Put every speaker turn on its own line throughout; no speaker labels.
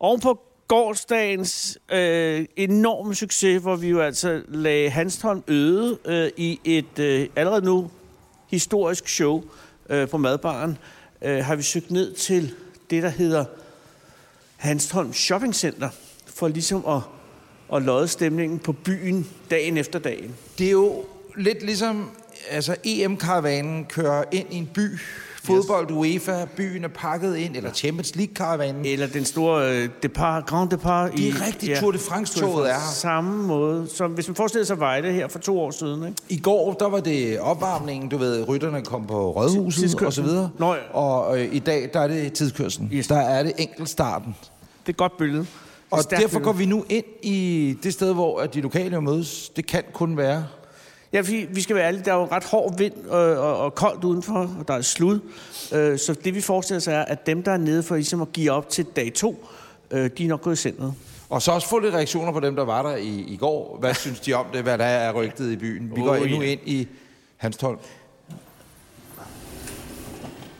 Oven på gårdsdagens øh, enorme succes, hvor vi jo altså lagde Hanstholm øde øh, i et øh, allerede nu historisk show øh, på Madbaren, øh, har vi søgt ned til det, der hedder Hanstholm Shopping Center, for ligesom at, at lodde stemningen på byen dagen efter dagen.
Det er jo lidt ligesom, altså EM-karavanen kører ind i en by. Fodbold, UEFA, byen er pakket ind, eller Champions League-karavanen.
Eller den store øh, depart, Grand Depart.
Det er rigtigt, Tour de France-toget
Tour de
er
France.
her.
Samme måde, som hvis man forestiller sig Vejle her for to år siden. Ikke?
I går, der var det opvarmningen, du ved, rytterne kom på rådhuset
Tidskørslen.
og så videre.
Nå ja.
Og øh, i dag, der er det tidskørslen.
Yes.
Der er det enkeltstarten.
Det er et godt billede. Det er et
Og
stærkt
derfor
billede.
går vi nu ind i det sted, hvor at de lokale jo mødes. Det kan kun være...
Ja, fordi vi skal være ærlige, der er jo ret hård vind øh, og, og koldt udenfor, og der er slud. Øh, så det vi forestiller sig er, at dem, der er nede for ligesom at give op til dag to, øh, de er nok gået i centret.
Og så også få lidt reaktioner på dem, der var der i, i går. Hvad synes de om det? Hvad der er rygtet i byen? Vi går
Oh,
endnu
ja.
ind i Hanstholm.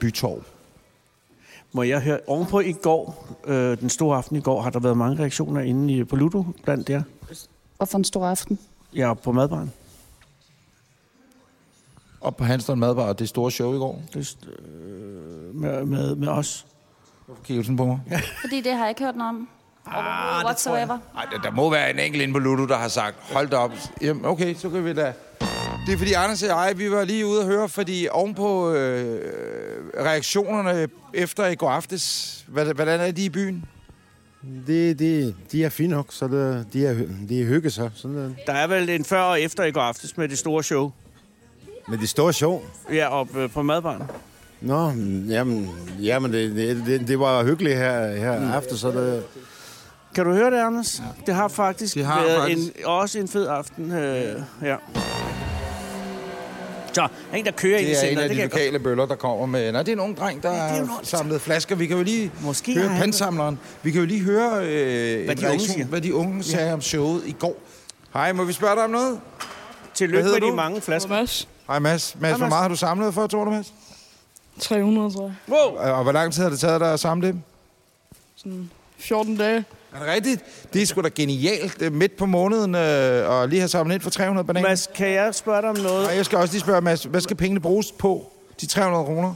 Bytorv.
Må jeg høre, ovenpå i går, øh, den store aften i går, har der været mange reaktioner inde i, på Ludo blandt jer?
Og for en stor aften.
Ja, på madbaren.
Op på Hanstholm Madbar, og det store show i går.
Det, er st- øh, med, med, med os.
Hvorfor kigger du sådan på mig?
Fordi det har jeg ikke hørt noget om. Ah, whatsoever.
Ej, der, der må være en enkelt inde på Ludo, der har sagt, hold da op. Jamen, okay, så kan vi da... Det er fordi, Anders og jeg, vi var lige ude og høre, fordi ovenpå øh, reaktionerne efter i går aftes, hvad- hvordan er de i byen?
Det, det, de er fine nok, så det, de, er, de er hygge sig. Sådan der.
Der er vel en før og efter i går aftes med det store show.
Men det står sjovt.
Ja, oppe øh, på madbaren.
Nå, jamen, jamen det, det, det, det var hyggeligt her, her aften, så det...
Kan du høre det, Anders? Det har faktisk
Det har
været
faktisk.
En, også en fed aften. Øh, ja. Så, der er en, der kører ind i
Det er en
centret.
af de
det kan jeg
lokale bøller, der kommer med... Nej, det er en ung dreng, der
det er en
har
ung-
samlet flasker. Vi kan jo lige
Måske
høre
har han-
pansamleren. Vi kan jo lige høre øh,
Hvad
en
de unge siger.
hvad de unge sagde om showet i går. Hej, må vi spørge dig om noget?
godt.
Hvad
Tillykke
hedder
med de
du?
mange flasker.
Mads,
Hej, Mads. Mads, hvor
Mads.
meget har du samlet for, tror du, Mads?
300, tror jeg.
Wow.
Og og hvor lang tid har det taget dig at samle dem?
Sådan 14 dage.
Er det rigtigt? Det er sgu da genialt øh, midt på måneden øh, og lige have samlet ind for 300 bananer.
Mads, kan jeg spørge dig om noget?
Og jeg skal også lige spørge, Mads, hvad skal pengene bruges på? De 300 kroner?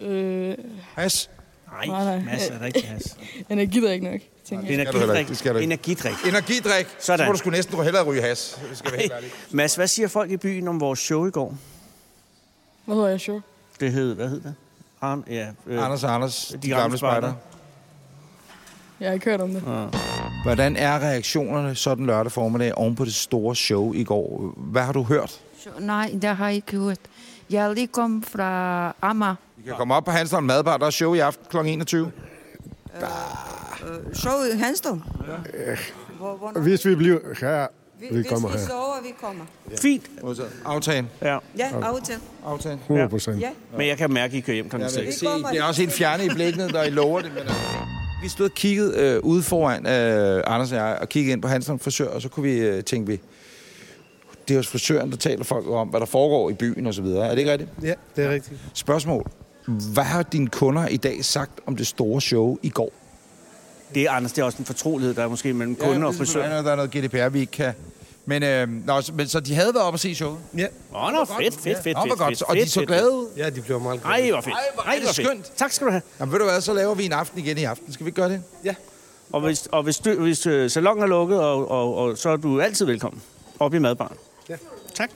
Øh,
Has?
Nej,
Nej,
nej.
Mads er der ikke, Mads.
energi der ikke nok, tænker jeg.
skal du heller
Energidrik.
ikke. Det skal du ikke.
Energidrik.
Energidrik. Så
Sådan.
må du sgu næsten du hellere ryge has. Det skal være helt ærlig.
Mads, hvad siger folk i byen om vores show i går?
Hvad hedder jeg, show?
Det hed, hvad hed det? Arn, ja, øh,
Anders og Anders, de,
gamle
gamle spejder.
spejdere.
Jeg har ikke hørt om det.
Ah.
Hvordan er reaktionerne sådan lørdag formiddag oven på det store show i går? Hvad har du hørt?
Så, nej, det har jeg ikke gjort. Jeg er lige kommet fra Amager.
Vi kan komme op på Hansen Madbar, der er show i aften kl. 21.
Show i Hanstholm? Hvor, hvornår?
Hvis vi bliver her,
Vi,
vi kommer
hvis vi
her.
sover, vi kommer.
Fint.
Aftalen.
Ja.
Ja, aftale.
Aftalen.
100 procent.
Ja.
Men jeg kan mærke, at I kører hjem kl. 6.
se, kommer.
det er også helt fjerne i blikket, når I lover det. Men, øh. vi stod og kiggede øh, ude foran øh, Anders og jeg, og kiggede ind på Hansen Frisør, og så kunne vi øh, tænke, vi, det er hos frisøren, der taler folk om, hvad der foregår i byen og så videre. Er det ikke rigtigt?
Ja, det er rigtigt.
Spørgsmål. Hvad har dine kunder i dag sagt om det store show i går?
Det er, Anders, det er også en fortrolighed, der er måske mellem kunder og frisør.
Der er noget GDPR, vi ikke kan... Men, øh, nå, så, men så de havde været oppe og se showet? Fedt,
Åh, nå, fedt, fedt, fedt, fedt.
nå, hvor godt.
fedt,
og de
fedt,
så
fedt.
glade ud.
Ja, de bliver meget glade.
Ej, hvor fedt.
Ej, hvor er
Ej,
det
hvor fedt.
skønt.
Tak skal du have.
Jamen, ved du hvad, så laver vi en aften igen i aften. Skal vi ikke gøre det?
Og hvis, og hvis, du, hvis øh, salongen er lukket, og, og, og, så er du altid velkommen op i madbaren. Ja. Tak.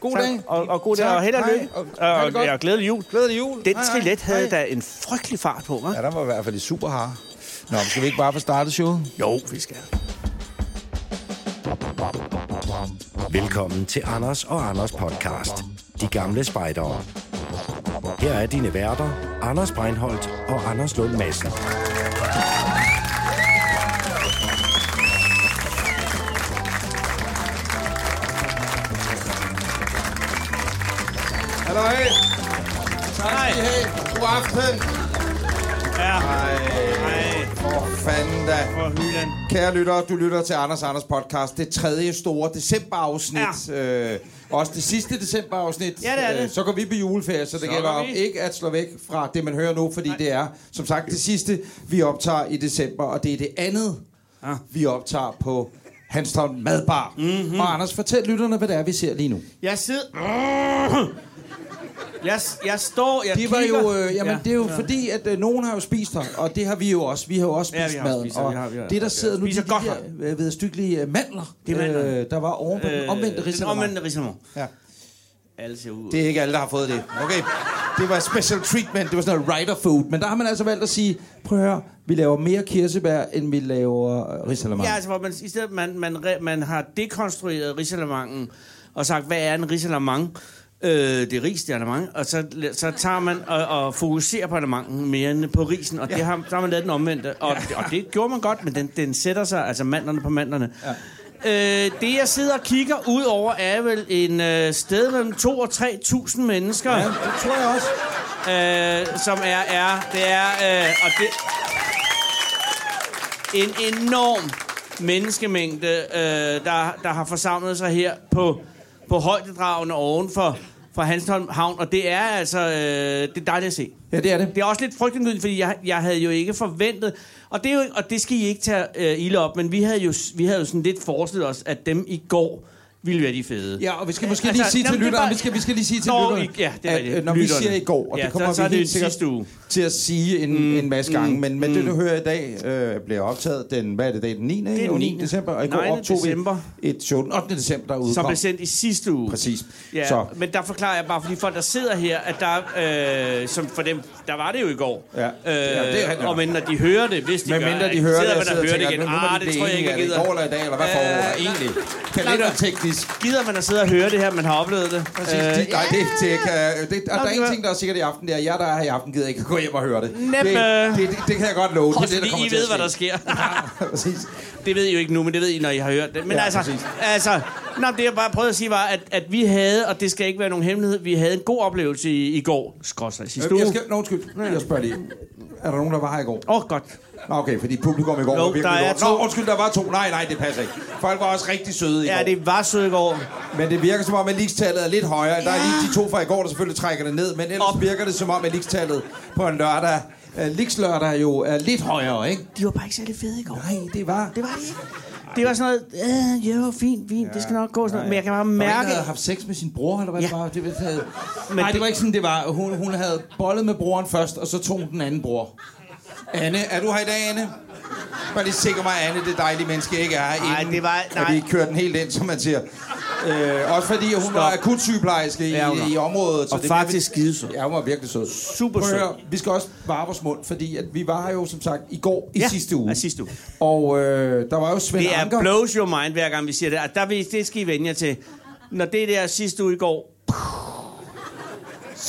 God
tak.
dag.
Og, og god dag,
Tak.
og held og
Hej,
lykke.
og-
Og,
ha' det
og,
godt.
og glædelig jul.
Glædelig jul.
Den
Hej, hej.
skelet havde
Hej.
da en frygtelig fart på, hva'?
Ja, der var i hvert fald et super har. Nå, men skal vi ikke bare få startet showet?
Jo, vi skal.
Velkommen til Anders og Anders podcast. De gamle spejdere. Her er dine værter, Anders Breinholt og Anders Lund Madsen.
Hallo, hey. Tak skal I have. God aften.
Ja.
Ej,
Ej.
for fanden da.
for Hyland.
Kære lyttere, du lytter til Anders Anders podcast. Det tredje store decemberafsnit. Ja. Øh, også det sidste decemberafsnit. Øh,
Ja, det er det.
så går vi på juleferie, så det
Så
gælder
går
om
vi.
ikke at slå væk fra det, man hører nu, fordi Nej. det er, som sagt, det sidste, vi optager i december, og det er det andet,
Ah.
vi optager på Hanstholm Madbar.
Mhm.
Mm-hmm. Og Anders, fortæl lytterne, hvad det er, vi ser lige nu.
Jeg sidder... Jeg, jeg står, jeg
Det var
kigger...
jo, øh, jamen, ja. det er jo ja. fordi, at øh, nogen har jo spist her, og det har vi jo også. Vi har jo også
Ja, vi
spist
har
maden.
spist her,
og
vi har- vi har-
det, der
ja.
sidder nu, det
Spiser
er de
godt
der øh, vedstykkelige øh, mandler,
Det er mandler.
Øh, der var oven på øh, den omvendte
Den
risalemang.
omvendte risalemang.
Ja.
Alle ser ud.
Det er ikke alle, der har fået det. Okay. Det var special treatment. Det var sådan noget writer food. Men der har man altså valgt at sige, prøv at høre, vi laver mere kirsebær, end vi laver øh, risalemang.
Ja, altså, hvor man, i stedet man, man, re- man har dekonstrueret risalamangen og sagt, hvad er en risalamang? Øh, det er ris, det er alemang. Og så, så tager man og, og fokuserer på alemangen mere end på risen, og ja. det har, så har man lavet den omvendte. Og, ja. og det gjorde man godt, men den, den sætter sig, altså mandlerne på mandlerne. Ja. Øh, det, jeg sidder og kigger ud over, er vel en øh, sted mellem 2.000 og 3.000 mennesker.
Ja, det tror jeg også.
øh, som er, er, det er, øh, og det, en enorm menneskemængde, øh, der, der har forsamlet sig her på, på højdedragene oven for, for Hanstholm Havn, og det er altså, øh, det er dejligt at se.
Ja, det er det.
Det er også lidt frygtindgydende, fordi jeg, jeg havde jo ikke forventet, og det, er jo, og det skal I ikke tage øh, ilde op, men vi havde, jo, vi havde jo sådan lidt forestillet os, at dem i går ville være de fede.
Ja, og vi skal måske
Altså,
altså, lige sige til
jamen, det er
lytterne,
bare-
vi skal, vi skal lige sige til
Nå,
lytterne,
i- ja, det er rigtigt.
øh, når vi
Lytterne.
siger i går, og
Ja,
det kommer
så- så er
vi
det
helt
den
sikkert
sidste uge.
til at sige en, mm, en masse gange, men, men mm. det du hører i dag øh, bliver optaget den, hvad er det, dag? den 9.
den
jo,
9.
december, og i går
9.
optog
december.
vi et show den 8. december, der udkom.
Som blev sendt i sidste uge.
Præcis.
Ja,
Så.
så. men der forklarer jeg bare for de folk, der sidder her, at der, øh, som for dem, der var det jo i går.
Ja.
Øh,
Ja, det er han jo.
og men når de hører det, hvis de
Men
gør,
mindre de
ikke?
hører det,
sidder,
jeg
man
sidder
og
og
hører
tænker,
det igen.
nu må
Ah,
de
det
blive
tror jeg
enige,
ikke,
er
jeg
det i går eller
gider.
i dag, eller hvad for
Øh,
øh, egentlig? Kalenderteknisk.
Gider man at sidde og høre det her, man har oplevet det? Øh,
Præcis, de, nej, det, det kan, det, og
Nå,
der er
det var-
en ting, der er sikkert i aften, det er, at jeg, der er her i aften, gider ikke gå hjem og høre det.
Næppe.
Det, det, det, det kan jeg godt love. Det er
Også
det, der
fordi
kommer
I
til at
ved, hvad
ske.
der sker.
Ja, præcis.
det ved I jo ikke nu, men det ved I, når I har hørt det. Men
Ja,
ja, altså,
præcis.
altså nå, det jeg bare prøvede at sige var, at, at vi havde, og det skal ikke være nogen hemmelighed, vi havde en god oplevelse i, i går. Skråstrej, sidste
Øh,
uge.
jeg
Åh,
skal, nå, undskyld. Jeg spørger lige. Er der nogen, der var her i går?
oh, godt.
Nå, okay, fordi publikum i går
Jo,
var virkelig
der er
lort. Nå,
to.
undskyld, der var to. Nej, nej, det passer ikke. Folk var også rigtig søde i
Ja,
går.
det var sødt i går.
Men det virker som om, at leakstallet er lidt højere. Der er lige de to fra i går, der selvfølgelig trækker det ned. Men ellers Op. virker det som om, at leakstallet på en lørdag... Uh, Leaks-lørdag jo er lidt højere, ikke?
De var bare ikke særlig fede i går.
Nej, det var... Det var
det ikke. Det var sådan noget, øh, jo, fint, fint, ja, det skal nok gå sådan noget. Men jeg kan bare mærke,
havde haft sex med sin bror, eller hvad ja. det
Ja.
var. Det var havde...
Men
Nej, det
det-
var ikke sådan, det var. Hun, hun havde bollet med broren først, og så tog hun den anden bror. Anne, er du her i dag, Anne? Bare lige sikker mig, Anne, det dejlige menneske, ikke er her
Nej,
inden,
det var-
at
nej.
vi kører den helt ind, som man siger. Øh, også fordi hun Stop. var akut sygeplejerske i,
Ja, hun er.
i, området.
Og
det
faktisk skidesød.
Ja, hun var virkelig sød.
Super
Prøv at
sød.
høre, Vi skal også vare vores mund, fordi at vi var her jo, som sagt, i går i
Ja,
sidste uge.
ja, sidste uge.
Og øh, der var jo Svend
det
Anker.
er blows your mind, hver gang vi siger det. Og der, vil- det skal I vende jer til. Når det der sidste uge i går,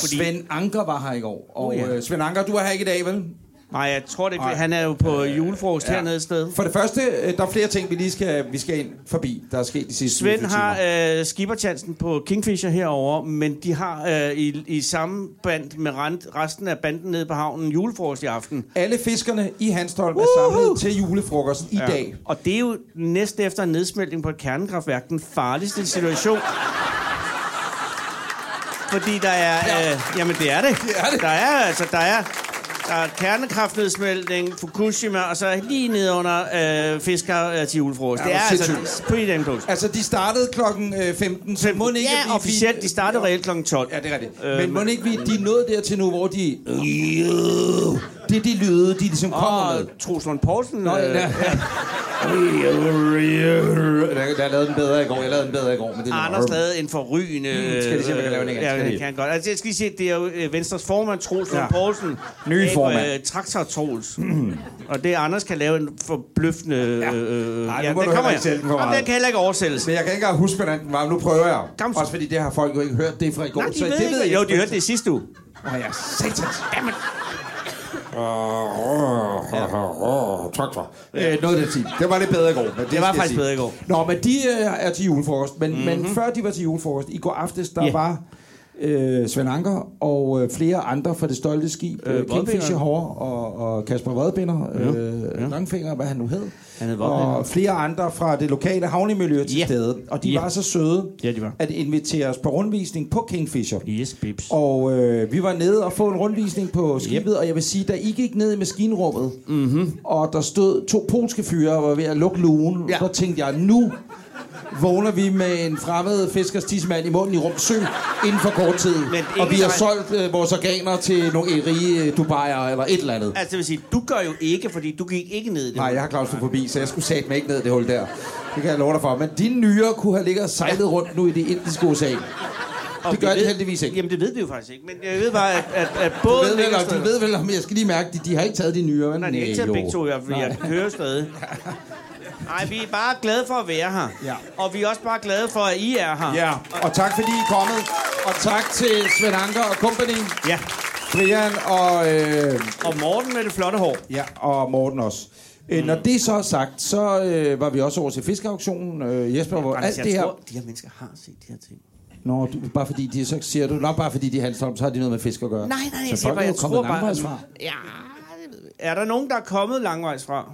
Fordi... Svend Anker var her i går. Og
Oh,
oh,
ja.
ja. øh, Svend Anker, du er her ikke i dag, vel?
nej, jeg tror det ikke,
Nej.
han er jo på julefrokost ja. hernede et sted.
For det første, øh, der er flere ting, vi lige skal, vi skal ind forbi, der er sket de sidste
Svend
24
har
timer.
øh, skipperchancen på Kingfisher herover, men de har øh, i, i samme band med rent, resten af banden nede på havnen julefrokost i aften.
Alle fiskerne i Hanstholm er samlet til julefrokost i
Ja.
dag.
Og det er jo næst efter en nedsmeltning på et kernekraftværk den farligste situation. Fordi der er...
Ja.
Øh, jamen, det er det.
Det er det.
Der er altså, der er... Der er kernekraftnedsmeltning, Fukushima, og så lige nedenunder øh, fisker øh, til julefrokost.
Ja,
det er
hvor
altså
sindssygt.
pretty damn close.
Altså, de startede klokken øh, 15, så må ikke... vi-
Ja,
vi-
officielt. De startede reelt kl. 12.
Ja, det er rigtigt.
Øh,
Men må ikke vi, de er nået dertil nu, hvor de... Det er de lyde, de ligesom kommer med.
Og Troels Lund Poulsen...
Nå,
øh,
ja. Jeg lavede den bedre i går, jeg lavede den bedre i går, men det er
Anders lavede en forrygende...
Mm, skal lige se, om jeg kan lave den igen. Skal
Ja,
lige.
det kan han godt. Altså, jeg skal lige se, det er jo øh, Venstres formand, Troels
Ja.
ja. Poulsen.
Ny
af,
formand.
Øh, Traktor Troels. og det, Anders kan lave en forbløffende... Ja. Øh,
Ej, nu må du heller ikke sælge den for
Jamen,
meget.
den kan heller ikke oversættes.
Men jeg kan ikke engang huske, hvordan den var, men nu prøver jeg.
Kom så.
Også fordi det har folk jo ikke hørt det er fra i går.
Nej, de
så
ved
det
ikke. hvad-
jeg
Jo,
ikke.
de hørte det i sidste uge.
Åh, ja, satans.
Jamen,
Traktor. Øh, noget af det Det var lidt bedre i går. Men det, skal
var
jeg
faktisk
sige. Mhm.
bedre i går.
Nå, men de øh, er til julefrokost. Men, mm-hmm. men før de var til julefrokost, i går aftes, der
Ja.
var øh, Svend Anker og øh, flere andre fra det stolte skib. Øh, Kingfisher Hår og, og Kasper Vredbinder, øh, ja. Langfinger, hvad han nu hed.
Han hed Vredbinder.
og flere andre fra det lokale havnemiljø til
Ja.
stede. Og de
Ja.
var så søde
Ja, de var.
at invitere os på rundvisning på Kingfisher.
Yes, bips.
Og øh, vi var nede og få en rundvisning på skibet, yep. og jeg vil sige, da I gik ned i maskinrummet, mm-hmm. og der stod to polske fyre og var ved at lukke lugen, ja. der tænkte jeg, nu vågner vi med en fremmed fiskers tidsmand i munden i Rumsø inden for kort tid.
ikke
Og vi har
dig.
solgt øh, vores organer til nogle rige øh, Dubai'er eller et eller andet.
Altså, det vil sige, du gør jo ikke, fordi du gik ikke ned i det.
Nej, jeg har klaustrofobi, så jeg skulle satme ikke ned i det hul der. Det kan jeg love dig for. Men dine nyrer kunne have ligget og sejlet rundt nu i det indiske ocean.
Og
det
vi
gør de
ved-
heldigvis ikke.
Jamen, det ved vi jo faktisk ikke. Men jeg ved bare, at, at, at
Du
både...
ved vel, om- du ved vel, om jeg skal lige mærke, de, de har ikke taget de nyere. vel?
Nej, det er ikke til
jo.
begge to, jeg, jeg hører stadig. Nej, vi er bare glade for at være her.
Ja.
Og vi er også bare glade for, at I er her.
Ja, og tak fordi I er kommet. Og tak til Svend Anker og Company,
ja.
Brian og, øh,
Og Morten med det flotte hår.
ja, og Morten også. Mm. Når det så er sagt, så øh, var vi også over til fiskeauktionen, øh, Jesper, hvor alt
Anders, jeg
det her...
tror, de her mennesker har set de her ting.
Nå, du, bare fordi de, så siger du, nå, bare fordi de er Hanstholm, så har de noget med fisk at gøre.
Nej, nej,
så
jeg siger
folk
bare,
er jo
jeg
kommet
tror bare...
langvejs fra.
Ja, det ved vi. er der nogen, der er kommet langvejs fra?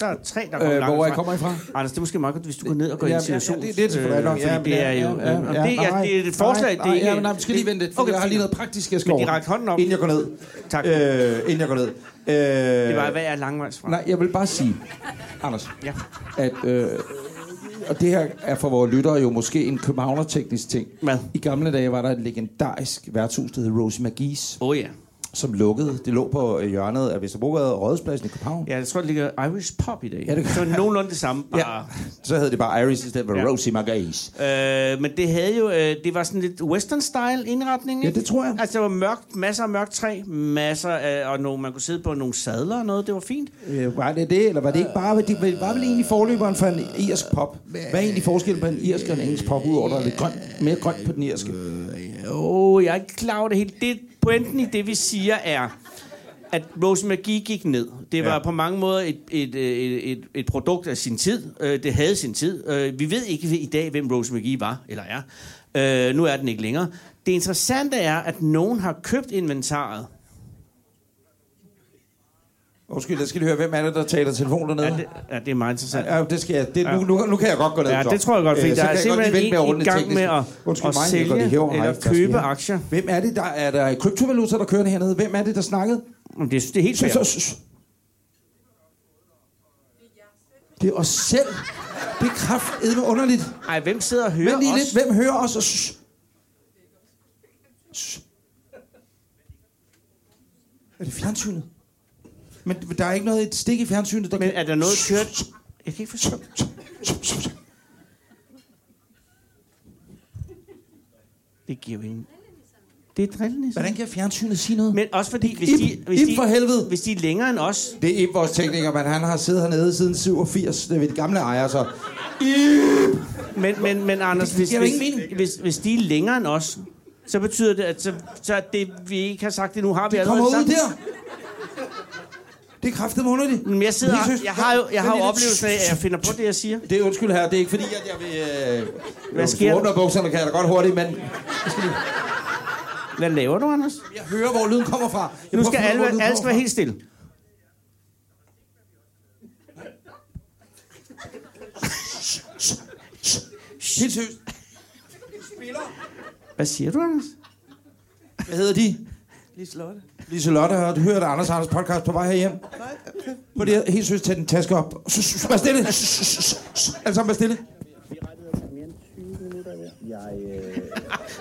Der er tre, der er kommet
Øh,
langvejs
hvor jeg
fra.
kommer I fra?
Anders, det er måske meget godt, hvis du går ned og går
Ja,
ind i
ja, ja,
situationen.
det- det er selvfølgelig nok. Ja,
fordi det
ja,
er jo...
ja, ja,
Jamen,
ja,
det, er,
nej,
det er et forslag,
nej,
det er ikke...
ja, men nej, men skal lige vente lidt, for
Okay,
jeg har
fint.
lige noget praktisk, jeg skal
Men de
over.
rakte hånden op.
Inden jeg går ned.
Tak.
Øh, inden jeg går ned. Øh,
Det var, hvad er langvejs fra?
Nej, jeg vil bare sige, Anders,
Ja.
at... Øh, og det her er for vores lyttere jo måske en københavnerteknisk ting.
Hvad?
I gamle dage var der et legendarisk værtshus, der hed Rose Magis,
Åh oh, ja.
som lukkede. Det lå på øh, hjørnet af Vesterbrogade og Rådhuspladsen i København.
Ja, jeg tror, det ligger Irish Pop i dag.
Ja, det gør-
Så nogenlunde det samme.
Ja.
Bare.
Så hed det bare Iris i stedet for
Ja.
ja. Rosie Magis.
Ja. Øh, men det havde jo, øh, det var sådan lidt western-style indretning,
Ja,
ikke?
det tror jeg.
Altså, der var mørkt, masser af mørkt træ, masser af, og nogle, man kunne sidde på nogle sadler og noget, det var fint.
Øh, var det det, eller var det ikke bare... Det var vel egentlig forløberen for en irsk pop? Hvad er egentlig forskellen på en irsk og en engelsk pop, udover der er lidt grønt, mere grønt på den irske?
Åh, oh, jeg er ikke klar over det hele. Det, pointen i det, vi siger, er, at Rose McGee gik ned. Det var ja. på mange måder et, et, et, et, et produkt af sin tid. Øh, Det havde sin tid. Øh, Vi ved ikke i dag, hvem Rose McGee var eller er. Øh, Nu er den ikke længere. Det interessante er, at nogen har købt inventaret.
Undskyld, jeg skal lige høre, hvem er det, der taler telefon dernede?
Ja, det, ja, det er meget interessant.
Ja, det skal jeg. Det, nu, nu, nu kan jeg godt gå ned.
Ja,
så.
det tror jeg godt, fordi
Øh, så
der
kan
er
jeg godt lige
simpelthen
vente med at
en
ordne
i
det
gang
tekniske.
med at-
Undskyld
at
mig,
sælge
jeg går lige herover.
eller
Hej, tak skal I
købe
have.
aktier.
Hvem er det, der er der kryptovaluta, der kører hernede? Hvem er det, der snakkede?
Men Det, det er helt
Så, så,
fair.
så. Det er os selv. Det er kraftedme underligt.
Ej, hvem sidder og hører
Vent lige lidt.
os?
Hvem hører os? Og sus? Sus. Er det fjernsynet? Men der er ikke noget et stik i fjernsynet, der
Men
kan-
er der noget kørt? Jeg kan ikke forstå. Det giver jo ingen. Det er drillenissen.
Hvordan kan fjernsynet sige noget?
Men også fordi, hvis
Ib,
de, hvis,
Ib
de,
for helvede.
hvis de er længere end os,
Det er Ib, vores tekniker, men han har siddet hernede siden 87. Det er ved de gamle ejere, så...
men, men, men Anders,
Det
hvis,
giver jo
hvis,
ingen
hvis, hvis, hvis de er længere end os, så betyder det, at så, så er det, vi ikke har sagt det nu, har vi
Det kommer
allerede
ud
sagt.
der! Det er kraftigt underligt.
Men jeg sidder,
Lige søs-
jeg har jo, jeg har jo
Vent lige lidt.
oplevelsen af, at jeg finder på det, jeg siger.
Det er undskyld her, det er ikke fordi, at jeg vil... Øh,
Hvad sker der?
Under bukserne kan jeg da godt hurtigt, men
Hvad laver du, Anders?
jeg hører, hvor lyden kommer fra. Jeg
Nu
prøver
skal
at finde ud af, hvor
alle,
lyden
alle skal
kommer
være helt stille.
fra. Helt seriøst.
Hvad siger du, Anders?
Hvad hedder de?
Liselotte.
Lise Lotte har hørt Anders Anders podcast på vej herhjem. På det her, helt seriøst, tag den taske op. Sus, sus, Vær stille. Sus, sus, sus, sus. Alle sammen vær stille.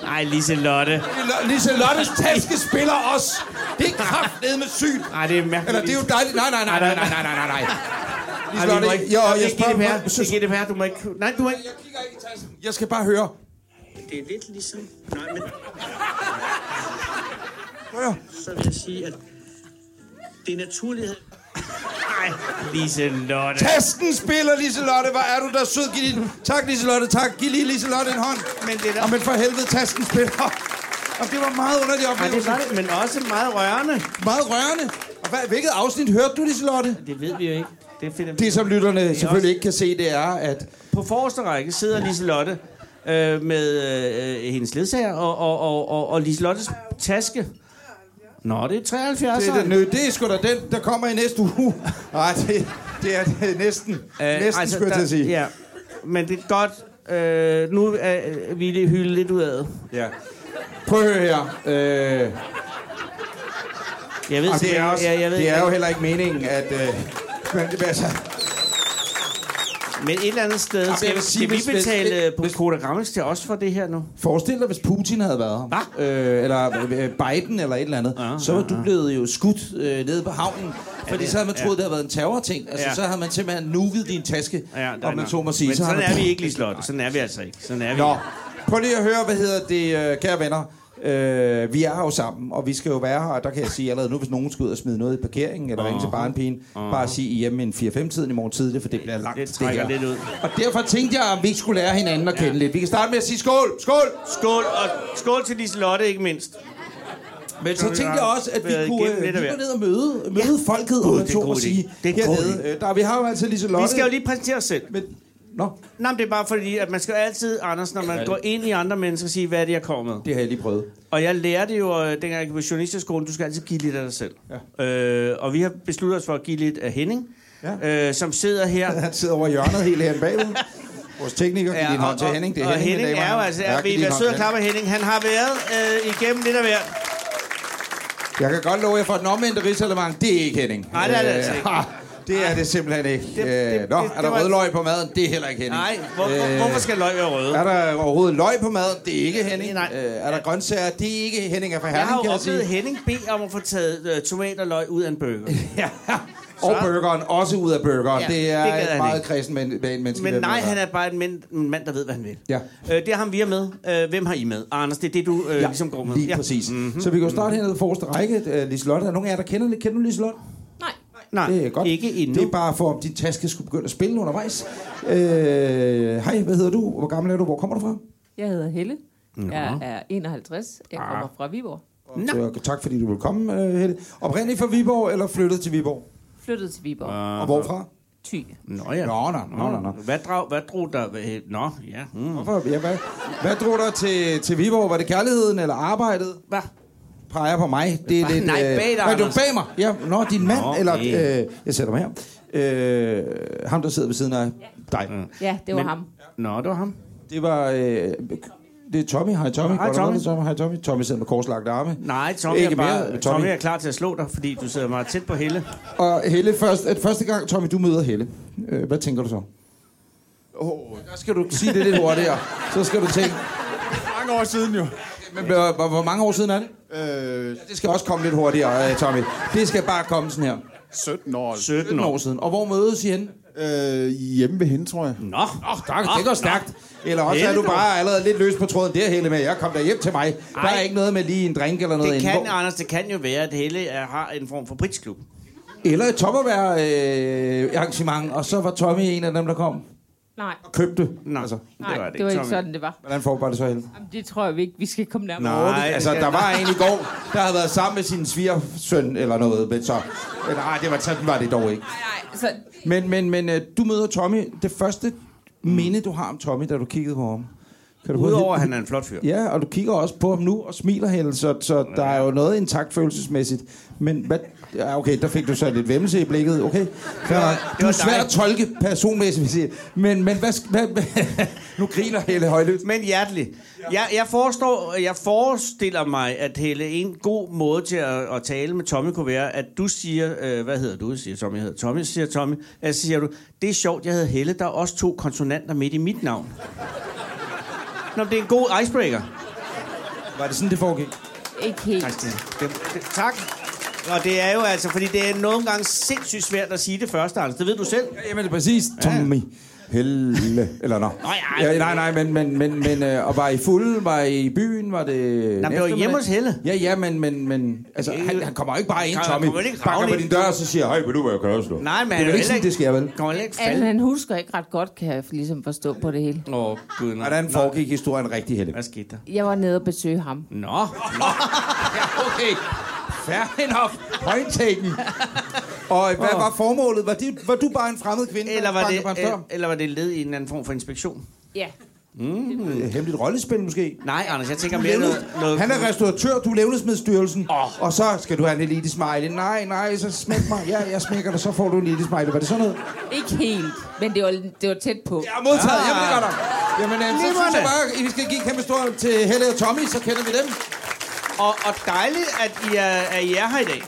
Nej, Liselotte.
Lise Lottes taske spiller os. Det er kraftedme sygt.
Nej, det er mærkeligt.
Eller det er jo dejligt. Nej, nej, nej, nej, nej, nej, nej, nej. Lise
Ej, vi
Lotte,
må ikke-
jo, jeg
det er
spørger
GDPR.
mig.
Det er GDPR, du må ikke... Nej, du må ikke...
Jeg kigger ikke i tasken. Jeg skal bare høre.
Det er lidt ligesom... Nej, men
Hør.
så vil jeg sige, at det er naturlighed. Nej, Lise Lotte.
Tasken spiller, Liselotte. Hvor er du der sød. Giv din... Tak, Liselotte. Tak. Giv lige Liselotte en hånd.
Men det er da-
Og men for helvede, tasken spiller. Og det var meget underlig
Nej, det
oplevelse.
var det, men også meget rørende.
Meget rørende. Og hvad, hvilket afsnit hørte du, Liselotte?
Det ved vi jo ikke. Det finder vi.
Det, som lytterne selvfølgelig ikke kan se, det er, at
På forreste række sidder Lise Lotte øh, med øh, hendes ledsager og, og, og, og, og Liselottes taske. Nå, det er 73.
Det er,
så.
den, nye- det er sgu da den, der kommer i næste uge. Nej, det, det er det, er næsten. Øh, næsten, altså, skulle jeg
der-
til at sige.
Ja, men det er godt. Øh, nu er vi lige hylde lidt ud af.
Ja. Prøv at høre her. Øh,
Jeg ved,
og det er,
simpelthen-
også,
jeg, jeg ved,
det er jo
ikke.
heller ikke meningen, at... Øh, men, det- altså,
Men et eller andet sted,
jeg
skal,
vil sige,
skal vi
hvis- hvis-
betale øh,
hvis-
på Koda Grammels til os for det her nu?
Forestil dig, hvis Putin havde været her. Øh, eller øh, Biden eller et eller andet.
Ja,
så
ja,
var du blevet jo skudt øh, nede på havnen. Fordi så havde man troet, det havde været en terrorting. Altså,
Ja.
så havde man simpelthen nuget din taske,
Ja,
om man så må sige.
Men
så
sådan
har man-
er vi ikke, Liselotte. Sådan er vi altså ikke. Sådan er vi
nå,
ikke.
prøv lige at høre, hvad hedder det, øh, kære venner. Øh, vi er her jo sammen, og vi skal jo være her, og der kan jeg sige allerede nu, hvis nogen skal ud og smide noget i parkeringen, eller ringe til barnpigen, bare sige I er hjemme en 4-5-tiden i morgen tidlig, for det bliver langt.
Det trækker
her.
lidt ud.
Og derfor tænkte jeg, om vi ikke skulle lære hinanden at kende
Ja.
lidt.
Lidt. Vi kan starte med at sige skål, skål!
Skål, og skål til Liselotte, ikke mindst.
Men så tænkte jeg også, at vi
Været
kunne
igennem
øh,
lidt af
lige gå
hvert.
ned og møde, møde ja. folket, om man
det er
så
en
må
god idé.
sige.
Det er en god
hernede. Øh, Der, vi har jo altså Liselotte.
Vi skal jo lige præsentere os selv.
Men, nå,
Nå, men det er bare fordi, at man skal jo altid, Anders, når man går ind i andre mennesker, sige, hvad er det, jeg kommer med?
det har jeg lige prøvet.
Og jeg lærte jo, øh, dengang jeg gik på journalisterskolen, du skal altid give lidt af dig selv. Ja. Øh, og vi har besluttet os for at give lidt af Henning, ja. øh, som sidder her.
Han sidder over i hjørnet helt her bagved. Vores tekniker giver din hånd til Henning. Det er
og
Henning,
Henning
mine damer
er jo
og herrer.
altså,
Ja,
er,
giv
vi
din
er
hånd
søde og
til
klapper Henning. Han har været øh, igennem lidt af hvert.
Henning. Jeg kan godt love jer for den omvendte rigsalermang. Det er ikke Henning.
Nej, det er det altså ikke.
Øh, ha, Det er det simpelthen ikke. Det,
det-
det, Nå, er
det- det
der
var-
rødløg på maden? Det er heller ikke Henning. Øh,
Nej, hvor, hvor, hvorfor skal løg være røde?
Er der overhovedet løg på maden? Det er ikke Henning.
Nej.
Øh, er der grøntsager? Det er ikke Henning er fra
Jeg
Herning,
har
kan
jo
jeg sige.
oplevet Henning bede om at få taget øh, tomat og løg ud af en burger.
Ja. Og burgeren, også ud af burgeren.
Ja,
Ja, det er
det gad
det et
han
meget
ikke.
kristen men, men, menneske.
Men
vil jeg bare.
nej, han er bare en mand, en mand der ved, hvad han vil.
Ja.
Øh, det er ham, vi er med. Øh, hvem har I med? Anders, det er det, du øh, ja. ligesom går med.
Lige ja. præcis. Mm-hmm. Så vi kan jo starte hernede i forreste række. Øh, Liselotte, er nogen af jer, der kender, kender du Liselotte?
Nej.
Nej,
Det er godt.
Ah, ikke endnu.
Det er bare for, om din taske skulle begynde at spille undervejs. Øh, hej, hvad hedder du? Hvor gammel er du? Hvor kommer du fra?
Jeg hedder Helle. Jeg er 51. Jeg kommer
Ah.
fra Viborg.
Nå. Så, tak fordi du vil komme, øh, Helle. Oprindeligt fra Viborg eller flyttet til Viborg?
Flyttet til Viborg.
Uh-huh. Og hvorfra?
Ty.
Nå ja.
Nå, nå, nå, nå, nå.
Hvad, drag, hvad drog der... øh, Nå, ja. Mm.
Hvorfor? Ja, hvad, hvad drog dig til, til Viborg? Var det kærligheden eller arbejdet?
Hvad?
Peger på mig. Det er
Bare-
lidt,
nej, bag dig,
Nej, du er
Anders.
bag mig. Ja, nå, din mand.
Nå,
Nå, eller,
okay.
øh, jeg sætter mig her. Øh, ham, der sidder ved siden af dig.
Mm.
Ja, det var
Men-
ham.
Nå, det var ham.
Det var... Øh, det er Tommy. Hej Tommy.
Hej,
Godt,
Tommy.
godt, Tommy. Hej Tommy. Tommy sidder med korslagte arme.
Nej, Tommy,
Ikke
er, bare,
mere,
Tommy.
Tommy.
Tommy er klar til at slå dig, fordi du sidder meget tæt på Helle.
Og Helle, først, at første gang, Tommy, du møder Helle, øh, hvad tænker du så? Åh, oh, der skal du sige det lidt hurtigere. Så skal du tænke,
Mange år siden jo.
men, hvor, hvor- hvor mange år siden er det?
Øh,
Det skal også komme lidt hurtigere, øh, Tommy. Det skal bare komme sådan her.
17 år.
17
17
år.
år siden. Og hvor mødes I henne?
Øh, hjemme ved hende, tror jeg.
Mm.
Nå, oh,
Tak, det går stærkt. Eller også er
Helle,
du
du.
bare allerede lidt løs på tråden der, Helle, med, jeg kom der hjem til mig. Der er
Ej.
ikke noget med lige en drink eller noget.
Det
inden.
kan,
Hvor-
Anders, det kan jo være, at Helle er, har en form for britsklub.
Eller et tommervær øh, arrangement, og så var Tommy en af dem, der kom
Nej.
og købte.
Nå,
Altså,
Nej, det, var ikke
Tommy.
sådan, det var.
hvordan foregår det så, Helle?
Jamen, det tror jeg ikke, vi skal komme nærmere.
Nej,
Altså, der var en i går, der havde været sammen med sin svigersøn eller noget, men så... Nej, det var, sådan var det dog ikke.
Nej, nej. Så,
Men, men, men øh, du møder Tommy. Det første minde, du har om Tommy, da du kiggede på ham. Kan du prøve at-
Udover, at han er en flot fyr.
Ja, og du kigger også på ham nu og smiler helt, så, så der er jo noget intakt følelsesmæssigt. Men hvad... Ja, okay, der fik du så lidt vemmelse i blikket. Okay, fair nok. Du er svær at tolke personmæssigt, vil jeg sige. men, men hvad, hvad, hvad... Nu griner Helle højlydt.
Men hjertelig. Jeg, jeg, forestår, jeg forestiller mig, at Helle, en god måde til at, at tale med Tommy kunne være, at du siger, øh, hvad hedder du, siger Tommy, jeg hedder Tommy, siger Tommy, altså siger du, det er sjovt, jeg hedder Helle, der er også to konsonanter midt i mit navn. Nå, men det er en god icebreaker.
Var det sådan, det foregik?
ikke helt.
Altså, det, det, det, tak. Og det er jo altså, fordi det er nogle gange sindssygt svært at sige det første, Anders. Det ved du selv.
Ja, Jamen, det er præcis. Tommy. Helle. Eller nå.
ja.
ja, nej, nej, men, men, men, men øh, og var I fulde? Var I i byen? Var det... en
var
eftermiddag?
hjemme hos Helle.
Ja, ja, men, men, men altså, han, han kommer jo ikke bare ind,
Han
Tommy.
kommer vel ikke
Bakker
ravende
på din dør, og så siger, hej, vil du være kørestå?
Nej, men
det er vel ikke sådan, det sker, vel?
Kommer heller ikke
Altså,
falde.
han husker ikke ret godt, kan jeg ligesom forstå på det hele.
Åh, oh, gud, nej.
Hvordan foregik historien rigtig, Helle?
Hvad skete der?
Jeg var nede og besøge ham.
Nå,
Ja, okay. Fair enough. Point taken. Og hvad var formålet? Var, det, var du bare en fremmed kvinde? der
Eller var,
bankede
det,
på hans
øh,
dør?
eller var det led i en eller anden form for inspektion?
Ja,
Mm. Hemmeligt rollespil måske?
Nej, Anders, jeg tænker mere noget- noget-
Han er restauratør, du er levnedsmedstyrelsen. Oh. Og så skal du have en elite smiley. Nej, nej, så smæk mig. Ja, jeg smækker dig, så får du en elite smiley. Var det sådan noget?
Ikke helt, men det var, det var tæt på.
Jeg har modtaget, ah. jeg ved det godt om. Jamen, øh, så synes
Glimrende.
jeg bare, at vi skal give en kæmpe stor hånd til Helle og Tommy, så kender vi dem.
Og, og dejligt, at I er, at I er her i dag.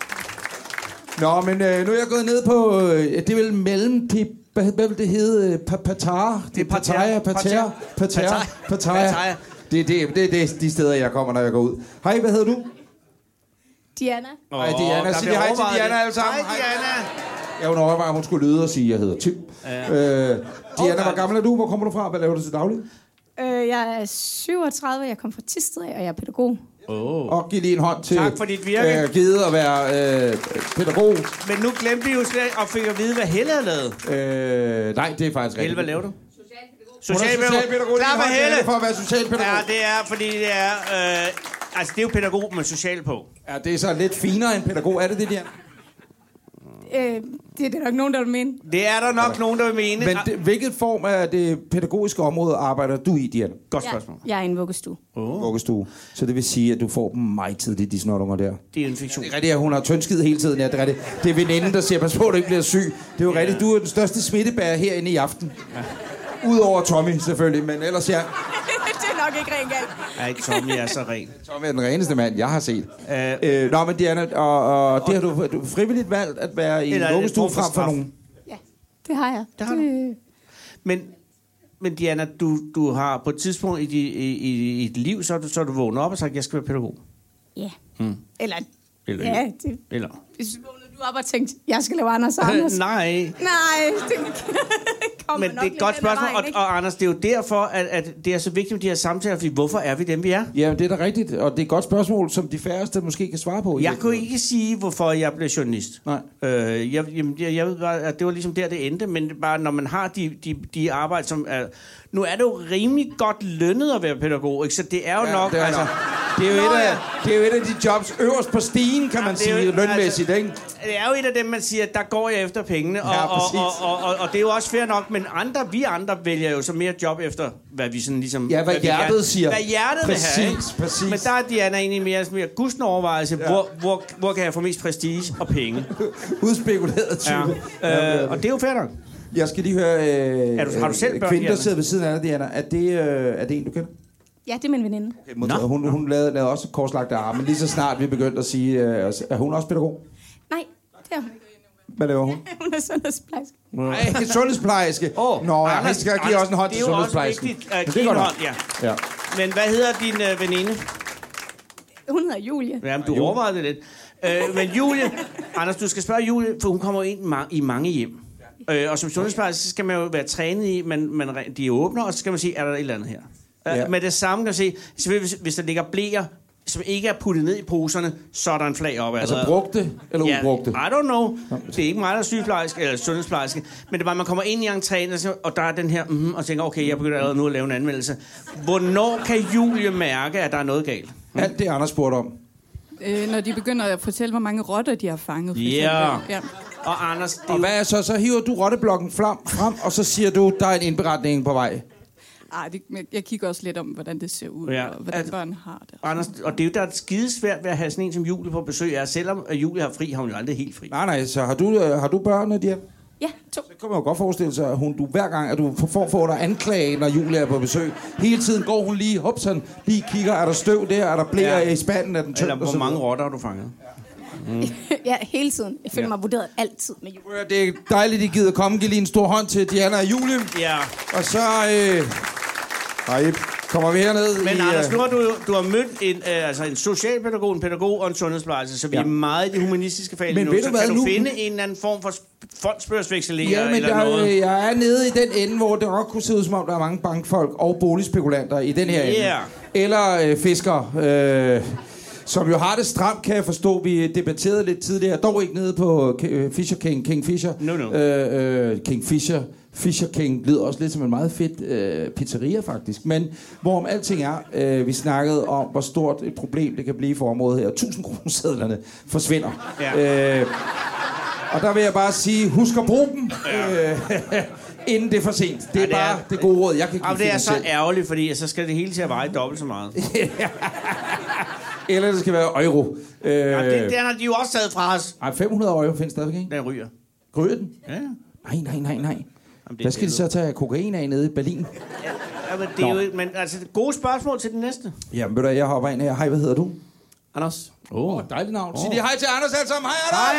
Nå, men øh, nu er jeg gået ned på, øh, det er vel mellem, det, hvad, hvad vil det hedde, øh, pa, Pattaya? Det er Pattaya, Pattaya, Pattaya, Pattaya.
Pattaya.
Det, det, det, det er de steder, jeg kommer, når jeg går ud. Hej, hvad hedder du?
Diana.
Hej, Diana. Sig lige hej til Diana alle sammen. Hej,
Diana.
Jeg hun overvejer, om hun skulle lyde og sige, at jeg hedder Tim. Ja. Øh, Diana, hvor gammel er du? Hvor kommer du fra? Hvad laver du til daglig?
Øh, jeg er 37, jeg kommer fra Tisted, og jeg er pædagog.
Oh.
Og giv lige en hånd til...
Tak for dit virke.
Øh, givet at være øh, pædagog.
Men nu glemte vi jo slet at fik at vide, hvad Helle har lavet.
Øh, nej, det er faktisk
Helle, hvad laver du?
Hun er socialpædagog. Lige
Klar for
hånd til
Helle.
Helle for at være socialpædagog.
Ja, det er, fordi det er... Øh, altså, det er jo pædagog, men social på.
Ja, det er så lidt finere end pædagog. Er det det, der?
Øh, det er der nok nogen, der vil mene.
Det er der nok nogen, der vil mene.
Men det, hvilket form af det pædagogiske område arbejder du i, Diana?
Ah,
Jeg, jeg er i en vuggestue.
Oh. Vuggestue. Så det vil sige, at du får dem meget tidligt, de snotunger der.
Det er infektion.
Det er rigtigt, at hun har tyndskid hele tiden. Ja, det er rigtigt. Det er veninden, der siger, pas på, at du ikke bliver syg. Det er jo rigtigt, du er den største smittebærer herinde i aften. Udover Tommy, selvfølgelig, men ellers ja.
det er nok ikke rent galt.
Ej, Tommy er så ren.
Tommy er den reneste mand, jeg har set. Uh, øh, nå, men Diana, og, og det har du, du frivilligt valgt at være i en
Eller er det
vuggestue
en form for
frem for
straf?
nogen.
Det har jeg. Det har det...
Men, men Diana, du, du har på et tidspunkt i, di, i, i, i dit liv, så er du, så er du vågnet op og sagt, jeg skal være pædagog.
Ja.
Hmm.
Eller,
Eller-
ja, det,
Eller?
hvis vågnede du op og tænkte, jeg skal lave Anders og Anders.
Nej.
Nej, det kommer
Men det
nok
er et
lidt
godt
hen ad
spørgsmål,
vejen,
og,
ikke?
og Anders, det er jo derfor, at, at det er så vigtigt med de her samtaler, fordi hvorfor er vi dem, vi er?
Ja, det er da rigtigt, og det er et godt spørgsmål, som de færreste måske kan svare på.
Jeg kunne ikke sige, hvorfor jeg blev journalist.
Nej.
Øh, jeg, jamen, jeg, jeg ved bare, at det var ligesom der, det endte, men bare når man har de, de, de arbejde, som er... Nu er det jo rimelig godt lønnet at være pædagog, ikke? så det er jo
Ja,
nok... altså-
det er nok. Det er jo et af- det er jo et af de jobs øverst på stigen, kan man
det er
sige,
jo- altså-
lønmæssigt, ikke?
Det er jo et af dem, man siger, der går jeg efter pengene, og,
Ja,
og,
præcis.
og, og, og, og det er jo også fair nok, men andre, vi andre vælger jo så mere job efter, hvad vi sådan ligesom...
Ja, hvad
vi
hjertet
gerne-
siger.
Hvad hjertet
Præcis,
vil have, ikke?
præcis.
Men der er Diana egentlig mere, mere gusten overvejelse, ja. hvor, hvor, hvor kan jeg få mest prestige og penge?
Udspekuleret type.
Ja. Øh, og det er jo fair nok.
Jeg skal lige høre... Øh,
Er du- har du selv
øh,
børn,
Kvinden, der
Diana?
sidder ved siden af dig, Diana, er det, øh, er det en, du kender?
Ja, det er min veninde.
Nå. Hun, hun lavede, lavede også korslagte arme, lige så snart vi begyndte at sige... Øh, er hun også pædagog?
Nej, det er hun ikke.
Hvad laver hun?
Hun er sundhedsplejerske.
Nej, sundhedsplejerske. Oh, Nå, Anders, jeg skal give også en hånd til
det er jo også
sundhedsplejersken.
vigtigt
Men
at
det
give
går
en
nok.
hånd, ja.
Ja.
Men hvad hedder din øh, veninde?
Hun hedder Julie.
Jamen, du overvejede det lidt. Øh, men Julie, Anders, du skal spørge Julie, for hun kommer jo ind ma- i mange hjem. Øh, og som sundhedsplejerske så skal man jo være trænet i, man, man, re- de åbner, og så skal man sige, er der et eller andet her? Øh,
Ja.
Med det samme kan man se, selvfølgelig, hvis, hvis der ligger blæer, som ikke er puttet ned i poserne, så er der en flag op.
Altså
allerede.
brugte eller
Ja,
ubrugte?
I don't know. Det er ikke mig, der er sygeplejerske, eller sundhedsplejerske. Men det er bare, man kommer ind i entréen, og, så, og der er den her, mm, og tænker, okay, jeg begynder allerede nu at lave en anmeldelse. Hvornår kan Julie mærke, at der er noget galt?
Alt det, Anders spurgte om.
Øh, når de begynder at fortælle, hvor mange rotter de har fanget. for
Ja.
eksempel. ja.
Og Anders, det er
Og
jo-
hvad er så? Så hiver du rotteblokken frem, frem, og så siger du, der er en indberetning på vej.
Ej, det, men jeg kigger også lidt om, hvordan det ser ud,
Ja.
ja. og hvordan altså, børn har det.
Anders, og det er jo der er skidesvært ved at have sådan en som Julie på besøg er. Selvom at Julie har fri, har hun jo aldrig helt fri.
Nej, nej, så har du, øh, har du børn, Diana?
Ja, to.
Så kan man jo godt forestille sig, at hun, du, hver gang at du får, får dig anklage, når Julia er på besøg, hele tiden går hun lige, hopsan, lige kigger, er der støv der, er der blæer ja.
Ja.
i spanden, er den tømt
Eller hvor mange rotter har du fanget?
ja, hele tiden. Jeg føler
Ja.
mig vurderet altid med Julie.
Det er dejligt, I gider komme. Giv lige en stor hånd til Diana og Julie.
Ja.
Og så øh, hej, kommer vi herned
Men
i...
Anders,
øh,
nu har du, jo- du har mødt en, øh, altså en socialpædagog, en pædagog og en sundhedsplejerske, så vi
Ja.
ja. er meget i det humanistiske fag
Men
lige nu.
ved du
Så
hvad,
kan
nu-
du finde en eller anden form for sp- fondsbørsvekseler
Ja, men
eller
der,
noget?
øh, jeg er nede i den ende, hvor det godt kunne se ud, som om der er mange bankfolk og boligspekulanter i den her ende.
Yeah.
Eller øh, fiskere, øh, som jo har det stramt, kan jeg forstå. Vi debatterede lidt tidligere, dog ikke nede på øh, Fisher King, King Fisher.
No, no.
Øh, øh, King Fisher. Fisher King lyder også lidt som en meget fedt øh, pizzeria, faktisk. Men hvorom alting er, øh, vi snakkede om, hvor stort et Øh, problem det kan blive for området her. 1000 kroner sedlerne forsvinder.
Ja.
Øh, Og der vil jeg bare sige, husk at bruge dem, øh, inden det er for sent. Det er,
Ja, det er-
bare det gode råd, jeg kan give
Jamen, det er
mig
så
selv.
ærgerligt, fordi så skal det hele til at veje dobbelt så meget.
Eller det skal være euro. Øh,
Jamen, det, den har de jo også taget fra os.
Ej, 500 euro findes stadigvæk, ikke?
Den ryger.
Ryger den?
Ja.
Nej, nej, nej, nej.
Jamen,
Hvad skal de så tage kokain af nede i Berlin?
Ja, men det er jo, ikke- men altså, gode spørgsmål til den næste.
Jamen, ved du, hvad, jeg hopper ind her. Hej, hvad hedder du?
Anders.
Åh, oh, dejligt navn.
Sig lige hej til Anders alle sammen. Hej, Anders!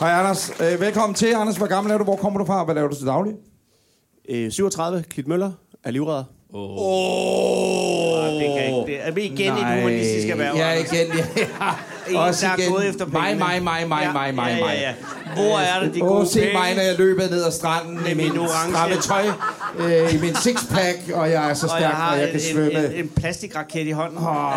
Hej, Anders!
Hej, Anders. Øh, velkommen til. Anders, hvor gammel er du? Hvor kommer du fra? Hvad laver du til daglig?
Øh, 37, Klitmøller, er livredder. Åh.
Oh. Det kan ikke. Det er vi igen et humanistisk erhverv.
Ja,
Anders?
igen. Ja.
En,
Også
der er
igen.
gået efter
mig,
pengene.
mig, mig, mig,
Ja,
mig, mig,
ja,
mig.
ja, ja. Hvor er det, de
Åh,
gode
se
penge?
mig, når jeg løber ned ad stranden
Med
i min
min orange.
stramme tøj, øh, i min sixpack, og jeg er så
Og
stærk,
jeg
og jeg,
har
jeg
en,
kan
en,
svømme.
en, en plastikraket i hånden.
Åh,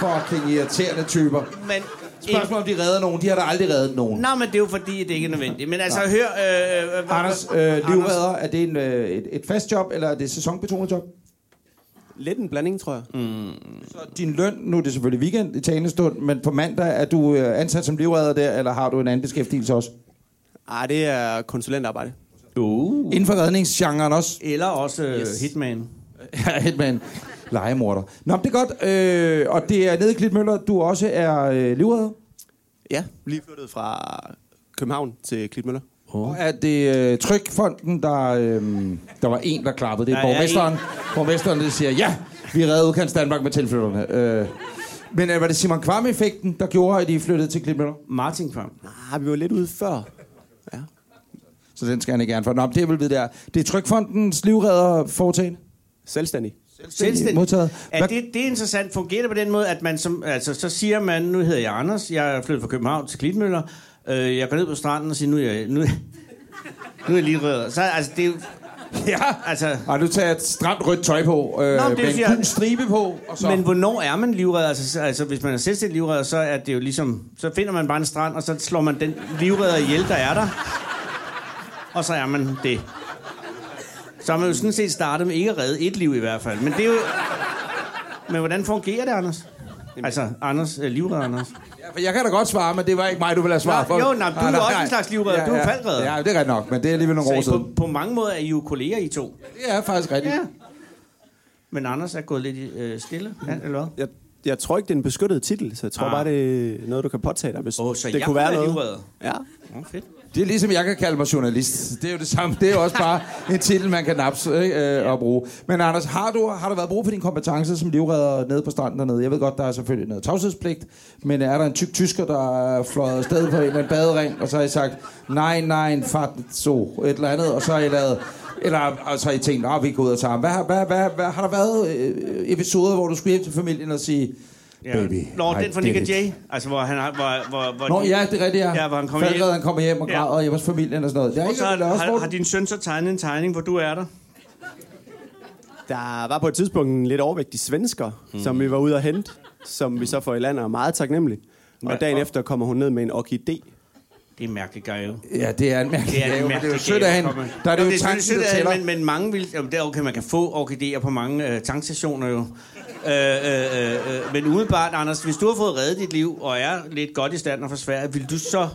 fucking irriterende typer.
Men
Spørgsmål om de redder nogen. De har da aldrig reddet nogen.
Nej, men det er jo fordi, det ikke er nødvendigt. Men altså,
Nej.
hør... Øh, øh,
Anders, øh, livredder, er det en, øh, et, et fast job, eller er det et sæsonbetonet job?
Lidt en blanding, tror jeg.
Mm.
Så din løn, nu er det selvfølgelig weekend i talestund, men på mandag er du øh, ansat som livredder der, eller har du en anden beskæftigelse også?
Ej, Ah, det er konsulentarbejde.
Uh.
Inden for redningsgenren også?
Eller også øh,
Yes.
Hitman.
Ja, Hitman. Legemorder. Nå, men det er godt. Øh, og det er nede i Klitmøller, du også er øh, livredder?
Ja, lige flyttet fra København til Klitmøller.
Oh. Og er det øh, Trykfonden, der, øh, der var en, der klappede? Det er
Der er
borgmesteren.
en.
Borgmesteren, der siger, ja, vi redder udkants Danmark med tilflytterne. Øh, men øh, var det Simon Kvam-effekten, der gjorde, at I flyttede til Klitmøller?
Martin Kvam.
Nej, vi var lidt ude før. Ja.
Så den skal han ikke gerne for. Nå, men det er vel ved der. Det er Trykfondens livredder foretagende?
Selvstændig.
Selvstændig.
Modtaget.
Er det, det er interessant. Fungerer det på den måde, at man som... Altså, så siger man, nu hedder jeg Anders, jeg er flyttet fra København til Klitmøller, øh, jeg går ned på stranden og siger, nu er jeg, nu, nu er jeg lige redder. Så altså, det er jo...
Ja,
altså...
Ej, nu tager jeg et stramt rødt tøj på, øh,
men
Nå,
det vil
med
sige,
en gul stribe på. Og så.
Men hvornår er man livredder? Altså, altså, hvis man er selvstændig livredder, så er det jo ligesom... Så finder man bare en strand, og så slår man den livredder ihjel, der er der. Og så er man det. Så har man jo sådan set startet med ikke at redde et liv i hvert fald. Men det er jo... Men hvordan fungerer det, Anders? Altså, Anders, øh, livredder Anders.
Ja, for jeg kan da godt svare, men det var ikke mig, du ville have svaret
Nå,
for.
jo, nej, du er også en slags livredder. Du er
ja,
faldredder.
Ja, det er ret nok, men det er alligevel nogle år
Så I på,
siden.
på mange måder er I jo kolleger, I to.
Det er faktisk rigtigt.
Ja. Men Anders er gået lidt øh, stille, ja, eller hvad?
Jeg, jeg tror ikke, det er en beskyttet titel, så jeg tror
Ah.
ah. bare, det er noget, du kan påtage dig, hvis oh,
Så
det
jeg
kunne være noget.
livredder.
Ja.
Nå, fedt.
Det er ligesom, jeg kan kalde mig journalist. Det er jo det samme. Det er jo også bare en titel, man kan napse ikke, øh, og bruge. Men Anders, har du, har der været brug for din kompetence som livredder nede på stranden dernede? Jeg ved godt, der er selvfølgelig noget tavshedspligt, men er der en tyk tysker, der er fløjet afsted på en eller anden badering, og så har I sagt, nej, nej, fart, så, et eller andet, og så har I lavet eller og så har I tænkt, at vi går ud og tager ham. Hvad, har- hvad, hvad, hvad, har der været øh, episoder, hvor du skulle hjem til familien og sige, baby,
Nå,
I
den fra
did
Nick
it."
Jay. Altså, hvor han har... Hvor, hvor, hvor
Nå,
de-
ja, det er rigtigt, ja.
Ja, hvor han kommer hjem.
Faldrederen kommer hjem og
Ja.
græder hjemme hos familien og sådan noget. Det er
Og
ikke,
så har,
der er også,
har,
hvor-
har din søn så tegnet en tegning, hvor du er der?
Der var på et tidspunkt en lidt overvægtig svensker, mm. som vi var ude og hente, som vi så får i land og er meget taknemmelig. Og dagen efter kommer hun ned med en orkidé.
Det er en mærkelig gave.
Ja, det er en mærkelig
en
gave, men det er
mærkelig
jo sødt
gave,
af hende.
kommer.
Der er det jo
Nå, selvfølgelig
tanken,
sødt
der
af hende,
tæller.
Men, men mange vil... Jamen, det er okay, man kan få orkideer på mange øh, tankstationer jo. Øh, øh, øh, øh, men umiddelbart, Anders, hvis du har fået reddet dit liv, og er lidt godt i stand og for Sverige, vil du så...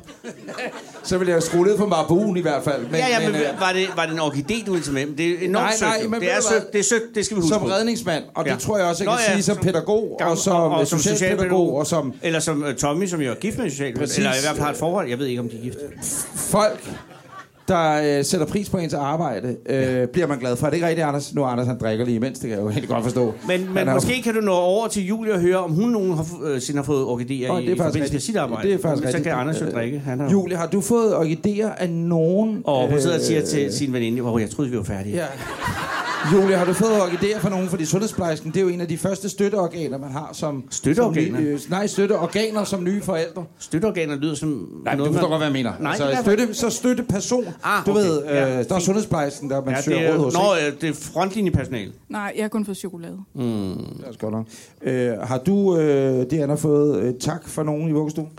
så ville jeg jo skrue ned på marabuen i hvert fald.
Men, ja, ja, men,
øh,
var, det, var det en orkidé, du ville tage med? Men Det er enormt
Nej,
sødt.
nej,
jo.
men
det, er
ved du hvad?
sødt, det er sødt, det skal vi huske
som
på.
redningsmand, og det
Ja.
tror jeg også, jeg
Nå
kan
ja,
sige, som,
som
pædagog, og
gammel-
som,
og- og
og,
som
socialpædagog,
socialpædagog.
og som
Eller som øh, Tommy, som jo er gift med en social...
Præcis.
Eller i hvert fald har et forhold. Jeg ved ikke, om de er gift.
folk, der øh, sætter pris på ens arbejde, øh, bliver man glad for. Er det ikke rigtigt, Anders? Nu er Anders, han drikker lige imens, det kan jeg jo helt godt forstå. øh,
Men,
Han
men
er jo-
måske kan du nå over til Julie og høre, om hun nogen har, f- øh, siden har fået orkideer
Nå,
i, i forbindelse med sit arbejde.
Det er faktisk
så
rigtigt.
kan Anders jo
Øh,
drikke. Han har... jo-
Julie, har du fået orkideer af nogen?
Og hun sidder og
øh,
siger til sin veninde, hvor jeg troede, vi var færdige.
Ja. Julie, har du fået orkideer fra nogen? Fordi sundhedsplejersken, det er jo en af de første støtteorganer, man har som...
Støtteorganer?
Som, nye- øh, nej, støtteorganer som nye forældre.
Støtteorganer lyder som...
Nej,
noget,
du forstår godt,
man-
hvad jeg mener.
Nej, det
altså,
er
støtte, så støtteperson.
Ah,
Du
okay.
ved, øh,
Ja,
der er sundhedsplejersken, der man
Ja, det
søger råd hos. ikke?
er, nå, øh, det er frontlinjepersonal.
Nej, jeg har kun fået chokolade.
Mm. Det er også godt nok. Øh, har du, øh, Diana, fået øh, tak fra nogen i vuggestuen?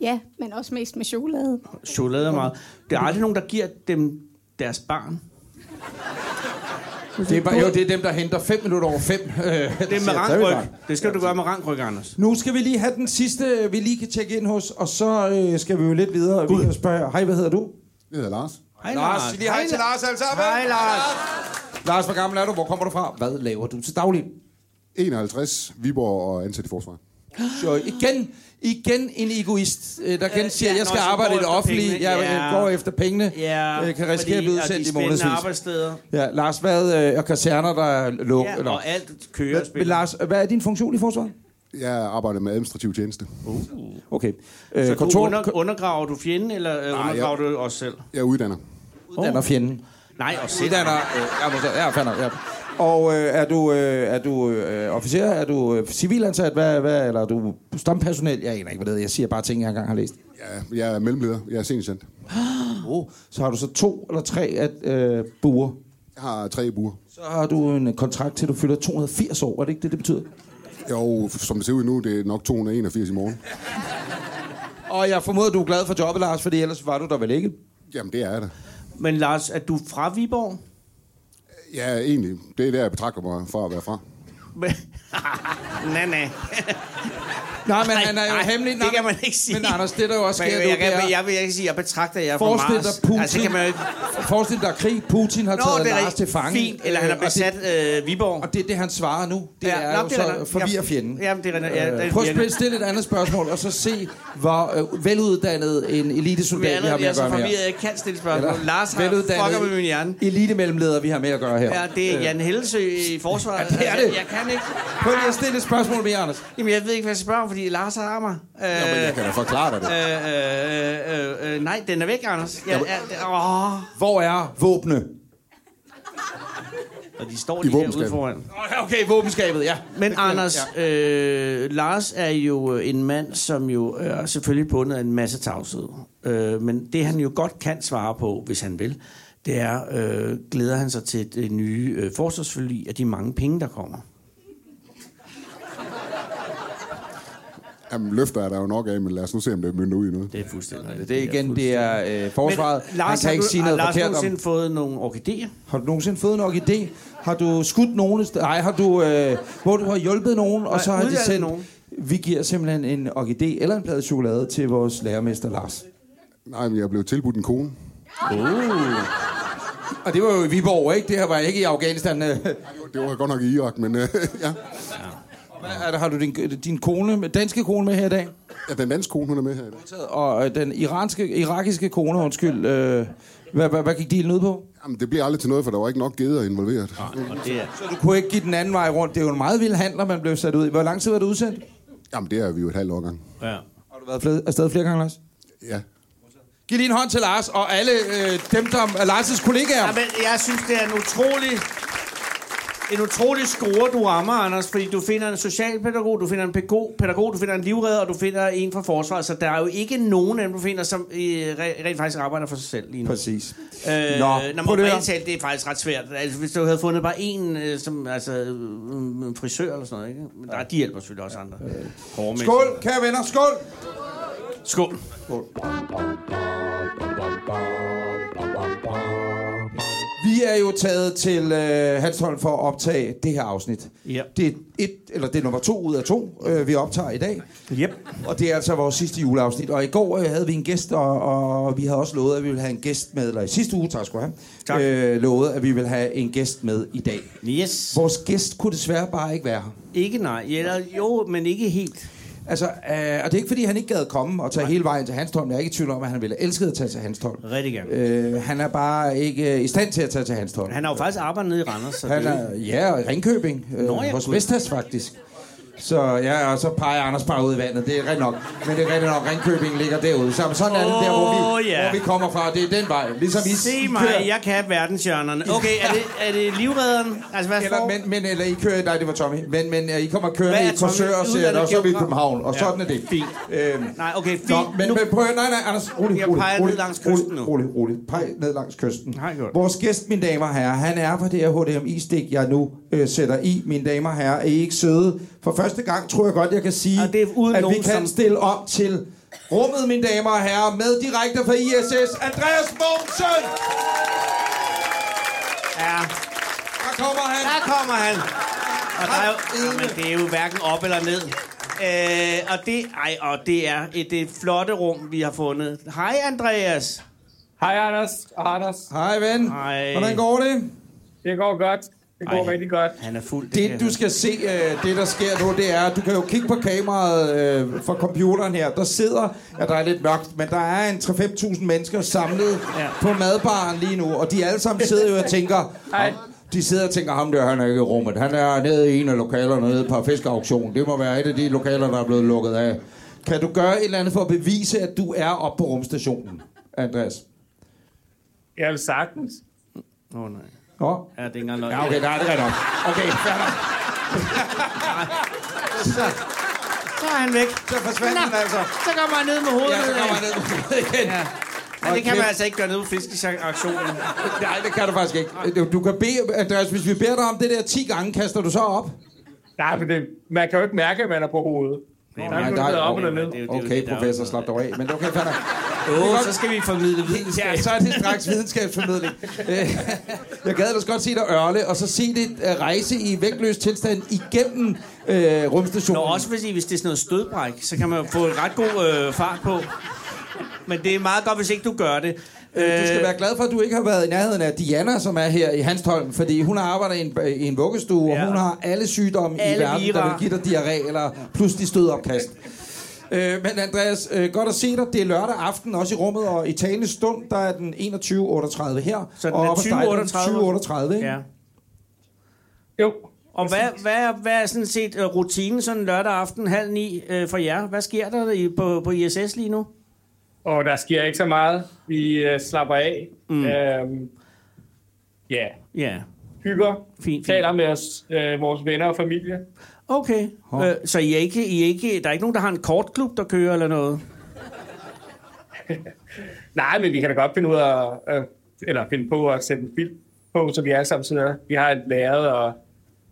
Ja, men også mest med chokolade.
Chokolade er meget. Der er aldrig nogen, der giver dem deres barn.
Det er bare, jo, det er dem, der henter 5 minutter over Øh, 5.
Det er med rangryg. Det skal du gøre med rangryg, Anders.
Nu skal vi lige have den sidste, vi lige kan tjekke ind hos, og så øh, skal vi jo lidt videre. Vi kan spørge, hej, hvad hedder du?
Jeg hedder Lars.
Hej,
Lars, sig lige hej til Lars alle sammen.
Hej, Lars. Lars, hvor gammel er du? Hvor kommer du fra? Hvad laver du til daglig?
51, Viborg og ansat i forsvaret.
Så igen, igen en egoist, øh, der igen siger,
ja,
jeg skal
nå, så
arbejde i
går
det
efter
offentlige,
pengene.
jeg
Ja.
ja. går efter pengene,
Ja,
øh, kan risikere at
fordi-
blive
og de
udsendt i
spændende
månedsvis.
arbejdssteder.
Ja, Lars, hvad, øh, og kaserner, der lukker.
Ja, og alt kører og
Men, men
spænder.
Lars, hvad er din funktion i forsvaret?
Jeg arbejder med administrativ tjeneste. Uh.
Okay.
Så
Øh,
kontor...
kontor-
du under, undergraver du fjenden, eller øh, undergraver du os selv?
Jeg uddanner.
Uddanner fjenden.
Nej, os selv.
Uddanner, øh, ja, forstår- ja, fair nok, ja. Og øh, er du, øh, er du øh, officer, er du øh, civilansat, hvad, hvad, eller er du stampersonel? Jeg aner ikke, hvad det hedder. Jeg siger bare ting, jeg engang har læst.
Ja, jeg er mellemleder. Jeg er seniorcent.
Oh, så har du så to eller tre at, øh, buer.
Jeg har tre buer.
Så har du en øh, kontrakt til, at du fylder 280 år. Er det ikke det, det betyder?
Jo, som det ser ud nu, det er nok 281 i morgen.
Og jeg formoder, du er glad for jobbet, Lars, fordi ellers var du der vel ikke?
Jamen, det er jeg da.
Men Lars, er du fra Viborg?
Ja, egentlig. Det er der, jeg betragter mig fra at være fra.
nej, nej.
Nej, men han er jo
Nej,
hemmelig.
det
Nej,
kan
men-
man ikke sige.
men Anders, det der jo også
Men
sker,
jeg,
det er
jeg,
jo, det
jeg,
er-
jeg, vil ikke sige, jeg betragter jer fra
Forestil
Mars.
dig, Putin,
Altså, det kan man jo ikke...
forestil dig, der er krig. Putin har
Nå,
taget
det er
Lars
rigtigt.
til fange.
Fint, eller han har
øh, og det-
besat øh, Viborg.
Og det er det, han svarer nu. Det ja, er
nå,
jo
det er der-
så forvirrer
jeg-
fjenden.
Jamen, det er der- ja, det er
Øh, Prøv at
virkelig.
spille- stille et andet spørgsmål, og så se, hvor øh, veluddannet en
Men
elitesoldat vi har
allerede,
med
jeg er
at
så
gøre her.
forvirret, jeg ikke kan stille spørgsmål.
Eller
Lars har
veluddannet
fucker med min hjerne.
Elitemellemleder, vi har med at gøre her.
Ja, det er Jan Hellesø i forsvaret.
Ja, det er
Altså,
det.
Jeg kan ikke...
Prøv lige at stille et spørgsmål mere, Anders.
Jamen, jeg ved ikke, hvad jeg skal spørge om, fordi Lars har mig. Øh,
Jamen, jeg kan da forklare dig det.
øh, øh, øh, øh, nej, den er væk, Anders. Jeg, jeg, åh.
Hvor er våbne?
Og de står
I
lige herude
våbenskabet.
foran.
Okay, våbenskabet, ja.
Men Anders, øh, Lars er jo øh, en mand, som jo er selvfølgelig bundet af en masse tavshed. Øh, men det han jo godt kan svare på, hvis han vil, det er, øh, glæder han sig til det nye øh, forsvarsforlig af de mange penge, der kommer.
Jamen, løfter er der jo nok af, men lad os nu se, om det er myndt ud i noget.
Det er fuldstændig rigtigt.
Det er igen, det er øh, forsvaret.
Men Lars,
han kan
har
ikke
du,
sige
har
noget
Lars
forkert
nogensinde
om.
fået nogle orkideer?
Har du nogensinde fået en idé? Har du skudt nogen? et sted? Nej, har du, øh, hvor du har hjulpet nogen, og så har de
uddannet
sendt...
nogen.
Vi giver simpelthen en orkidé eller en plade chokolade til vores lærermester Lars.
Nej, men jeg blev tilbudt en kone.
Uh. Og det var jo i Viborg, ikke? Det her var ikke i Afghanistan. øh.
Det var godt nok i Irak, men øh, ja.
Hvad er det, har du din, din kone, med- danske kone med her i dag?
ja. Den danske kone, hun er med her i dag.
Og øh, den iranske, irakiske kone, undskyld. Øh, hvad, hvad, hvad gik dealen ud på?
Jamen, det bliver aldrig til noget, for der var ikke nok geder involveret.
Og det er,
Så du kunne ikke give den anden vej rundt. Det er jo en meget vild handler, man blev sat ud i. Hvor lang tid var du udsendt?
Jamen, det er vi jo et halvt år gang.
ja.
Har du været fle- afsted flere gange, Lars?
Ja.
Giv lige en hånd til Lars og alle øh, dem, der er Lars' kollegaer.
Ja, men jeg synes, det er en utrolig... En utrolig score, du rammer, Anders, fordi du finder en socialpædagog, du finder en pædagog, pædagog du finder en livredder, og du finder en fra forsvaret. Så der er jo ikke nogen af dem, du finder, som øh, re- rent faktisk arbejder for sig selv lige nu.
Præcis.
Øh,
Nå,
når
prøv lige at
man det,
høre.
talt, det er faktisk ret svært. Altså, hvis du havde fundet bare en, øh, som, altså, øh, en frisør eller sådan noget, ikke? Men der, de hjælper selvfølgelig også andre. Hårde mennesker.
Skål, kære venner, skål!
Skål.
Vi er jo taget til øh, Hanstholm for at optage det her afsnit.
Ja.
Det er, et, eller det er nummer to ud af to, øh, vi optager i dag.
Yep.
Og det er altså vores sidste juleafsnit. Og i går øh, havde vi en gæst, og, og vi havde også lovet, at vi ville have en gæst med. Eller i sidste uge, tak skal du have.
Tak.
Øh, lovet, at vi ville have en gæst med i dag.
Yes.
Vores gæst kunne desværre bare ikke være her.
Ikke nej. Eller, jo, men ikke helt.
Altså, øh, og det er ikke, fordi han ikke gad komme og tage hele vejen til Hanstholm. Jeg er ikke i tvivl om, at han ville elske at tage til Hanstholm.
Rigtig gerne.
Øh, han er bare ikke øh, i stand til at tage til Hanstholm.
Han har jo faktisk arbejdet nede i Randers. Så
Han
det-
er, ja, og i Ringkøbing. Øh,
Nå,
Nå,
ja,
hos
gud.
Vestas, faktisk. Så, ja, og så peger Anders bare ud i vandet. Det er rigtigt nok. Men det er rigtigt nok, Ringkøbing ligger derude. Så sådan er det der, hvor vi,
Åh, ja.
hvor vi kommer fra. Det er den vej. Ligesom I, I
Se
kører-
mig, jeg kan verdenshjørnerne. Okay, er det, er det livredderen? Altså, hvad
Eller,
får...
men, men, eller I kører... Nej, det var Tommy. Men, men øh, I kommer
Hvad
kørende
er
i Korsør
Tommy?
og ser, og så er vi i
Uddannet
København. Og
Ja,
sådan er det.
fint.
Øhm,
Nej, okay, fint.
Nå, men,
nu...
men prøv, at- nej, nej, Anders, rolig,
Jeg
rolig,
peger ned
rolig,
langs kysten nu.
rolig, rolig, rolig, peg ned langs kysten.
Har jeg gjort.
Vores gæst, mine damer og herrer, han er fra det her HDMI-stik, jeg nu øh, sætter i, mine damer og herrer. Er I ikke søde? For første gang tror jeg godt, jeg kan sige,
Og det er uden
at vi
nogen,
kan
som-
stille om til rummet, mine damer og herrer, med direkte fra ISS, Andreas Mogensen!
Ja,
Og
kommer han.
Der kommer han. Og der er jo, jamen, det er jo hverken op eller ned. Øh, og, det, ej, og det er et, et flotte rum, vi har fundet. Hej, Andreas. Hej, Anders. Anders.
Hej, ven.
Hej.
Hvordan går det?
Det går godt. Det går
Ej.
Ej. rigtig godt.
Han er fuld.
Det, du skal se, øh, det der sker nu, det er, at du kan jo kigge på kameraet øh, fra computeren her. Der sidder, ja, der er lidt mørkt, men der er en 3-5.000 mennesker samlet ja. på madbaren lige nu. Og de alle sammen sidder jo og tænker,
Hej.
de sidder og tænker, ham der, han er ikke i rummet. Han er nede i en af lokalerne nede på fiskeauktion. Det må være et af de lokaler, der er blevet lukket af. Kan du gøre et eller andet for at bevise, at du er oppe på rumstationen, Andreas?
Jeg vil sagtens.
Åh, oh, nej.
Nå?
Ja, det er ikke engang
Ja, okay, nej, det er nok. Okay, fair nok.
Så, så er han væk.
Så forsvandt han altså.
Så kommer han ned med hovedet.
Ja, så kommer han ned med hovedet igen.
Ja. Men
Og
det kan man
kæft.
altså ikke gøre nede på fiskeaktionen.
Nej, det kan du faktisk ikke. Du, du kan bede, Andreas, hvis vi beder dig om det der 10 gange, kaster du så op?
Nej, men det, man kan jo ikke mærke, at man er på hovedet. Der er ikke noget der er op eller ned.
Okay, professor, slap dig af. Men okay, fanden.
Åh, så skal vi formidle videnskab.
Ja, så er det straks videnskabsformidling. Øh, Jeg gad ellers godt se dig ørle, og så se det øh, rejse i vægtløs tilstand igennem øh, rumstationen.
Nå, også hvis, I- hvis det er sådan noget stødbræk, så kan man jo få en ret god øh, fart på. Men det er meget godt, hvis ikke du gør det.
Øh, Du skal være glad for, at du ikke har været i nærheden af Diana, som er her i Hanstholm, fordi hun arbejder i en, i en vuggestue, ja. og hun har alle sygdomme alle i
Alle
verden, vira. der
vira.
vil give dig diarré eller pludselig stødopkast. Øh, men Andreas, øh, godt at se dig. Det er lørdag aften, også i rummet, og i talende stund, der er den 21.38 her.
Så den
og
er
oppe hos dig, den
20:38?
20.38, ikke?
Ja.
Jo.
Og hvad, hvad, er, hvad er sådan set øh, rutinen sådan lørdag aften halv ni øh, for jer? Hvad sker der i, på, på ISS lige nu?
Og der sker ikke så meget. Vi øh, slapper af. Mm. Øhm, ja.
Ja.
Hygger.
Fint,
Taler med os, øh, vores venner og familie.
Okay. Øh, så I er ikke, I er ikke, der er ikke nogen, der har en kortklub, der kører eller noget?
Nej, men vi kan da godt finde ud af, øh, eller finde på at sætte en film på, så vi alle sammen sidder. Vi har et lærred og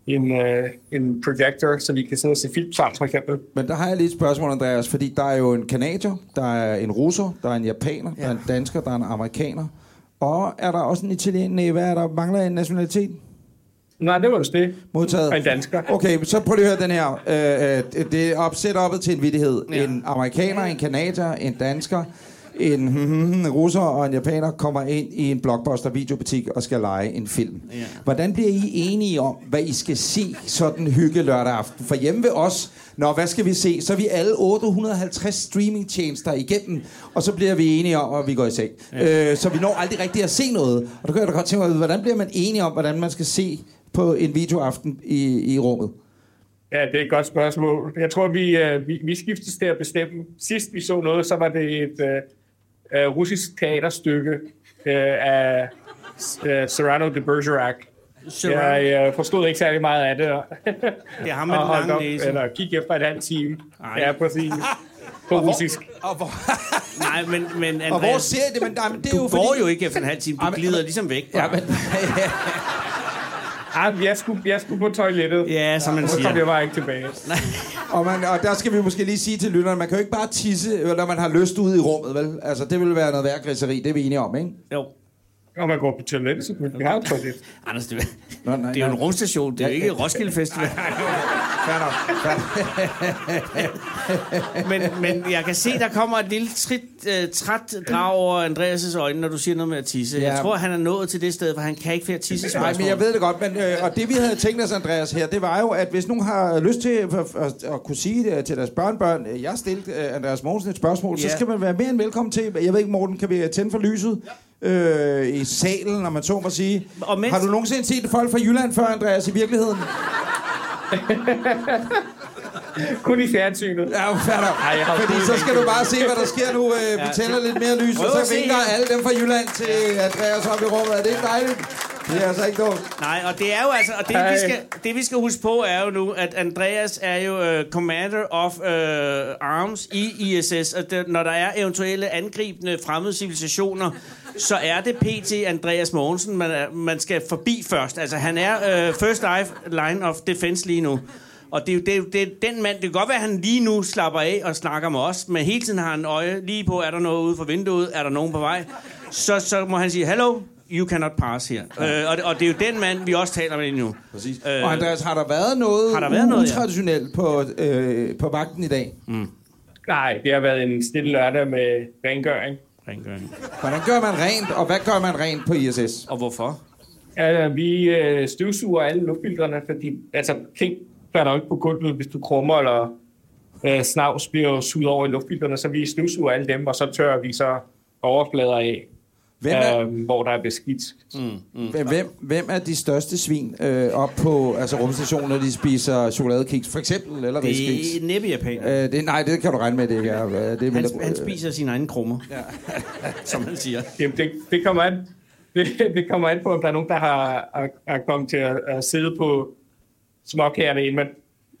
en, øh, en projector, så vi kan sidde og se film sammen, for eksempel.
Men der har jeg lige et spørgsmål, Andreas, fordi der er jo en kanadier, der er en russer, der er en japaner, ja. der er en dansker, der er en amerikaner. Og er der også en italiener? Nej, hvad er der? Mangler en nationalitet?
Nej, det var det det.
Modtaget.
Og en dansker.
Okay, så prøv lige at høre den her. Øh, øh, det- det er opsæt oppet til en vittighed. Ja. En amerikaner, en kanadier, en dansker, en, en russer og en japaner kommer ind i en blockbuster videobutik og skal lege en film. Ja. Hvordan bliver I enige om, hvad I skal se sådan hygge lørdag aften? For hjemme ved os, når hvad skal vi se? Så er vi alle 850 streamingtjenester igennem, og så bliver vi enige om, at vi går i seng. Ja. Øh, så vi når aldrig rigtig at se noget. Og der kan jeg da godt tænke mig, hvordan bliver man enige om, hvordan man skal se på en videoaften i, i rummet?
Ja, det er et godt spørgsmål. Jeg tror, vi, øh, vi, vi skiftes til at bestemme. Sidst vi så noget, så var det et øh, øh, russisk teaterstykke øh, af øh, Serrano de Bergerac.
Serrano.
Jeg øh, forstod ikke særlig meget af det. og-
Det er ham med
og
den
holdt
lange
op,
næse.
Eller gik efter et halvt time. Ja, præcis. På russisk.
Nej, men, men Andreas,
Og hvor ser I det? Men, nej, men det er
du
jo
går
fordi...
jo ikke efter en halv time. Du glider ligesom væk. Ja, men,
Ah, men jeg, skulle, jeg skulle på toilettet.
Ja, som man
Og så
siger.
kom jeg bare ikke tilbage.
Og, man, og der skal vi måske lige sige til lytterne, man kan jo ikke bare tisse, når man har lyst ud i rummet, vel? Altså, det vil være noget værre griseri, det er vi enige om, ikke?
Jo.
Og man går på toilettet, så man har jo toilet.
Anders, det, Nå, nej, det er jo en rumstation. Det er jo ikke Roskilde Festival. men, men jeg kan se, der kommer et lille trit, uh, træt drag over Andreas' øjne, når du siger noget med at tisse.
Ja.
Jeg tror, han er nået til det sted, hvor han kan ikke flere tisse
Nej, men jeg ved det godt, men, øh, og det vi havde tænkt os, Andreas, her, det var jo, at hvis nogen har lyst til at, at, at kunne sige det til deres børnebørn, øh, jeg stillede øh, Andreas Mogensen et spørgsmål, så
Ja.
skal man være mere end velkommen til, jeg ved ikke, Morten, kan vi tænde for lyset øh, i salen, når man så må sige.
Og mens-
Har du nogensinde set folk fra Jylland før, Andreas, i virkeligheden?
Kun i fjernsynet.
Ja, færdig.
Ej, jeg har
Fordi så skal du bare se, hvad der sker nu. Øh, Vi
Ja.
tænder lidt mere lys, og
Prøv at
så
se
vinker
her.
alle dem fra Jylland til Andreas op i rummet. Er det ikke dejligt? Det er altså ikke dumt.
Nej, og det er jo altså, og det,
Ej.
vi skal, det vi skal huske på er jo nu, at Andreas er jo uh, commander of uh, arms i ISS, og det, når der er eventuelle angribende fremmede civilisationer, så er det PT Andreas Mogensen, man, er, man skal forbi først. Altså han er uh, first life- line of defense lige nu. Og det er jo det, er jo- det er den mand, det kan godt være, at han lige nu slapper af og snakker med os, men hele tiden har han øje lige på, er der noget ude for vinduet, er der nogen på vej? Så, så må han sige, hallo, you cannot pass her. Øh, og, det- og det er jo den mand, vi også taler med nu.
Præcis.
Øh,
Og Andreas, har der været noget,
Har der været noget, ja?
utraditionelt på, øh, på vagten i dag?
Mm. Nej, det har været en stille lørdag med rengøring. Rengøring.
Hvordan gør man rent, og hvad gør man rent på ISS?
Og hvorfor?
Altså, vi øh, støvsuger alle luftfiltrene, fordi altså, ting falder jo ikke på gulvet, hvis du krummer eller øh, snavs bliver jo suget over i luftfiltrene, så vi støvsuger alle dem, og så tørrer vi så overflader af,
Hvem er-
øh, hvor der er beskidt. Mm, mm.
Hvem, hvem, hvem er de største svin øh, op på altså rumstationen, når de spiser chokoladekiks? For eksempel, eller
Det
riskiks?
er næppe japaner.
Øh, det, nej, det kan du regne med, det ikke er. Øh, Det er
Han,
mindre-
han spiser sine egne krummer. Ja. Som han siger.
Jamen, det, det kommer an. Det, det kommer an på, om der er nogen, der har, har, har kommet til at, at sidde på småkagerne, inden man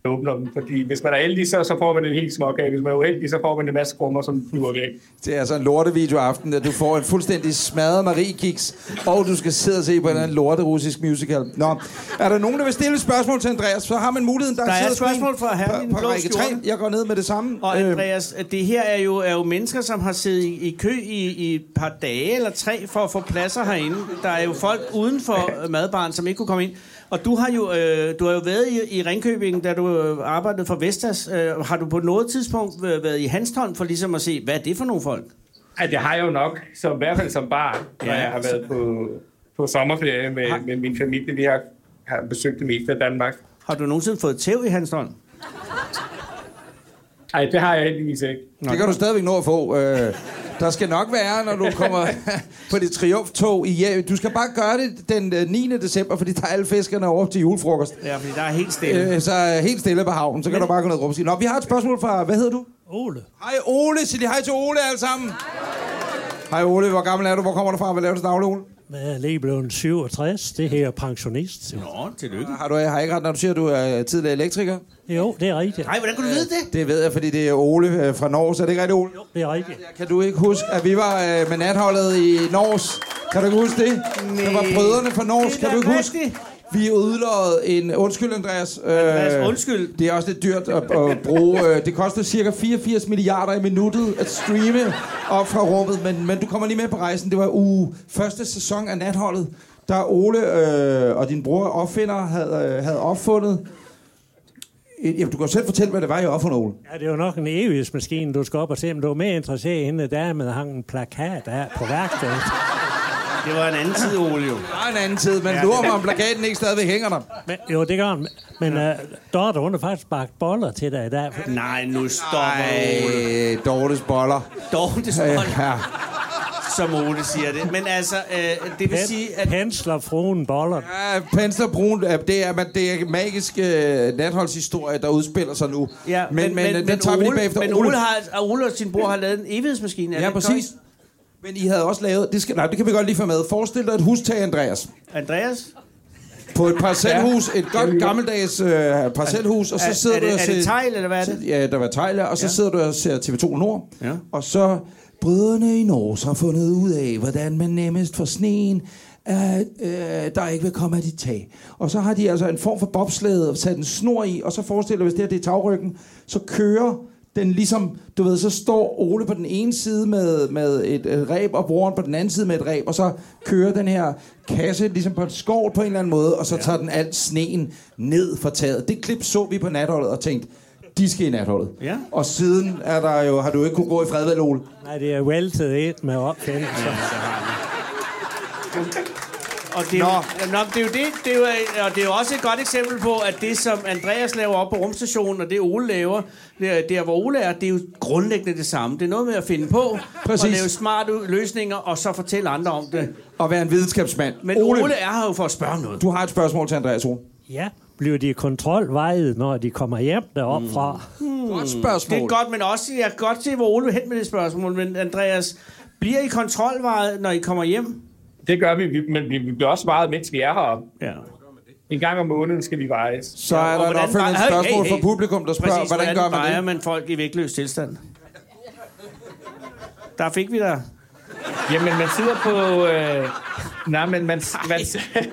åbner dem. Fordi hvis man er heldig, så, så får man en hel småkage. Hvis man er uheldig, så får man en masse krummer, som flyver væk.
Det er altså en lortevideo aften, at du får en fuldstændig smadret Marie Kiks, og du skal sidde og se på en eller anden lorte russisk musical. Nå, er der nogen, der vil stille et spørgsmål til Andreas? Så har man muligheden, der,
Der er
sidder
et spørgsmål fra herren i den
på, på
blå
række 3.
skjorte.
Jeg går ned med det samme.
Øhm,
Øh,
Og Andreas, det her er jo, er jo mennesker, som har siddet i, i kø i, i et par dage eller tre for at få pladser herinde. Der er jo folk uden for øh, madbaren, som ikke kunne komme ind. Og du har jo, øh, du har jo været i, i Ringkøbing, da du øh, arbejdede for Vestas. Øh, har du på noget tidspunkt øh, været i Hanstholm for ligesom at se, hvad er det for nogle folk?
At det har jeg jo nok, som, i hvert fald som barn, når
Ja.
jeg har været på, på sommerferie med, med min familie. Vi har, har besøgt det meste af Danmark.
Har du nogensinde fået tæv i Hanstholm?
Nej, det har jeg heldigvis ikke.
Det kan du stadigvæk nå at få. Øh, der skal nok være, når du kommer på dit triumftog i ja, Du skal bare gøre det den øh, 9. december, fordi der er alle fiskerne over til julefrokost.
Ja, fordi der er helt stille.
Øh, så øh, helt stille på havnen, så kan du bare gå ned og rumske. Nå, vi har et spørgsmål fra, hvad hedder du?
Ole.
Hej Ole, sig lige hej til Ole alle sammen. Hej Ole, hvor gammel er du? Hvor kommer du fra? Hvad laver du til daglig, Ole?
Men Jeg er lige blevet 67. Det her er pensionist.
Nå, tillykke.
Har du har jeg ikke ret, når du siger, at du er tidligere elektriker?
Jo, det er rigtigt.
Nej, hvordan kunne du vide det?
Det ved jeg, fordi det er Ole øh, fra Norge, så er det ikke rigtigt, Ole? Jo,
det er rigtigt.
Kan du ikke huske, at vi var øh, med natholdet i Nors? Kan du ikke huske det? Nej. Der var brødrene fra Nors, kan du ikke huske? Vi udlårede en... Undskyld, Andreas. øh,
Andreas, undskyld.
Det er også lidt dyrt at, at bruge. Øh, det koster cirka 84 milliarder i minuttet at streame op fra rummet. Men, men du kommer lige med på rejsen. Det var uge første sæson af natholdet, der Ole øh, og din bror opfinder havde, øh, havde opfundet... et- Jamen, du kan jo selv fortælle, hvad det var, I opfundet, Ole.
Ja, det er jo nok en evighedsmaskine, du skal op og se, om du er mere interesseret i hende, der er med hang en plakat af på værkstedet.
Det var en anden tid, Ole, jo.
Der er en anden tid, men
Ja,
ja,
det-
lurer mig, om plakaten ikke stadigvæk hænger der.
Men, jo, det gør han. Men
øh,
ja. uh, Dorte, hun har faktisk bagt boller til dig i dag.
Nej, nu stopper
Ole. Øh, Dortes boller. Øh,
Dortes boller.
Ja.
Som Ole siger det. Men altså, øh, det vil
Pen-
sige,
at... Pensler, fruen, boller.
Ja, Pensler Brun, øh, det er, man- det er magiske øh, natholdshistorie, der udspiller sig nu.
Ja,
men, men, men, men, den tager vi lige
Ole-
bagefter.
Men Ole, har, og Ole og sin bror har lavet en evighedsmaskine. Er
Ja,
det
præcis. Men I havde også lavet... Det, skal, nej, det kan vi godt lige få med. Forestil dig et hustag, Andreas.
korrekt? Andreas?
På et parcelhus, et godt gammeldags øh, parcelhus, og
Er-
så sidder
er det-
du og
er
ser...
det tegl, eller hvad er det?
Ja, der var tegl, ja, og så
Ja.
sidder du og ser TV2 Nord,
Ja.
og så... Brødrene i Norge har fundet ud af, hvordan man nemmest får sneen, at øh, der ikke vil komme af dit tag. Og så har de altså en form for bobslæde og sat en snor i, og så forestiller hvis det her det er tagryggen, så kører den ligesom, du ved, så står Ole på den ene side med, med et, et ræb, og broren på den anden side med et ræb, og så kører den her kasse ligesom på en skov på en eller anden måde, og så ja. tager den alt sneen ned fra taget. Det klip så vi på natholdet og tænkte, de skal i natholdet.
Ja.
Og siden er der jo, har du ikke kunne gå i fred, vel, Ole?
Nej, det er væltet et med opfindelser.
Og det, er jo, jamen, nå, men det er jo det, det er jo, og det er jo også et godt eksempel på, at det, som Andreas laver op på rumstationen, og det Ole laver, det er- der hvor Ole er, det er jo grundlæggende det samme. Det er noget med at finde på, og
Præcis.
lave smarte ud- løsninger, og så fortælle andre om det.
Og være en videnskabsmand.
Men Ole, Ole er her jo for at spørge om noget.
Du har et spørgsmål til Andreas Ole.
Ja, bliver de kontrolvejet, når de kommer hjem derop fra?
Hmm.
Mm. Godt spørgsmål.
Det er godt, men også, jeg kan godt se, hvor Ole vil hen med det spørgsmål, men Andreas, bliver I kontrolvejet, når I kommer hjem?
Det gør vi, vi- men vi, vi bliver også vejet, mens vi er heroppe.
Ja.
En gang om måneden skal vi vejes.
Så er der et opfølgende spørgsmål fra publikum, der spørger,
Præcis,
hvordan gør
vejer
man det?
man folk i vægtløs tilstand? Der fik vi der.
Jamen, man sidder på... Øh... Nej, men man, man,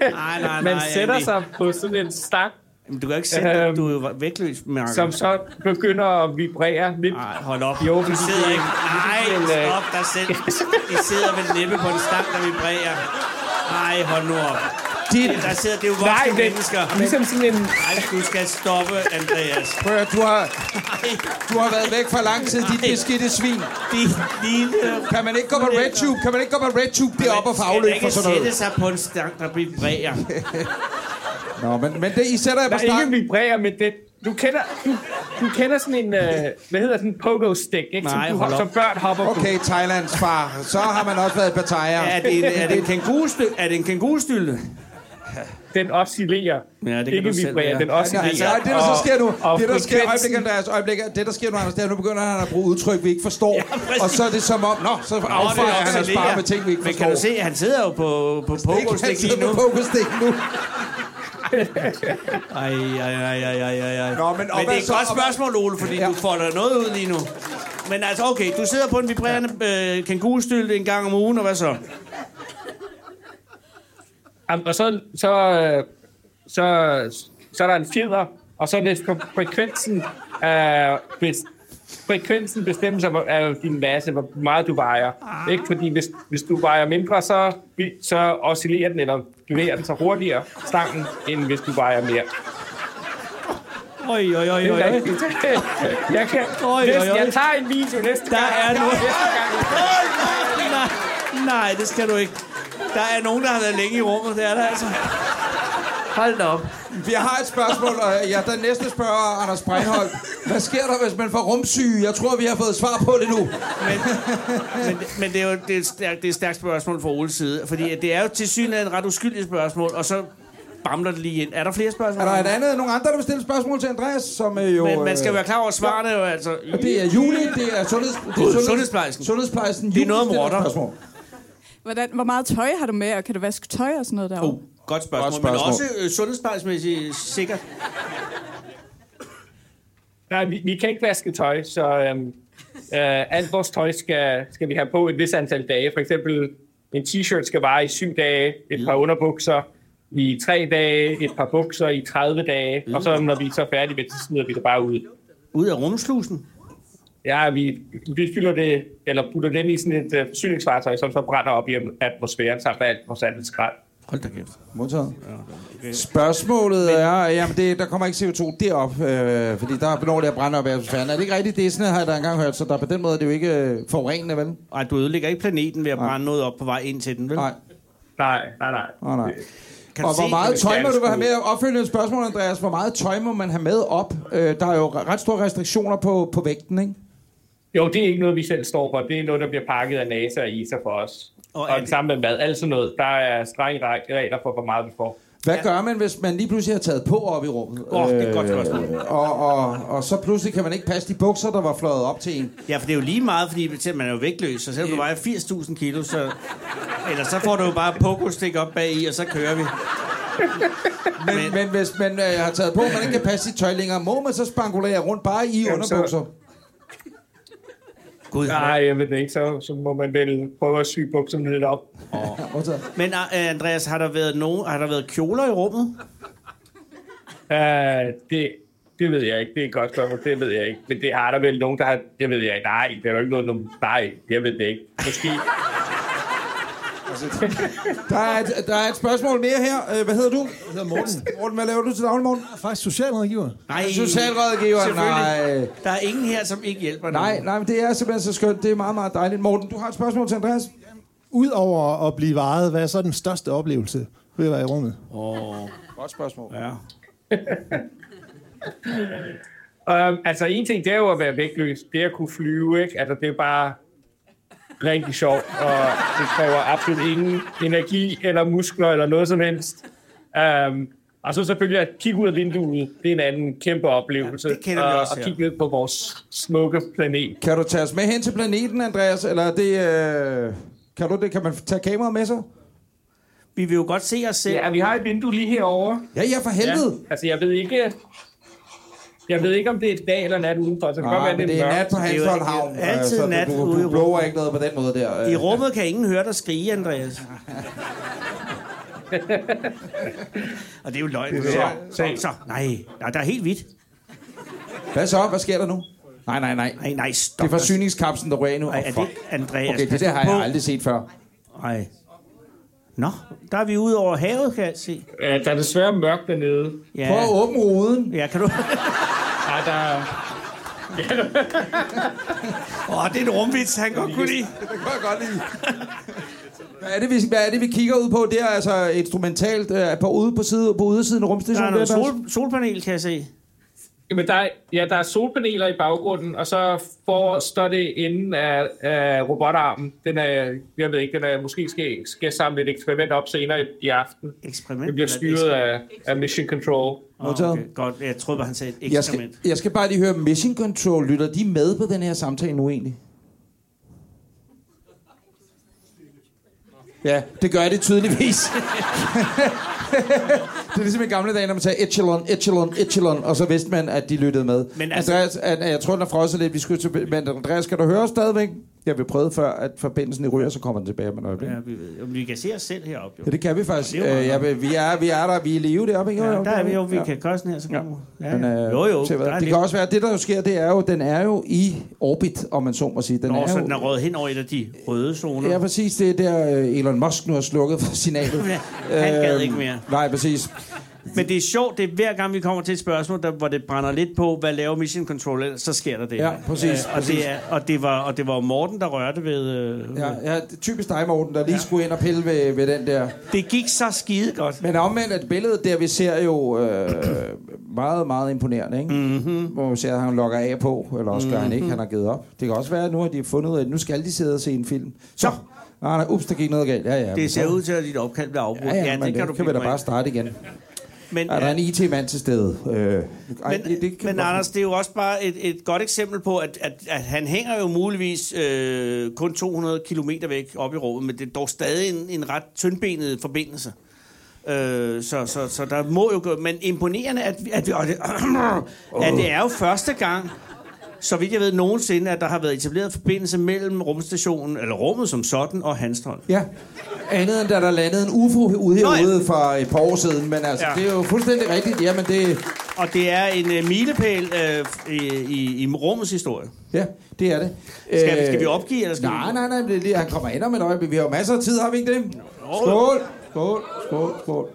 nej,
nej,
man
nej,
sætter
Andy.
sig på sådan en stak, Øhm,
Jamen, du kan jo ikke sætte dig, du er jo vægtløs, Marker.
som så begynder at vibrere lidt.
Nej, hold op.
Jo,
Du
fordi
sidder
det-
ikke. Nej,
det er en, øh,
stop dig selv. I sidder med næppe på en stang, der vibrerer.
Nej, hold nu op.
Dit...
Der sidder, det er jo voksne
Nej,
Nej,
det-
mennesker.
ligesom sådan en...
Nej, du skal stoppe, Andreas.
Prøv at høre, du har, du har været væk for lang tid, dit beskidte svin. Kan man ikke gå på RedTube? Kan man ikke gå på RedTube deroppe og få
Skal der
afløb for
ikke
sådan noget?
sætte sig på en stang, der vibrerer?
Nå, men, men det, I sætter jer
Der
på
er
snakken.
ikke vibrerer med det. Du kender, du, du kender sådan en, øh, hvad hedder sådan en pogo stick, ikke?
Nej,
som,
hold
du,
op.
som børn hopper på.
Okay, Thailands far. Så har man også været i Pattaya.
Er det, en- er det en kængurustylde? Er det en kængurustylde?
Den oscillerer.
Ja, det kan
ikke
du selv
vibrerer,
være.
den
Altså,
oscillerer.
altså, det, der så sker nu,
og
det, der sker,
frekvensen-
øjeblik, Andreas, øjeblik, det, der sker nu, Anders, det er, at nu begynder han at bruge udtryk, vi ikke forstår.
præcis.
og så er det som om, nå, så affejer han os bare med ting, vi ikke
Men
forstår.
kan du se, han sidder jo på, på pokostik lige nu.
Pokestik nu.
Ej, ej, ej, ej, ej, ej, ej.
Nå, men
men,
op
men det er et
altså,
godt
op-
spørgsmål, Ole, fordi ja. du får der noget ud lige nu. Men altså, okay, du sidder på en vibrerende øh, kængurustylde en gang om ugen, og hvad så?
Jamen, og så, så, øh, så, så er der en fjeder, og så er det fre- frekvensen, øh, bes, frekvensen bestemmes af, hvor- af din masse, hvor meget du vejer.
Ah.
Ikke? Fordi hvis, hvis du vejer mindre, så, vi- så oscillerer den, eller bevæger den sig hurtigere, stangen, end hvis du vejer mere.
Oj, oj, oj, oj, oj.
Jeg,
Oj,
kan, næste,
oj, oj.
jeg tager en video næste
Der
gang.
er
Jeg tager
noget.
næste gang.
Nej, nej, det skal du ikke. Der er nogen, der har været længe i rummet, det er der altså. Hold da op.
Jeg har et spørgsmål, og ja, den næste spørger Anders Breinholt. Hvad sker der, hvis man får rumsyge? Jeg tror, vi har fået svar på det nu.
Men, men det er jo det er et stærkt, det er et stærkt spørgsmål fra Oles side, fordi at det er jo til synligheden et ret uskyldigt spørgsmål, og så bamler det lige ind. Er der flere spørgsmål?
Er der et andet, nogen andre, der vil stille spørgsmål til Andreas, som øh, jo...
Men man skal
øh,
være klar over, at svarene er jo altså...
Og det er Julie, det er sundheds... Det er
Gud, sundhedsplejersken.
Sundhedsplejersken.
Det er noget om
Julie stiller
rotter.
spørgsmål.
Hvordan, hvor meget tøj har du med, og kan du vaske tøj og sådan noget derovre?
Oh, godt spørgsmål,
Godt
godt
spørgsmål.
spørgsmål. men også øh, sundhedsplejersmæssigt sikkert.
Nej, vi, vi kan ikke vaske tøj, så øhm, øh, alt vores tøj skal, skal vi have på et vis antal dage. For eksempel en t-shirt skal vare i syv dage, et par underbukser i tre dage, et par bukser i 30 dage, og så når vi så er færdige med det, så smider vi det bare ud.
Ud af rumslusen?
Ja, vi, vi fylder det, eller putter det i sådan et øh, forsyningsfartøj, som så brænder op i atmosfæren, samt alt vores andet skrald.
Hold da kæft.
Modtaget. Spørgsmålet er, jamen det, der kommer ikke CO2 derop, øh, fordi der når det at brænde op i atmosfæren. Er det ikke rigtigt? Det er sådan, har jeg da engang hørt, så der på den måde er det jo ikke øh, forurenende, vel?
Ej, du ødelægger ikke planeten ved at
Nej.
brænde noget op på vej ind til den, vel?
Nej.
Nej, nej, nej.
Oh, nej.
Kan du
og hvor
se-
meget tøj må
Ganske
du have med? Opfølgende spørgsmål, Andreas. Hvor meget tøj må man have med op? Øh, der er jo ret store restriktioner på, på vægten, ikke?
Jo, det er ikke noget, vi selv står for. Det er noget, der bliver pakket af NASA og ISA for os.
Og
Og,
er
og det
det-
samme med mad. Alt sådan noget. Der er strenge regler for, hvor meget vi får.
Hvad gør man, hvis man lige pludselig har taget på op i rummet? Øh,
Åh, det er et godt spørgsmål.
og, og, og så pludselig kan man ikke passe de bukser, der var fløjet op til en.
Ja, for det er jo lige meget, fordi selvom man er jo vægtløs, så selvom du vejer 80.000 kilo, så... Eller så får du jo bare pokostik op bag i, og så kører vi.
Men, men hvis man øh, har taget på, man ikke kan passe sit tøj længere, må man så spankulere rundt bare i
Jamen, så-
underbukser?
Gud,
Nej, jeg ved det ikke. Så, så må man vel prøve at sy bukserne lidt op.
Ja, modtaget.
Men øh, Andreas, har der været nogen, har der været kjoler i rummet?
Uh, det, det ved jeg ikke. Det er et godt spørgsmål. Det ved jeg ikke. Men det har der vel nogen, der har... Det ved jeg ikke. Nej, det er jo ikke noget... nogen- Nej, jeg ved det ikke. Måske...
Der er, et, der er et spørgsmål mere her. Øh, Hvad hedder du? Jeg hedder Morten. Morten, hvad laver du til daglig, Morten?
Faktisk socialrådgiver.
Nej.
Socialrådgiver, nej.
Selvfølgelig. Der er ingen her, som ikke hjælper
Nej,
nogen.
nej, men det er simpelthen så skønt. Det er meget, meget dejligt. Morten, du har et spørgsmål til Andreas?
Udover at blive varet, hvad er så den største oplevelse ved at være i rummet?
Åh,
Godt spørgsmål.
ja.
Um, altså, en ting, det er jo at være vægtløs. Det er at kunne flyve, ikke? Altså, det er bare rigtig sjovt, og det kræver absolut ingen energi eller muskler eller noget som helst. Um, og så selvfølgelig at kigge ud af vinduet, det er en anden kæmpe oplevelse.
Ja, det kender vi
Og-
også
Og
her.
kigge ned på vores smukke planet.
Kan du tage os med hen til planeten, Andreas? Eller er det... Øh, kan, du det? kan man tage kameraet med sig?
Vi vil jo godt se os selv.
Ja, vi har et vindue lige herovre.
Ja, ja, for helvede.
Ja, altså, jeg ved ikke... Jeg ved ikke, om det er dag eller nat udenfor, så det kan godt
Ah,
være,
Ah, men det
lidt
er
mørkt.
nat på
jo
Hanstholm Havn.
altid
øh, så
nat
du,
ude i
du, du
rummet.
blower ikke noget på den måde der.
I
øh.
rummet kan ingen høre dig skrige, Andreas. og det er jo løgn.
Det er
Så, så, så. Nej, nej, der er helt hvidt.
Hvad så? Hvad sker der nu? Nej, nej, nej.
Nej, nej,
Det
stop.
er forsyningskapslen, der ryger af nu.
Ej, altså, er
Åh,
det
fuck.
Andreas?
Okay, det
Pas
der
nu
har jeg
på.
aldrig set før.
Nej. Nå, der er vi ude over havet, kan jeg se.
Ja, der er desværre mørkt dernede.
Ja.
Prøv at
åbne ruden.
Ja, kan du...
Nej,
Ah,
der er...
Åh, oh, det er en rumvits, han godt kunne lide.
Det kan jeg godt lide.
Hvad er, det, vi, hvad er det, vi kigger ud på? Det er altså instrumentalt øh, på, ude på, side, på ydersiden af rumstationen.
Der er noget
det bare-
sol, solpanel, kan jeg se.
Jamen, der er, ja, der er solpaneler i baggrunden, og så for, står det inden af, af robotarmen. Den er, jeg ved ikke, den er, måske skal, skal samle et eksperiment op senere i, i aften.
Eksperiment?
Det bliver styret af, af Mission Control.
Modtaget. okay.
Godt, jeg troede bare, han sagde et
Jeg skal,
eksperiment.
jeg skal bare lige høre, Mission Control, lytter de med på den her samtale nu egentlig? Ja, det gør det tydeligvis. det er ligesom i gamle dage, når man sagde Echelon, Echelon, Echelon, og så vidste man, at de lyttede med. Men
Men
altså,
altså-
Andreas, an, jeg tror, den er frosset lidt. Vi skulle til, men Andreas, skal du høre os stadigvæk? Jeg vil prøve før, at forbindelsen i ryger, så kommer den tilbage om et øjeblik.
Ja, vi, ved. Jo, men vi kan se os selv heroppe, jo.
Ja, det kan vi faktisk.
Det
Øh,
er jo meget
ja, vi vi er, vi er der, vi er i live deroppe, ikke?
Ja, der er vi jo, vi kan køre sådan her, så kommer... Ja, ja.
Men, øh,
jo, jo,
se,
der
hvad-
er
det
lidt-
kan også være, at det der jo sker, det er jo, den er jo i orbit, om man så må sige. Den
Nå,
er
så
jo,
den er røget hen over et af de røde zoner.
Ja, præcis. Det er der øh, Elon Musk nu har slukket for signalet.
Han gad
Øhm,
ikke mere.
Nej, præcis.
Men det er sjovt, det er hver gang, vi kommer til et spørgsmål, der, hvor det brænder lidt på, hvad laver Mission Control, ellers, så sker der det.
Ja, præcis,
Øh, og,
præcis.
det er, og, det var, og det var jo Morten, der rørte ved... Øh,
Ja, ja, det er typisk dig, Morten, der lige ja. skulle ind og pille ved, ved den der.
Det gik så skide godt.
Men omvendt, at billedet der, vi ser jo øh, meget, meget imponerende, ikke?
Mhm.
Mm-hmm. Hvor man ser, at han lokker af på, eller også gør mm-hmm. han ikke, han har givet op. Det kan også være, at nu har de fundet ud af, at nu skal de sidde og se en film. Så! Nej, nej, ups, der gik noget galt. Ja, ja, men
Det ser
så-
ud til, at dit opkald bliver afbrudt.
Ja, ja, ja men det kan, kan vi da
bilde mig
bare
ind.
starte igen.
Men, øh,
er der en IT-mand til stede? Øh, ej,
Men, men Anders, det er jo også bare et, et godt eksempel på, at, at, at han hænger jo muligvis øh, kun 200 km væk op i rummet, men det er dog stadig en, en ret tyndbenet forbindelse. Øh, så, så, så der må jo gå... Men imponerende, at, vi- at, vi, og det, at det er jo første gang, så vidt jeg ved nogensinde, at der har været etableret forbindelse mellem rumstationen, eller rummet som sådan, og Hanstholm.
Ja, andet end da der landede en UFO ude
Nå, ja.
herude for et par år siden, men altså, ja.
Ja.
det er jo fuldstændig rigtigt. Ja, men det,
Og det er en øh, milepæl øh, i, i, i rummets historie.
ja, det er det.
Skal,
Øh,
skal vi opgive, eller skal
Nej,
vi...
nej, nej, det er lige, han kommer ind om et øjeblik. Vi har jo masser af tid, har vi ikke det? Skål, skål, skål, skål.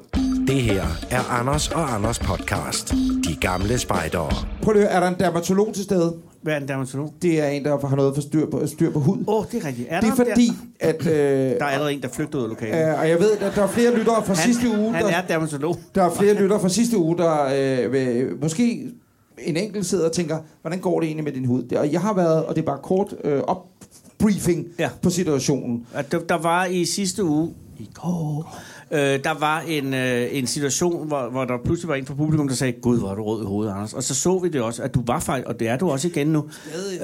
Det her er Anders og Anders podcast. De gamle spejdere.
Prøv lige, at høre, er der en dermatolog til stede?
Hvad er en dermatolog?
Det er en, der har noget for styr på, styr på hud.
Åh, oh, det er rigtigt. Er
det er
der en
fordi,
der?
at... Øh,
Der er allerede en, der flygter ud af lokalet.
Øh, og jeg ved, at der er flere lyttere fra
han,
sidste uge,
Han
der-
er dermatolog.
Der er flere lytter fra sidste uge, der øh, vil, måske en enkelt sidder og tænker, hvordan går det egentlig med din hud? Det- Og jeg har været, og det er bare kort øh, opbriefing ja. på situationen.
At Der, der var i sidste uge, i går, øh, der var en, øh, en situation, hvor, hvor der pludselig var en fra publikum, der sagde, Gud, hvor er du rød i hovedet, Anders. Og så så vi det også, at du var faktisk, og det er du også igen nu,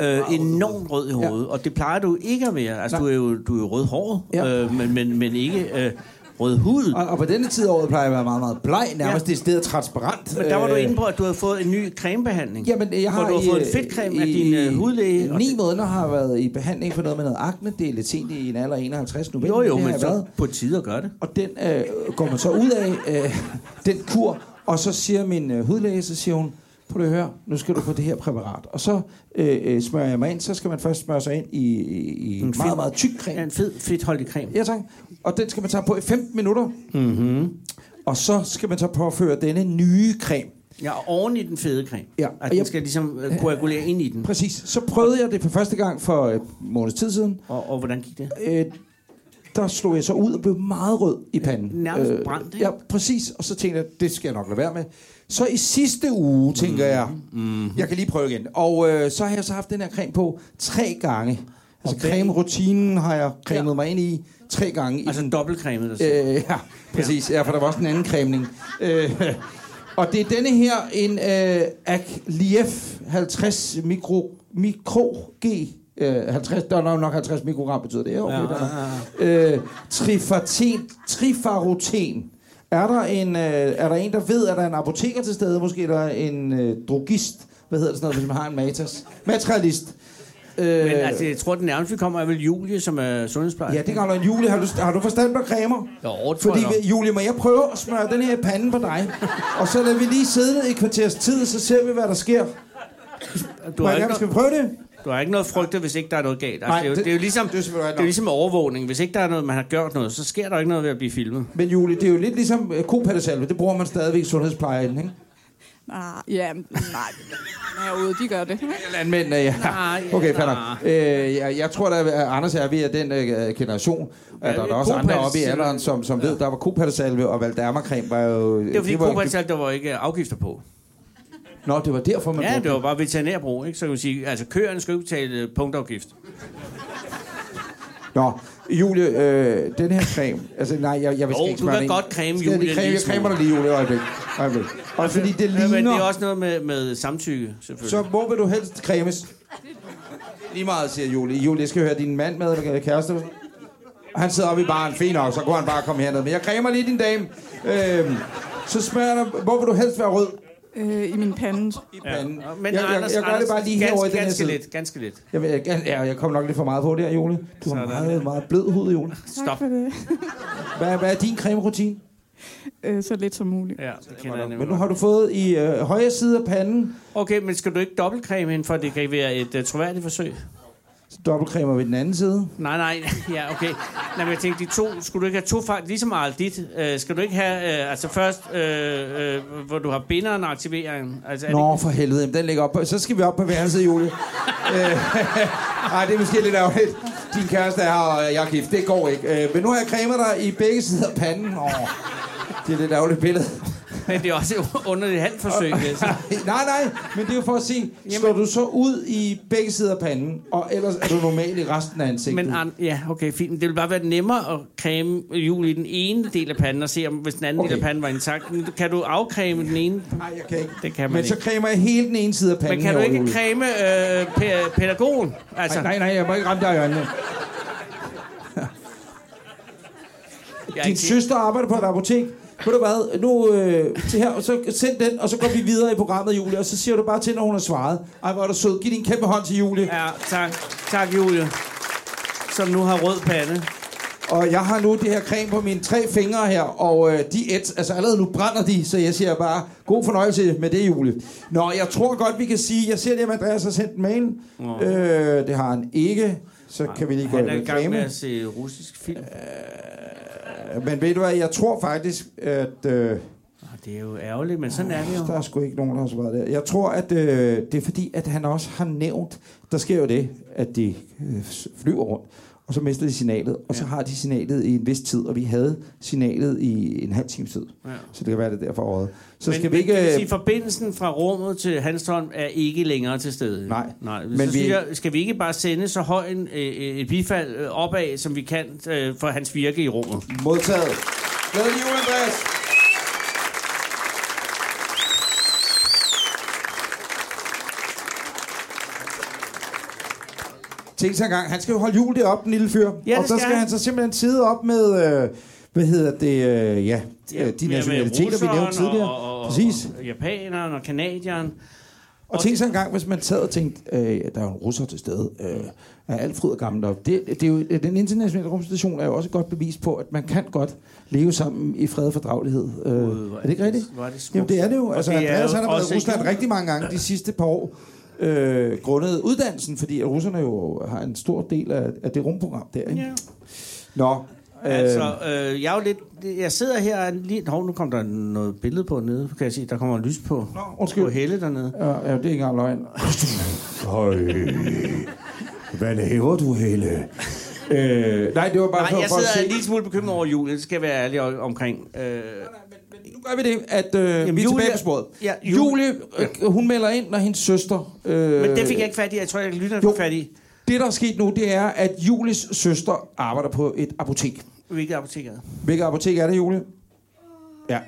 øh, enormt rød i hovedet. Ja. Og det plejer du ikke at være. Altså,
Nej.
du er jo, du er jo rødhåret,
Ja.
ja. øh, men, men, men ikke øh, rød hud.
Og, og på denne tid af året plejer jeg at være meget, meget bleg, nærmest ja. det stedet transparent.
Men der var du
Øh,
inde på, at du havde fået en ny cremebehandling.
Jamen, jeg har,
hvor du har
i,
fået en fedtcreme af
i-
din øh, hudlæge. og
Ni
det-
måneder har jeg været i behandling for noget med noget akne. Det er lidt sent i en alder af 51 nu.
Jo, jo,
det har
men
jeg
så
været.
på tide at gøre det.
Og den øh, går man så ud af, øh, den kur, og så siger min øh, hudlæge, så siger hun, prøv lige at høre, nu skal du få det her præparat. Og så øh, øh, smører jeg mig ind, så skal man først smøre sig ind i, i, i en meget,
fed-
meget tyk creme.
Ja, en fed, fedtholdig creme.
Ja, tak. Og den skal man tage på i 15 minutter.
Mm-hmm.
Og så skal man så påføre denne nye creme.
Ja, og oven i den fede creme.
Ja,
At den skal ligesom øh, koagulere ind i den.
Præcis. Så prøvede jeg det for første gang for et måneds tid siden.
Og, og hvordan gik det?
Øh, der slog jeg så ud og blev meget rød i panden. Øh,
Nærmest brændt, ikke?
Ja, præcis. Og så tænkte jeg, det skal jeg nok lade være med. Så i sidste uge, tænker jeg,
Mm-hmm.
mm. jeg kan lige prøve igen. Og øh, så har jeg så haft den her creme på tre gange. Altså cremerutinen har jeg cremet ja. mig ind i tre gange. i
Altså
den-
dobbeltcremet, der siger.
Øh, ja, præcis. Ja. ja, for der var også en anden cremning. Øh, og det er denne her, en øh, Aklief 50 mikro, mikro G. Øh, 50, der er nok- nok 50 mikrogram, betyder det. Ja, okay,
Ja,
ja, der
ja,
er. Øh, trifarten, trifaroten. Er der, en, øh, er der en, der ved, at der er en apoteker til stede? Måske er der en øh, drogist? Hvad hedder det sådan noget, hvis man har en matas? Materialist. Øh,
Men altså, jeg tror, den nærmeste vi kommer er vel Julie, som er sundhedsplejerske.
Ja, det gør en Julie. Har du, har du forstand på cremer?
Jo, det tror
Fordi,
jeg nok.
vi, Julie, må jeg prøve at smøre den her i panden på dig? og så lader vi lige sidde ned i et kvarters tid, og så ser vi, hvad der sker.
Du
Må
har
jeg
ikke
gerne,
noget-
skal vi prøve det?
Du har ikke noget frygte, hvis ikke der er noget galt. Altså,
Nej,
det, er jo,
det-
det, er jo ligesom,
det er
det,
selvfølgelig
er
rigtigt
jo
nok.
ligesom overvågning. Hvis ikke der er noget, man har gjort noget, så sker der ikke noget ved at blive filmet.
Men Julie, det er jo lidt ligesom øh, kopattesalve. Det bruger man stadigvæk i sundhedsplejen, ikke?
Nej, Ah, ja, nej. Herude, de gør det.
Landmænd, øh, ja.
Nej, ja,
okay, fair nok. Øh, jeg, jeg tror, at Anders er ved at den øh, generation, at der,
vi
der er også andre oppe i
kopattesalve.
alderen, som, som ved, der var kopattesalve og valdermacreme var jo...
Det var fordi, Cobalt der var ikke øh, afgifter på.
Nå, det var derfor, man
Ja,
brugte
det var bare veterinærbrug, ikke? Så kan man sige, altså køerne skal jo ikke betale øh, punktafgift.
Nå, Julie, øh, den her creme... Altså, nej, jeg, jeg vil
Jo,
ikke
du
smøre
kan
den
godt
ind.
creme,
Skal jeg
Julie,
lige
en
creme, jeg
lille
cremer dig lige, Julie, øjeblik. øjeblik. Og fordi det
Ja, men det er
ligner...
også noget med, med samtykke, selvfølgelig.
Så hvor vil du helst cremes? Lige meget, siger Julie. Julie, jeg skal høre din mand med, eller kæreste. Han sidder oppe i baren, fint nok, så kunne han bare komme herned. Men jeg cremer lige din dame. Øhm, så smører jeg dig. Hvor vil du helst være rød?
Øh, I min pande. I
panden. Ja.
Jeg- jeg- jeg gør det bare lige
ganske,
herovre i den her
ganske
side.
lidt, ganske lidt.
Jamen, jeg, jeg, jeg, jeg kom nok lidt for meget på der, Julie. Du har meget, meget blød hud, Julie.
Stop.
Hvad, hvad er din cremerutine?
Øh, så lidt som muligt.
Ja, det kender jeg
Men
nemlig.
nu har du fået i øh, højre side af panden,
Okay, men skal du ikke dobbeltcreme ind, for det kan være et uh, troværdigt forsøg?
så dobbeltcremer ved den anden side.
Nej, nej, ja, okay. Nej, men jeg tænkte, de to, skulle du ikke have to fejl, ligesom Aldit, øh, skal du ikke have, øh, altså først, øh, øh, hvor du har binderen og aktiveringen? Altså, er det
Nå, for helvede, jamen, den ligger op på, Så skal vi op på værelset, Julie. Øh, Ej, det er måske lidt ærgerligt. Din kæreste er her, og jeg er gift. Det går ikke. Øh, men nu har jeg cremet dig i begge sider af panden. Åh, det er lidt ærgerligt billede.
Men det er også et underligt halvt forsøg. Altså.
nej, nej, men det er jo for at sige, slår du så ud i begge sider af panden, og ellers er du normal i resten af ansigtet.
Men Arne, ja, okay, fint. Men Det ville bare være nemmere at creme jul i den ene del af panden, og se, om, hvis den anden okay. del af panden var intakt. Men Kan du afcreme den ene?
Nej, jeg kan ikke.
Det kan man
men
ikke.
så cremer jeg hele den ene side af panden
Men kan du
herovre,
ikke
Julie.
creme øh, pæ- pædagogen? Altså,
Nej, nej, nej, jeg må ikke ramme dig i øjnene.
Jeg er
Din
ikke-
søster arbejder på et apotek. Ved du hvad, nu øh, til her, og så send den, og så går vi videre i programmet, Julie, og så siger du bare til, når hun har svaret. Ej, hvor er du sød. Giv din kæmpe hånd til Julie.
Ja, tak. Tak, Julie. Som nu har rød pande.
Og jeg har nu det her creme på mine tre fingre her, og øh, de et, altså allerede nu brænder de, så jeg siger bare, god fornøjelse med det, Julie. Nå, jeg tror godt, vi kan sige, jeg ser det, at Andreas har sendt en mail.
Nå.
Øh, det har han ikke. Så kan vi lige gå i
Han er i gang
reklame.
med at se russisk film.
Men ved du hvad, jeg tror faktisk, at... Øh,
Det er jo ærgerligt, men sådan er det jo.
Der er sgu ikke nogen, der har svaret der. Jeg tror, at øh, det er fordi, at han også har nævnt, der sker jo det, at de øh, s- flyver rundt, og så mister de signalet, og så har de signalet i en vis tid, og vi havde signalet i en halv times tid.
Ja.
Så det kan være det er derfor året. Så
men,
skal vi
Men, det vil
ikke... øh,
sige, forbindelsen fra rummet til Hanstholm er ikke længere til stede.
Nej.
Nej.
Men
Men så
vi-
vi... Jeg, skal vi ikke bare sende så høj en, øh, et bifald øh, opad, som vi kan øh, for hans virke i rummet?
Modtaget. Glædelig jul, Andreas. Tænk sig engang, han skal jo holde jul deroppe, den lille fyr.
det
og så
skal
skal han.
han.
så simpelthen sidde op med, øh, hvad hedder det, øh, ja, øh, de
Med-
nationaliteter, vi
med
nævnte
russeren
tidligere.
Og, og,
Præcis.
Og, og japaneren og kanadieren.
Og tænk så engang, hvis man sad og tænkte, øh, der er jo en russer til stede, øh, er Alfred og gammel op. Det, det er jo, den internationale rumstation er jo også et godt bevis på, at man kan godt leve sammen i fred og fordragelighed. Øh, er det ikke rigtigt?
Hvor er det smukt.
Jamen det er det jo.
Og
Altså,
det er
Andreas
jo
han har været
også
i Rusland
jul.
rigtig mange gange de sidste par år, øh, grundet uddannelsen, fordi russerne jo har en stor del af, af det rumprogram der. Ikke?
Ja.
Nå, øh,
Altså, øh, jeg, er jo lidt, jeg sidder her og lige... Hov, nu kom der noget billede på nede, kan jeg se. Der kommer lys på,
undskyld.
på Helle dernede.
ja, ja, det er ikke engang løgn.
Høj. Hvad laver du, Helle?
Øh, nej, det var bare
Nej,
for,
jeg
for at
sidder en
se.
lille smule bekymret over Julie, det skal jeg være ærlig o- omkring. Øh,
Nu gør vi det, at øh, vi er
Julie-
tilbage på sporet.
Ja,
Julie, øh, hun melder ind, når hendes søster... Øh,
Men det fik jeg ikke fat i, jeg tror, jeg kan lytte
jo.
fik fat i.
Det, der er sket nu, det er, at Julies søster arbejder på et apotek.
Hvilket apotek er det?
Hvilket apotek er det, Julie? Ja.
Åh,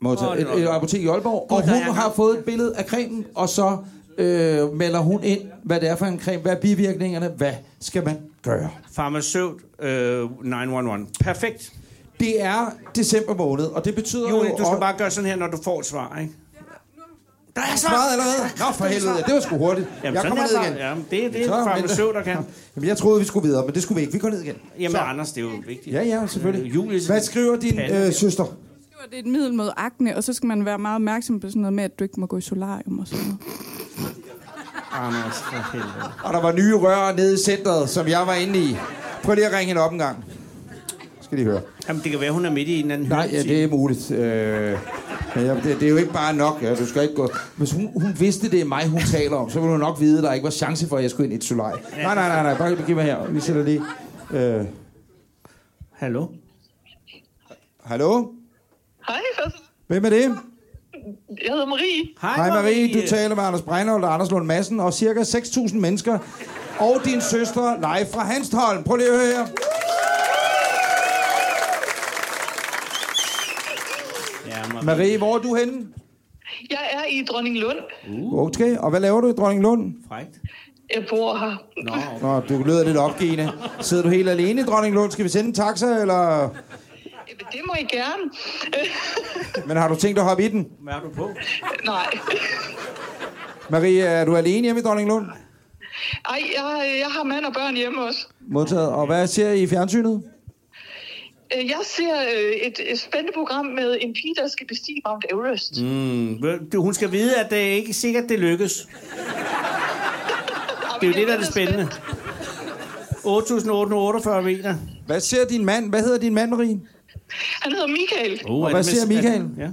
Modtaget.
det er
Et, et apotek i Aalborg.
Gud,
Og
der
hun
er
har fået et billede af cremen, og så øh, melder hun ind, hvad det er for en creme, hvad er bivirkningerne, hvad skal man gøre?
Farmaceut øh, 911. Perfekt.
Det er december måned, og det betyder
Julie,
jo...
du skal bare gøre sådan her, når du får et svar, ikke? Der er
Jeg svarede allerede. Nå, for helvede. Det var sgu hurtigt.
Jamen,
jeg
sådan
kommer
er
ned
bare-
igen.
Jamen, det er det,
Så,
farmaceuter kan.
Jamen, jeg troede, vi skulle videre, men det skulle vi ikke. Vi går ned igen.
Jamen,
Så.
Anders, det er jo vigtigt.
Ja, ja, selvfølgelig.
Øh, Julie,
Hvad skriver din
Palle.
øh, søster?
Det er et middel mod akne, og så skal man være meget opmærksom på sådan noget med, at du ikke må gå i solarium og sådan noget.
Anders, for helvede.
Og der var nye rør nede i centret, som jeg var inde i. Prøv lige at ringe hende op en gang. Skal de høre.
Jamen, det kan være, hun er midt i en anden
Nej, ja, det er muligt. Øh, men jeg, det, det, er jo ikke bare nok. Ja, du skal ikke gå. Hvis hun, hun vidste, det er mig, hun taler om, så ville hun nok vide, at der ikke var chance for, at jeg skulle ind i et solaj. Nej, nej, nej, nej. Bare giv mig her. Vi sætter lige. Øh.
Hallo?
Hallo?
Hej,
Hvem er det?
jeg hedder Marie.
Hej Marie, du taler med Anders Breinholt og Anders Lund Madsen og cirka 6.000 mennesker og din søster live fra Hanstholm. Prøv lige at høre her.
Ja,
Marie, hvor er du henne?
Jeg er i Dronning Lund.
Okay, og hvad laver du i Dronning Lund?
Frækt.
Jeg bor her.
Nå, du lyder lidt opgivende. Sidder du helt alene i Dronning Lund? Skal vi sende en taxa, eller...
Det må I gerne.
Men har du tænkt at hoppe i den?
Hvad er du på?
Nej.
Marie, er du alene hjemme i Dronning Lund?
Ej, jeg, jeg har mand og børn hjemme også.
Modtaget. Og hvad ser I i fjernsynet?
Øh, Jeg ser øh, et, et spændende program med en pige, der skal bestige Mount Everest.
Mm, vel, du- hun skal vide, at det er ikke sikkert, det lykkes. Det er jo det, der er det spændende. 8.848 meter.
Hvad ser din mand? Hvad hedder din mand, Marie?
Han hedder Michael.
Uh, og hvad ser Michael?
Ja.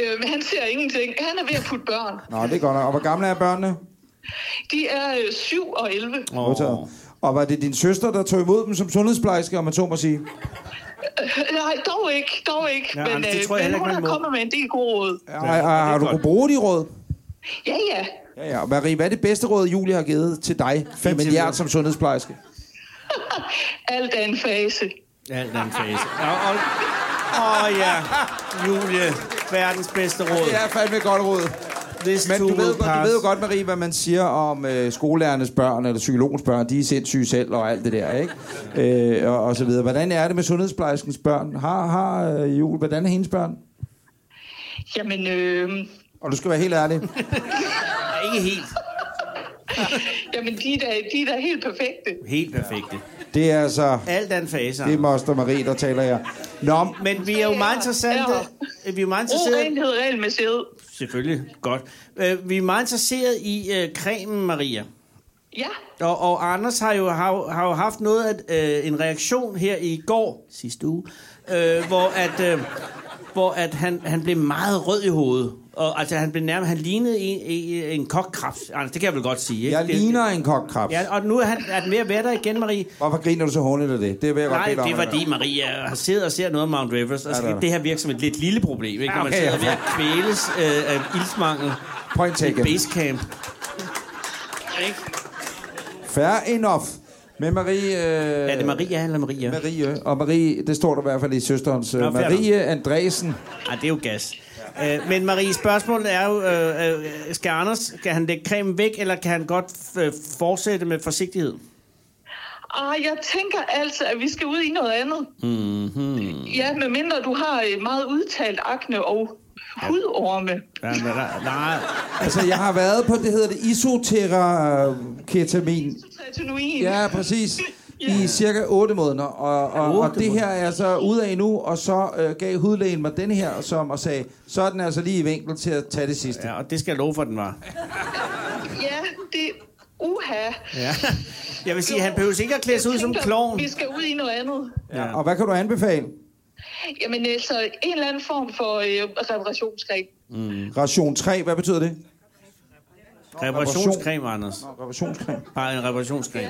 Øh, men han ser ingenting. Han er ved at putte børn.
Nå, det er godt nok. Og hvor gamle er børnene?
De er øh, 7 og 11.
Modtaget. Og var det din søster, der tog imod dem som sundhedsplejerske, om man så må sige?
Øh, Nej, dog ikke. Dog ikke.
Ja,
Ja, men
men det
øh,
tror jeg
men
heller ikke,
hun
man
har
må.
kommet med en del gode råd.
Ja, har, har du kunne bruge de råd?
Ja, ja.
Ja, ja. Marie, hvad er det bedste råd, Julie har givet til dig? Fem med hjert som sundhedsplejerske.
Alt er en fase.
Alt er en fase. Åh, og, og, ja, Julie, verdens bedste råd.
Det er fandme et godt råd.
This
Men du
too
ved,
will
godt, du
pass.
ved jo godt, Marie, hvad man siger om øh, skolelærernes børn eller psykologens børn. De er sindssyge selv og alt det der, ikke? Øh, og, og så videre. Hvordan er det med sundhedsplejerskens børn? Har, har øh, Julie, hvordan er hendes børn?
Jamen, øh,
Og du skal være helt ærlig.
ikke helt.
jamen de, er da, de er da helt perfekte.
Helt perfekte.
Det er altså...
Alt er en fase.
Det er Moster Marie, der taler jeg. Nå,
Men vi er jo meget interessante. Vi er jo meget
Brug
interesserede.
renhed, regelmæssighed.
Selvfølgelig. Godt. Øh, Vi er meget interesserede i øh, cremen, Maria.
Ja,
Og, og Anders har jo, har, jo- har jo haft noget at, øh, en reaktion her i går, sidste uge, øh, hvor, at, øh, hvor at han, han blev meget rød i hovedet. Og, altså, han, blev nærmest, han lignede en, en, en kokkraps. Anders, det kan jeg vel godt sige. Ikke?
jeg
Det-
ligner en kokkrabs.
Ja, og nu er, han, er den ved at være der igen, Marie.
Hvorfor griner du så hårdt af det? Det vil jeg godt
Nej,
bede dig om
det er
at gøre.
fordi, Maria har siddet og ser noget om Mount Everest, og så
Ja, det er
kan det her virke som et lidt lille problem, ikke?
Ja,
Når man
okay,
sidder
ja.
ved at kvæles øh, af ildsmangel.
Point
i
taken.
Basecamp.
Fair enough. Men Marie... Øh,
Er det Maria eller Maria?
Marie. Og Marie, det står der i hvert fald i søsterens.
Nå,
Nå,
fair
Marie Andresen.
Ej, det er jo gas. Øh, men Marie, spørgsmålet er jo, øh, øh, skal Anders, skal han lægge cremen væk, eller kan han godt øh, fortsætte med forsigtighed?
og jeg tænker altså, at vi skal ud i noget andet.
Mm-hmm.
Ja, medmindre du har øh, meget udtalt akne og hudorme.
Ja, men der, nej.
Altså, jeg har været på, det hedder det isoteramin.
Tretinoin.
Ja, præcis. I cirka 8 måneder. Og, og, og det her er så ud af nu, og så øh, gav hudlægen mig den her, som og sagde, så er den altså lige i vinkel til at tage det sidste.
Ja, og det skal jeg love for, den var.
Ja, det uha.
Ja. Jeg vil sige, han behøver ikke at klæde sig ud som
Tænker,
klovn.
Vi skal ud i noget andet.
Ja. Og hvad kan du anbefale?
Jamen altså, en eller anden form for øh, reparationsgreb.
Mm. Ration 3, hvad betyder det?
Reparationscreme, Anders.
Reparationscreme.
Bare en reparationscreme.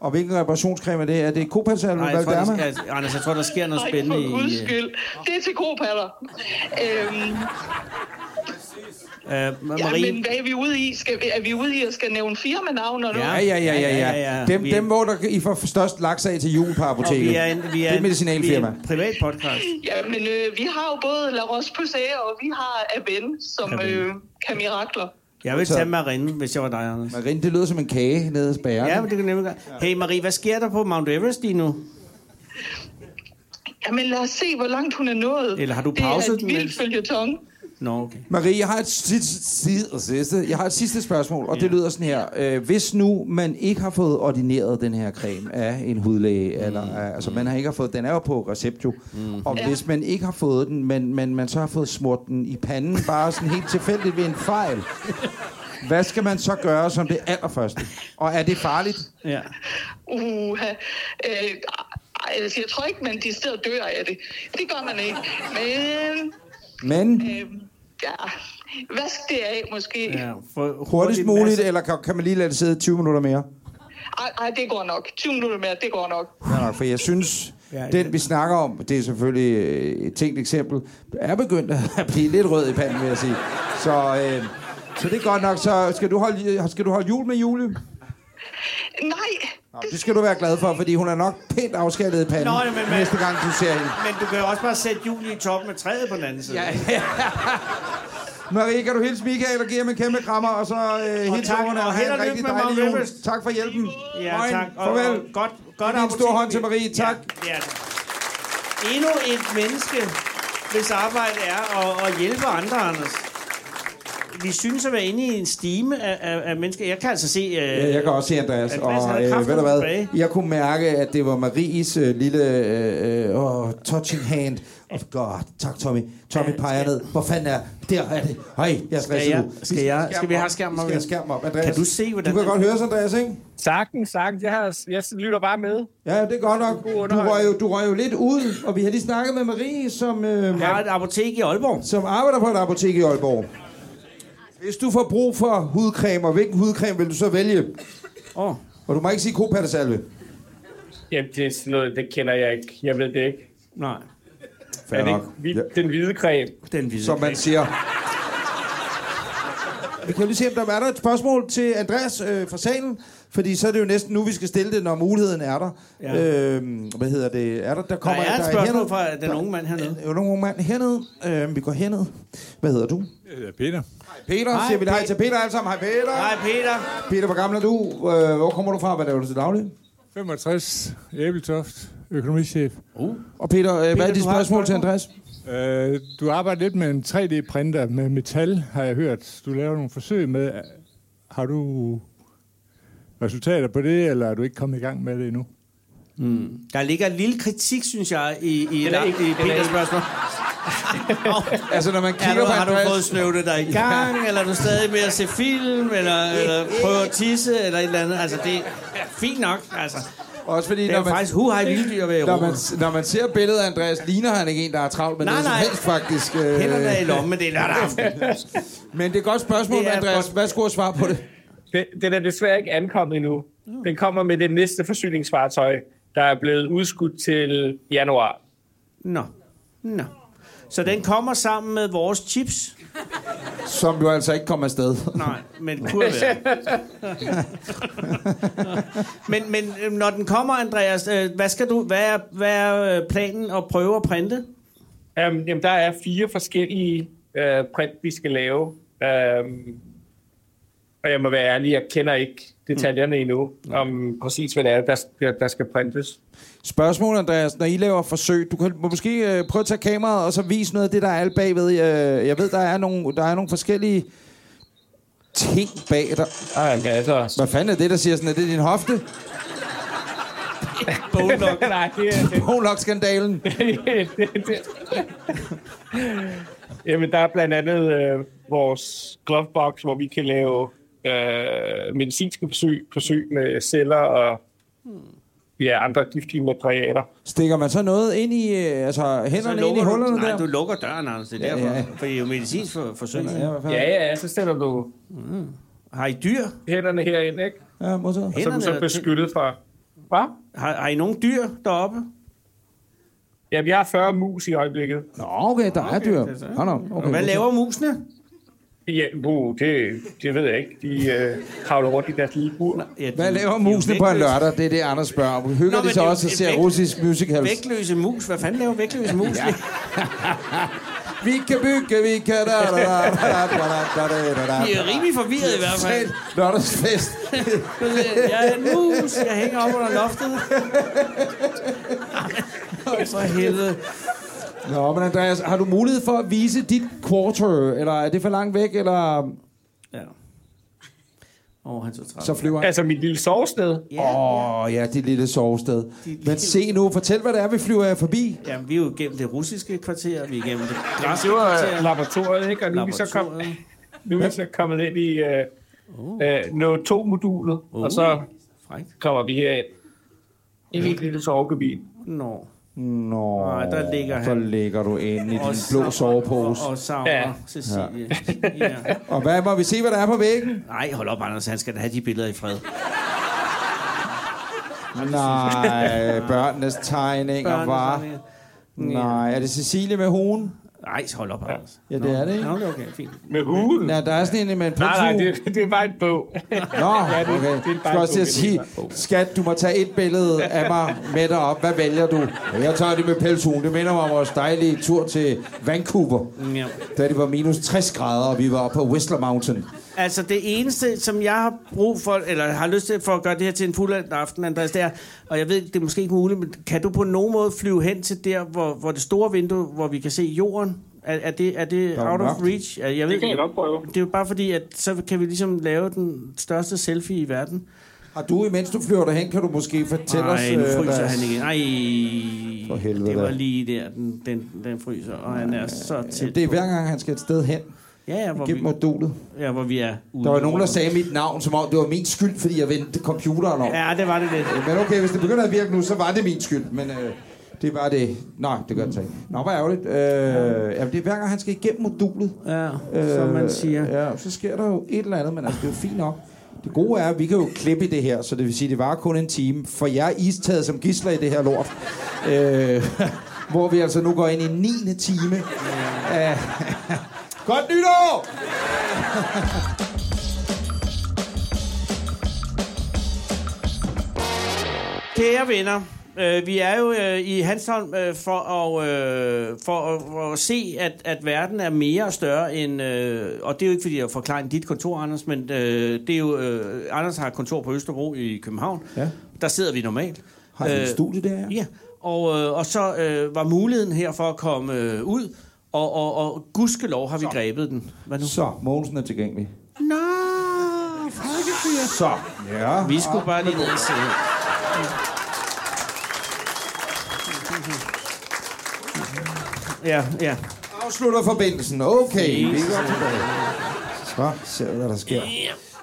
Og hvilken reparationscreme er det? Er det Copacol eller
Nej, jeg
hvad
tror,
det er
der
med?
sker, Anders, jeg tror, der sker noget
Ej,
spændende
for guds
i... øh,
skyld. Det er til gropaller. Øhm,
Øh,
ja,
Marie,
men hvad er vi ude i? Skal, vi- er vi ude i at skal nævne firmanavn og noget?
Ja, ja, ja, ja,
ja,
ja.
ja.
Dem,
Vi er-
dem hvor der, I får størst laks af til jul på
og
apoteket.
vi er en, vi er en,
det er et
vi er
medicinalfirma.
en privat podcast.
Ja, men øh, vi har jo både La Roche-Posay og vi har Aven, som
Aven.
øh, kan mirakler.
Jeg vil tage Marine, hvis jeg var dig, Anders.
Marine, det lyder som en kage nede hos bageren.
Ja, men det kan nemlig gøre. Hey Marie, hvad sker der på Mount Everest lige nu?
Jamen lad os se, hvor langt hun er nået.
Eller har du pauset
den?
den,
Det er et vildt
mens-
følgetong.
Nå, okay.
Marie, jeg har et sidste, sidste, sidste, jeg har et sidste spørgsmål, og det lyder sådan her. Øh, hvis nu man ikke har fået ordineret den her creme af en hudlæge, mm. eller, af- altså man har ikke har fået, den er jo på recept jo, mm. og
Ja.
hvis man ikke har fået den, men, men man så har fået smurt den i panden, bare sådan helt tilfældigt ved en fejl, Hvad skal man så gøre som det allerførste? Og er det farligt?
Ja.
Uha. Øh, ej, altså, jeg tror ikke, man decideret dør af det. Det gør man ikke. Men
Men
Øh, ja, vask det af måske. Ja.
for,
hurtigst muligt, eller kan, kan man lige lade det sidde 20 minutter mere?
Ej, ej, det går nok. 20 minutter mere, det går nok.
Ja, nok, for jeg synes, den vi snakker om, det er selvfølgelig øh, et tænkt eksempel, er begyndt at blive lidt rød i panden, vil jeg sige. Så, øh, så det er godt nok. Så skal du holde, skal du holde jul med Julie?
Nej,
Nå, det skal du være glad for, fordi hun er nok pænt afskaldet i panden
Nå, ja, men- men-
næste gang, du ser hende.
Men du kan jo også bare sætte Julie i toppen af træet på den anden side.
Ja, ja. Marie, kan du hilse Michael og give ham en kæmpe krammer, og så øh,
Og
hilse
tak,
ungerne
og
og
held
have
og lykke
en rigtig
med
dejlig
Mount
jul.
Everest.
Tak for hjælpen.
Ja,
Moin.
tak. Og,
Farvel.
og godt, godt
Giv en stor
appetit,
hånd til Marie. Tak.
Ja, ja. Endnu et menneske, hvis arbejde er at, at hjælpe andre, Anders. Vi synes at være inde i en stime af, af, af mennesker. Jeg kan altså se... Øh,
Ja, jeg kan også se Andreas,
Andreas, han er
og øh, ved
kraftedeme
du hvad,
tilbage.
jeg kunne mærke, at det var Maries øh, lille øh, øh, åh, touching hand. Oh God, tak Tommy. Tommy peger ned. Hvor fanden er Der er det. Hej, jeg er stresset
jeg-
nu.
skal jeg- skal vi have skærmen op
op? Vi skal have
igen?
skærmen op, Andreas.
Kan du se, hvordan
Du kan
den-
godt høre os, Andreas, ikke?
Sagtens, sagtens. Jeg, har, jeg lytter bare med.
Ja, det er godt nok. Du røg, jo, du røg jo lidt ud, og vi har lige snakket med Marie, som... Øh,
har et apotek i Aalborg.
Som arbejder på et apotek i Aalborg. Hvis du får brug for hudcremer, hvilken hudcreme vil du så vælge?
Åh.
Og du må ikke sige kopattesalve.
Jamen, det er sådan noget, det kender jeg ikke. Jeg ved det ikke.
Nej.
Fair
er det
nok.
ikke hvid, den hvide creme?
Den hvide
Som man siger. Vi kan jo lige se, om der er der et spørgsmål til Andreas øh, fra salen. Fordi så er det jo næsten nu, vi skal stille det, når muligheden er der.
Ja.
Ja. Øhm, hvad hedder det? Er der? Der, kommer,
Der er et
hernede-
spørgsmål fra den
der-
unge mand hernede.
Der er nogle unge mand hernede. Øh, vi går herned. Hvad hedder du?
Jeg er Peter.
Peter, hej, siger vi hej til Peter alle sammen. Hej Peter.
Hej Peter.
Peter, hvor gammel er du? Øh, Hvor kommer du fra? Hvad laver du til daglig?
65, Æbeltoft, økonomichef.
Uh.
Og Peter, øh, hvad er
Peter,
dit
du har et
spørgsmål til Andreas?
Øh, du arbejder lidt med en 3D-printer med metal, har jeg hørt. Du laver nogle forsøg med. Har du resultater på det, eller er du ikke kommet i gang med det endnu?
Mm. Der ligger en lille kritik, synes jeg, i, i,
Eller
i,
ikke.
i
Eller
Peters
ikke.
spørgsmål.
altså, når man
er
kigger
du,
på
Har du
Andreas-
fået snøvlet dig i gang, eller er du stadig med at se film, eller, eller prøve at tisse, eller et eller andet? Altså, det er fint nok, altså.
Også fordi,
det er jo faktisk huhej vilddyr at være i
når man,
Europa.
når man ser billedet af Andreas, ligner han ikke en, der er travlt med
Nej,
noget
nej.
som helst, faktisk. Øh...
Hænderne er i lommen, men det er lørdag aften.
Men det er et godt spørgsmål,
Det er et
Andreas. Hvad skulle jeg svare på det?
Den, den er desværre ikke ankommet endnu. Den kommer med det næste forsyningsfartøj, der er blevet udskudt til januar.
Nå. Nå. Så den kommer sammen med vores chips?
Som jo altså ikke kommer afsted.
Nej, men kunne være. men, men øh, når den kommer, Andreas, øh, hvad, skal du, hvad, er, hvad er øh, planen at prøve at printe?
Um, jamen, der er fire forskellige uh, print, vi skal lave. Um, og jeg må være ærlig, jeg kender ikke detaljerne endnu, om præcis hvad det er, der, der, der skal printes.
Spørgsmål, Andreas, når I laver forsøg, du kan må måske øh, prøve at tage kameraet og så vise noget af det, der er alt bagved. Øh, jeg ved, der er nogle, der er nogle forskellige ting bag dig.
Ej, men altså...
Hvad fanden er det, der siger sådan? Er det din hofte?
Bonlock. Nej, det er det.
Bonlock-skandalen.
Jamen, der er blandt andet øh, vores glovebox, hvor vi kan lave øh, medicinske forsøg, forsøg med celler og ja, andre giftige materialer.
Stikker man så noget ind i, øh, altså hænderne ind i
lukker du-
hullerne
nej,
der?
du lukker døren, Anders. Det er
Ja,
derfor.
ja.
For det er jo medicinsk for, forsøg.
Ja, hvad fanden?
Ja, ja, så stiller du... Mm.
Har I dyr?
Hænderne herind, ikke?
Ja, modtaget.
Og så er du så beskyttet fra... Hvad?
Har, har I nogen dyr deroppe?
Ja, vi har 40 mus i øjeblikket.
Nå, okay, der er dyr. Nå, nå, okay.
Hvad laver musene?
Ja, uh, det, det ved jeg ikke. De øh, kravler rundt i deres lille bur.
Hvad laver musene på en lørdag? Det er det, Anders spørger om. Hygger
Nå,
de
men
sig
det er
også
jo
og ser
væk-
russisk musicals?
Vægtløse mus. Hvad fanden laver vægtløse mus?
altså? Ja. Vi kan bygge, vi kan... Da, da, da, da, da, da, da, da, da.
De er rimelig forvirret i hvert fald.
Totalt Lørdagsfest.
jeg er en mus. Jeg hænger op under loftet. For helvede.
Nå, men Andreas, har du mulighed for at vise dit quarter? Eller er det for langt væk, eller...
Ja. Åh, oh, han så travlt.
Så flyver han.
Altså mit lille sovested.
Åh, yeah, oh, ja, det lille sovested. Men se nu, fortæl, hvad det er, vi flyver af forbi.
Jamen, vi er jo gennem det russiske kvarter, vi er gennem det græske
Det var
kvarter.
øh, laboratoriet, ikke? Og nu er vi så kommet... Nu er vi så kommet ind i øh,
uh. øh, NO2-modulet, uh. og så kommer vi herind. I mit lille sovekabin.
Nå.
Nå,
Nej, der ligger
så
han.
ligger du ind i
Og
din
savner-
blå sovepose.
og- og savner Ja. Cecilie.
Ja. og hvad må vi se, hvad der er på væggen?
Nej, hold op, Anders. Han skal da have de billeder i fred.
Nej, børnenes tegninger
Børnenes
var...
tegninger.
Nej, er det Cecilie med huen?
Nej, hold op, Anders.
Ja, det er det, ikke?
Nå, okay, okay, fint.
Med huden?
Ja, der er sådan en med en
Nej, nej,
punktue.
det, det er bare en bog.
Nå,
Ja, det- det er
okay.
en
Jeg skal også til at sige, skat, du må tage et billede af mig med dig op. Hvad vælger du? "Jamen, Jeg tager det med pelshuen. Det minder mig om vores dejlige tur til Vancouver,
Ja.
da det var minus 60 grader, og vi var oppe på Whistler Mountain.
Altså det eneste, som jeg har brug for, eller har lyst til for at gøre det her til en fuldendt aften, Andreas, det er, og jeg ved, det er måske ikke muligt, men kan du på nogen måde flyve hen til der, hvor, hvor det store vindue, hvor vi kan se jorden, er, er det, er det
Der er
out of
mørkt.
reach? Ja, Jeg ved,
Det kan jeg nok prøve.
Det er jo bare fordi, at så kan vi ligesom lave den største selfie i verden.
Har du, imens du flyver derhen, kan du måske fortælle os...
Nej, nu
øh,
fryser
hvad-
han igen. Nej,
For helvede
det var
da.
lige der, den, den, den fryser, og han er så tæt
Det er
på.
hver gang, han skal et sted hen.
Ja, ja, hvor
Gennem
vi-
modulet.
Ja, hvor vi er ude.
Der var nogen, der sagde mit navn, som om det var min skyld, fordi jeg vendte computeren om.
Ja, det var det lidt.
Men okay, hvis det begynder at virke nu, så var det min skyld, men øh, det var det. Nej, det gør det så ikke. Nå, hvor ærgerligt. Øh, ja, det er hver gang, han skal igennem modulet. Øh,
Ja, som man siger.
Ja, så sker der jo et eller andet, men altså, det er jo fint nok. Det gode er, at vi kan jo klippe i det her, så det vil sige, at det var kun en time, for jeg er istaget som gisler i det her lort. Øh, hvor vi altså nu går ind i 9. time. af- Godt nytår!
Kære venner, øh, vi er jo øh, i Hanstholm øh, for, at, øh, for, at, for at se, at, at verden er mere og større end... Øh, og det er jo ikke, fordi jeg forklarer dit kontor, Anders, men øh, det er jo... Øh, Anders har et kontor på Østerbro i København.
Ja.
Der sidder vi normalt.
Har
Øh,
han et studie der, ja?
Ja, og, øh, og så øh, var muligheden her for at komme øh, ud, og, og, og gudskelov har vi grebet den. Hvad nu?
Så, Mogensen er tilgængelig.
Nå, folkefyr.
Så, ja.
Vi skulle bare lige ned og se. Ja, ja.
Afslutter forbindelsen. Okay, vi går tilbage. Så ser vi, hvad der sker.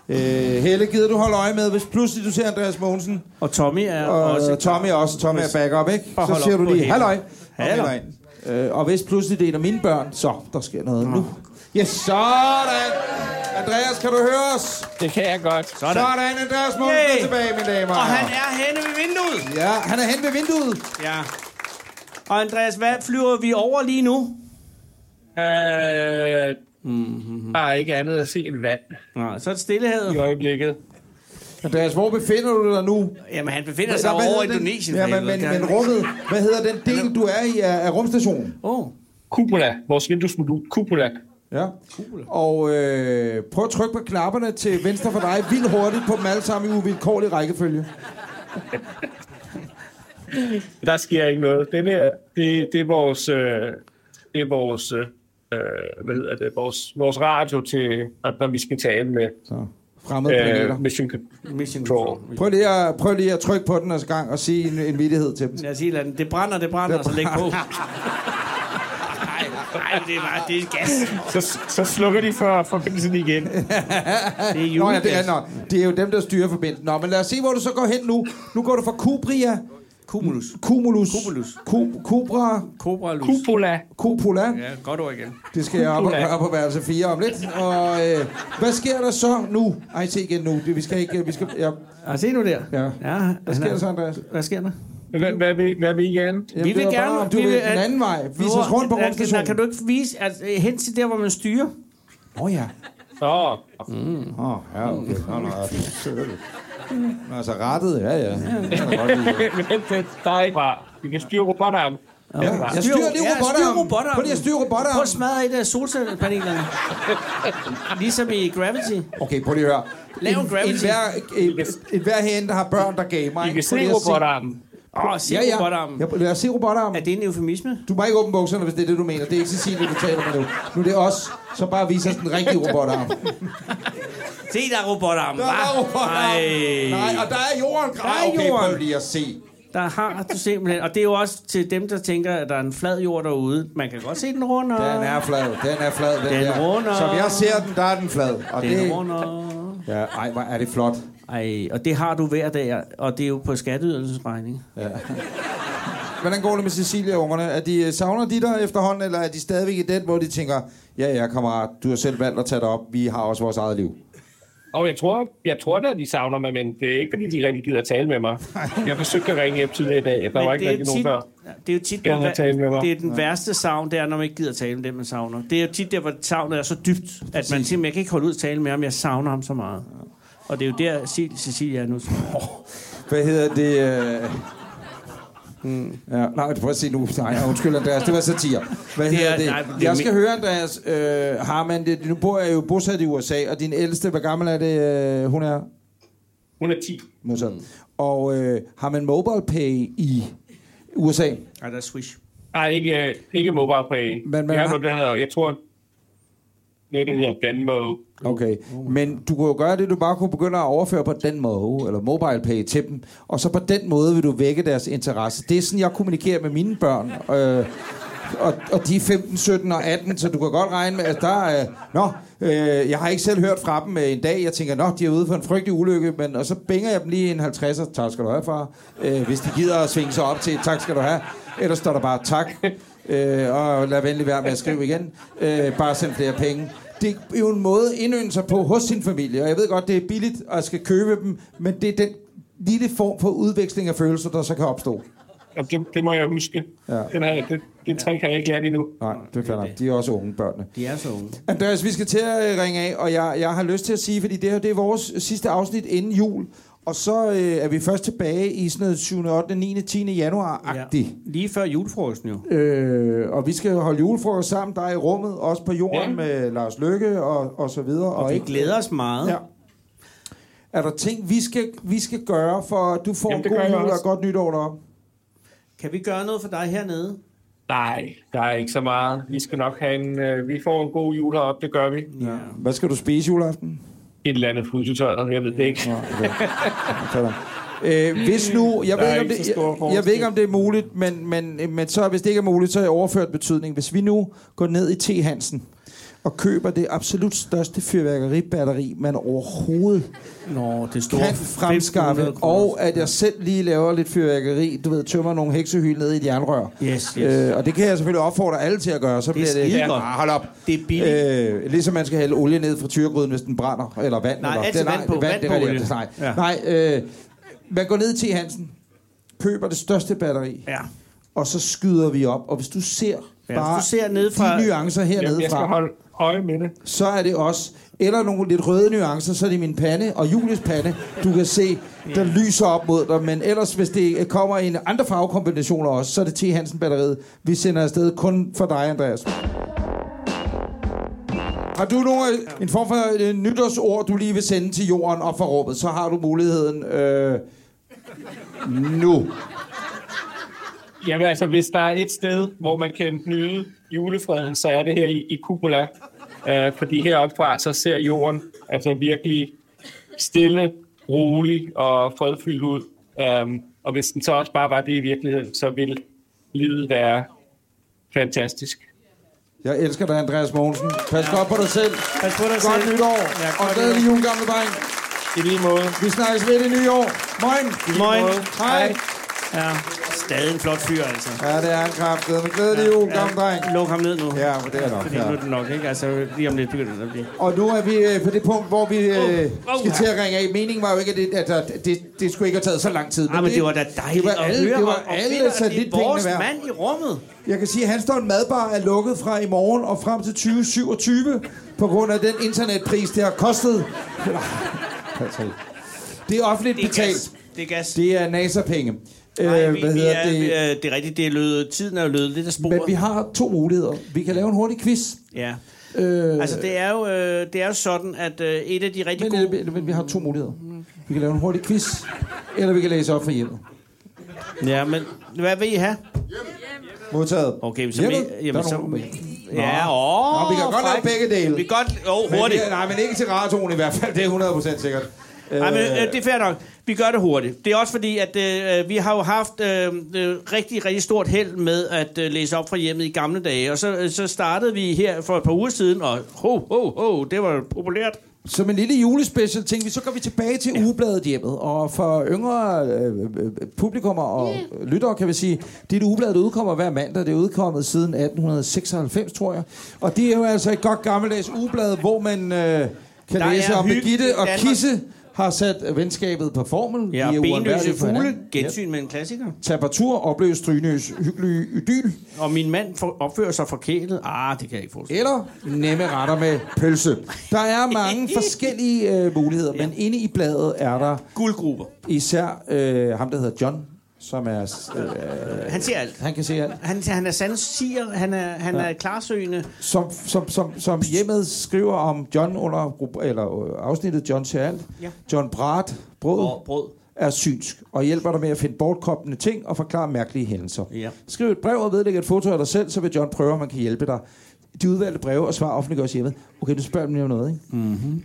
Øh, Helle, gider du holde øje med, hvis pludselig du ser Andreas Mogensen?
Og Tommy er
og øh,
også...
Tommy er også. Tommy er backup, ikke?
Og
Så
hold
siger
op
du
på
lige,
Helle.
halløj. Og
Halløj.
melder ind. Øh, og hvis pludselig det er en af mine børn, så der sker noget nu. Yes, sådan. Andreas, kan du høre os?
Det kan jeg godt.
Sådan, sådan Andreas Mogensen er
Yay.
tilbage, mine damer.
Og han er henne ved vinduet.
Ja, han er hen ved vinduet.
Ja. Og Andreas, hvad flyver vi over lige nu?
Øh, Der er ikke andet at se end vand.
Nej, så er det stillehavet.
I øjeblikket.
Andreas, hvor befinder du dig nu?
Jamen, han befinder
Hvad-
sig
hvad
Altså, over
hedder den?
Indonesien.
Ja,
for
men,
helvede.
men,
Kan
men
han-
rummet, hvad hedder den del, du er i af, af rumstationen?
Åh. Oh.
Cupola, vores vinduesmodul. Cupola.
Ja. Og øh, prøv at trykke på knapperne til venstre for dig vildt hurtigt på dem alle sammen i uvilkårlig rækkefølge.
Der sker ikke noget. Den her, det, det er vores, øh, det er vores, øh, hvad hedder det, vores, vores radio til, at når vi skal tale med, øh,
Så.
Øh.
fremmede planeter.
mission, Con-
mission
Control.
Prøv lige at, prøv lige at trykke på den en gang og sige en, en vittighed til dem.
Lad os sige, lad den. det brænder, det brænder,
Det
så læg på.
brænder.
Nej, det er bare, det er gas.
Så, så slukker de for forbindelsen igen.
Det er
Nå, ja, det, er,
julegas.
nå, det er jo dem, der styrer forbindelsen. Nå, men lad os se, hvor du så går hen nu. Nu går du fra Kubria.
Cumulus.
Cumulus.
Cumulus.
Ku, kubra.
Cobra lus.
Cupola.
Cupola.
Ja, godt ord igen.
Det skal jeg op og
Cupola.
gøre på værelse 4 om lidt. Og øh, hvad sker der så nu? Ej, se igen nu. Det, vi skal ikke... øh, Vi skal, ja.
Ah, se nu der.
Ja.
ja
Hvad sker der så, Andreas?
Hvad sker der?
Hvad, hvad, vil, hvad vil I gerne?
Jamen, det var bare, om du vil den
at-
anden vej. Vis
Hvor-
os rundt på
at-
rumstationen.
Kan, kan du ikke vise, at, øh, hen til der, hvor man styrer?
Åh oh, ja.
Nå.
Mm. Åh, oh, ja, okay. Nå, nå, nå. Altså rettet, ja, ja.
Vent lidt, der er ikke bare. Vi kan styre robotarmen.
Ja, jeg styrer lige
Ja,
robotarmen.
styr robotarmen.
Prøv lige at styre
Prøv at
robotarmen.
smadre et af solcellepanelerne. ligesom i Gravity.
Okay, prøv lige at høre.
Lav en
En-
gravity.
En hver, en, en hver herinde, der har børn, der gamer.
I
ikke?
kan
Prøv
se
lige at
robotarmen.
Åh, se
Ja, ja.
robotarmen.
Ja, lad os se robotarmen.
Er det en eufemisme?
Du må ikke åbne bukserne, hvis det er det, du mener. Det er ikke Cecilie, du taler med nu. Nu er det os, som bare viser os den rigtige robotarm.
Se der robotarmen,
Der var robotarmen.
Nej.
Nej, og der er jorden.
Der er
Okay, prøv
jorden.
lige at se.
Der har du simpelthen... Og det er jo også til dem, der tænker, at der er en flad jord derude. Man kan godt se den runder.
Den er flad, den er flad, den,
Den
der.
runder.
Som jeg ser den, der er den flad. Og
Den
det,
runder.
Ja, ej, hvor er det flot.
Ej, og det har du hver dag, og det er jo på skatteydelsesregning.
Ja. Hvordan går det med Cecilia og ungerne? Er de, øh, savner de dig efterhånden, eller er de stadigvæk i den, hvor de tænker, ja, ja, kammerat, du har selv valgt at tage dig op, vi har også vores eget liv?
Og jeg tror, jeg tror da, de savner mig, men det er ikke, fordi de rigtig gider at tale med mig. Jeg forsøgte at ringe hjem til i dag. Der var ikke
det er
rigtig nogen,
tit-
der...
Ja, Det er jo tit,
Gerne
hvor-
at tale med mig.
det er den
Ja.
værste savn, det er, når man ikke gider at tale med dem, man savner. Det er jo tit der, hvor savnet er så dybt, at man siger, jeg kan ikke holde ud at tale med ham, jeg savner ham så meget. Og det er jo der, Ce- Cecilia er nu.
Hvad hedder det? Øh... Mm. Ja, nej, prøv at se nu. Nej, undskyld, Andreas, det var satire. Hvad
Det er-
hedder det?
nej, men det er
jeg skal
me-
høre, Andreas, øh, Harman, det, nu bor jeg jo bosat i USA, og din ældste, hvor gammel er det, øh, hun er?
Hun er 10.
Modsat. Og øh, har man mobile pay i USA?
Ej, der er swish.
Nej, ikke, øh, ikke mobile pay.
Men-
Men,
men-
men, jeg, har... den her, jeg tror, det er den her Danmo.
Okay, men du kunne jo gøre det, du bare kunne begynde at overføre på den måde, eller mobile pay til dem, og så på den måde vil du vække deres interesse. Det er sådan, jeg kommunikerer med mine børn, øh, og, og de er 15, 17 og 18, så du kan godt regne med, at der er... Øh, nå, øh, jeg har ikke selv hørt fra dem øh, en dag, jeg tænker, nå, de er ude for en frygtelig ulykke, men, og så bænger jeg dem lige en 50'er, tak skal du have, far, øh, hvis de gider at svinge sig op til, tak skal du have, ellers står der bare tak, øh, og lad venlig være med at skrive igen, øh, bare send flere penge. Det er jo en måde at indønde sig på hos sin familie, og jeg ved godt, det er billigt at skal købe dem, men det er den lille form for udveksling af følelser, der så kan opstå.
Og det, det må jeg huske.
Ja.
Ja. Den her, det, det trick har jeg ikke lært endnu.
Nej, det er fair nok. De er også unge, børnene.
De er så unge.
Andreas, vi skal til at øh, ringe af, og jeg, jeg har lyst til at sige, fordi det her det er vores sidste afsnit inden jul, og så øh, er vi først tilbage i sådan noget 7., 8., 9., 10. januar-agtigt. Ja.
Lige før julefrokosten jo.
Øh, og vi skal holde julefrokost sammen, der er i rummet, også på jorden ja.
Ja.
med Lars Lykke og, og så videre.
Og vi glæder os meget.
Ja. Er der ting, vi skal, vi skal gøre, for at du får
Jamen,
Jamen,
det
en
gør jeg
god jul og
også.
et godt nytår deroppe?
Kan vi gøre noget for dig hernede?
Nej, der er ikke så meget. Vi skal nok have en... Øh, vi får en god jul heroppe, det gør vi.
Ja. Hvad skal du spise juleaften?
Et eller andet fusetøjet, jeg ved det ikke.
Sådan. Øh, hvis nu, jeg
Der
ved,
er
ikke, om
ikke så
det,
stor
jeg, jeg ved
forskel.
ikke om det er muligt, men, men, men så, hvis det ikke er muligt, så er i overført betydning. Hvis vi nu går ned i T. Hansen og køber det absolut største fyrværkeribatteri, man overhovedet
Nå, det store
kan fremskaffe,
500 kroner.
og at jeg selv lige laver lidt fyrværkeri, du ved, tømmer nogle heksehyl ned i et jernrør.
Yes, yes.
Øh, og det kan jeg selvfølgelig opfordre alle til at gøre, så
Det er
bliver det...
skidegodt.
Ah, hold op.
Det er billigt.
Øh, ligesom man skal hælde olie ned fra tyregryden, hvis den brænder, eller vand.
Nej,
eller,
altid
det-
vand på. Vand
det
på
er
olie.
rigtigt. Nej,
Ja.
nej øh, man går ned til Hansen, køber det største batteri,
ja.
og så skyder vi op. Og hvis du ser
Ja,
bare
hvis du ser nede fra-
de nuancer hernede
Jamen, jeg skal
fra,
holde øje med det.
så er det os. Eller nogle lidt røde nuancer, så er det min pande og Julies pande, du kan se, der lyser op mod dig. Men ellers, hvis det kommer i en andre farvekombinationer også, så er det T. Hansen-batteriet, vi sender afsted kun for dig, Andreas. Har du nogen, en form for øh, nytårsord, du lige vil sende til jorden og fra rummet, så har du muligheden øh, nu.
Jamen altså, hvis der er et sted, hvor man kan nyde julefreden, så er det her i, i Cupola. Uh, fordi heroppe fra, så ser jorden altså virkelig stille, rolig og fredfyldt ud. Um, og hvis den så også bare var det i virkeligheden, så vil livet være fantastisk.
Jeg elsker dig, Andreas Mogensen. Pas godt på dig selv.
Pas på dig
godt
selv.
nytår.
Ja,
Ja,
godt
og glædelig
nytår.
jul, gamle dreng.
I lige måde.
Vi snakkes ved det nye år. Moin.
Moin.
Hej.
Ja, stadig en flot fyr, altså.
Ja, det er en kraft. Glædelig jul, gamle dreng.
Luk ham ned nu.
Ja, men det er nok,
Fordi
ja.
nu er det nok, ikke? Altså, lige om lidt begynder det at blive.
Og nu er vi øh, på det punkt, hvor vi øh,
oh,
skal
ja.
til at ringe af. Meningen var jo ikke, at det, at der- det, det skulle ikke have taget så lang tid.
Ah, men det var da dejligt
det var
at
alle,
høre,
Det var
og- og fedt,
alle
at det er
satellitpengene
vores
værd.
mand i rummet.
Jeg kan sige, at han står en madbar er lukket fra i morgen og frem til 2027 på grund af den internetpris, det har kostet. Det er offentligt
Det er gas.
betalt.
Det er gas.
Det er NASA-penge. Øh,
Ej, vi,
hvad
vi
hedder
er,
det?
Vi er, det er rigtigt, det er løbet, tiden er jo løbet lidt af sporet.
Men vi har to muligheder. Vi kan lave en hurtig quiz.
Ja.
Øh,
Altså, det er jo, øh, det er jo sådan, at øh, et af de rigtig
men, øh,
gode...
men, men vi har to muligheder. Vi kan lave en hurtig quiz, eller vi kan læse op for hjemmet.
Ja, men hvad vil I have?
Modtaget.
Okay, så...
Hjemmet?
Jamen,
Der
jamen,
er
så
nogle-
ja,
Nå.
åh,
Nå, vi kan godt lave
fræk.
begge dele.
Vi kan godt... Åh,
Men
hurtigt.
det- nej, men ikke til radioen i hvert fald. Det er 100% sikkert.
Ej, men,
Øh,
øh, det er fair nok. Vi gør det hurtigt. Det er også fordi, at øh, vi har jo haft øh, øh, rigtig, rigtig stort held med at øh, læse op fra hjemmet i gamle dage. Og så, øh, så startede vi her for et par uger siden, og ho, ho, ho, det var populært.
Som en lille julespecial tænkte vi, så går vi tilbage til ugebladet hjemmet. Og for yngre øh, øh, publikummer og yeah. lyttere kan vi sige, det er et ugeblad, der udkommer hver mandag. Det er udkommet siden 1896, tror jeg. Og det er jo altså et godt gammeldags ugeblad, hvor man øh, kan
Der
der læse
er
om
hygge i
Birgitte og
Danmark.
Kisse har sat venskabet på formel.
Ja,
Vi er
benløse
uundværlige for
fugle,
hinanden.
gensyn med en klassiker.
Ja. Tapatur, opløs strynøs, hyggelig idyl.
Og min mand for, opfører sig forkælet. Ah, det kan jeg ikke forestille
Eller nemme retter med pølse. Der er mange forskellige øh, muligheder, men inde i bladet er der...
Guldgruber.
Især øh, ham, der hedder John, som er... Øh,
Han ser alt.
Han kan se alt.
Han, han er sandsiger, han er, han
Ja.
er klarsøgende.
Som, som, som, som hjemmet skriver om John under rub- eller øh, afsnittet John ser alt.
Ja.
John Brat, brød,
Brød, brød.
er synsk og hjælper dig med at finde bortkommende ting og forklare mærkelige hændelser.
Ja.
Skriv et brev og vedlæg et foto af dig selv, så vil John prøve, om han kan hjælpe dig. De udvalgte breve og svar offentliggøres hjemme. Okay, du spørger dem lige om noget, ikke? Mm-hmm.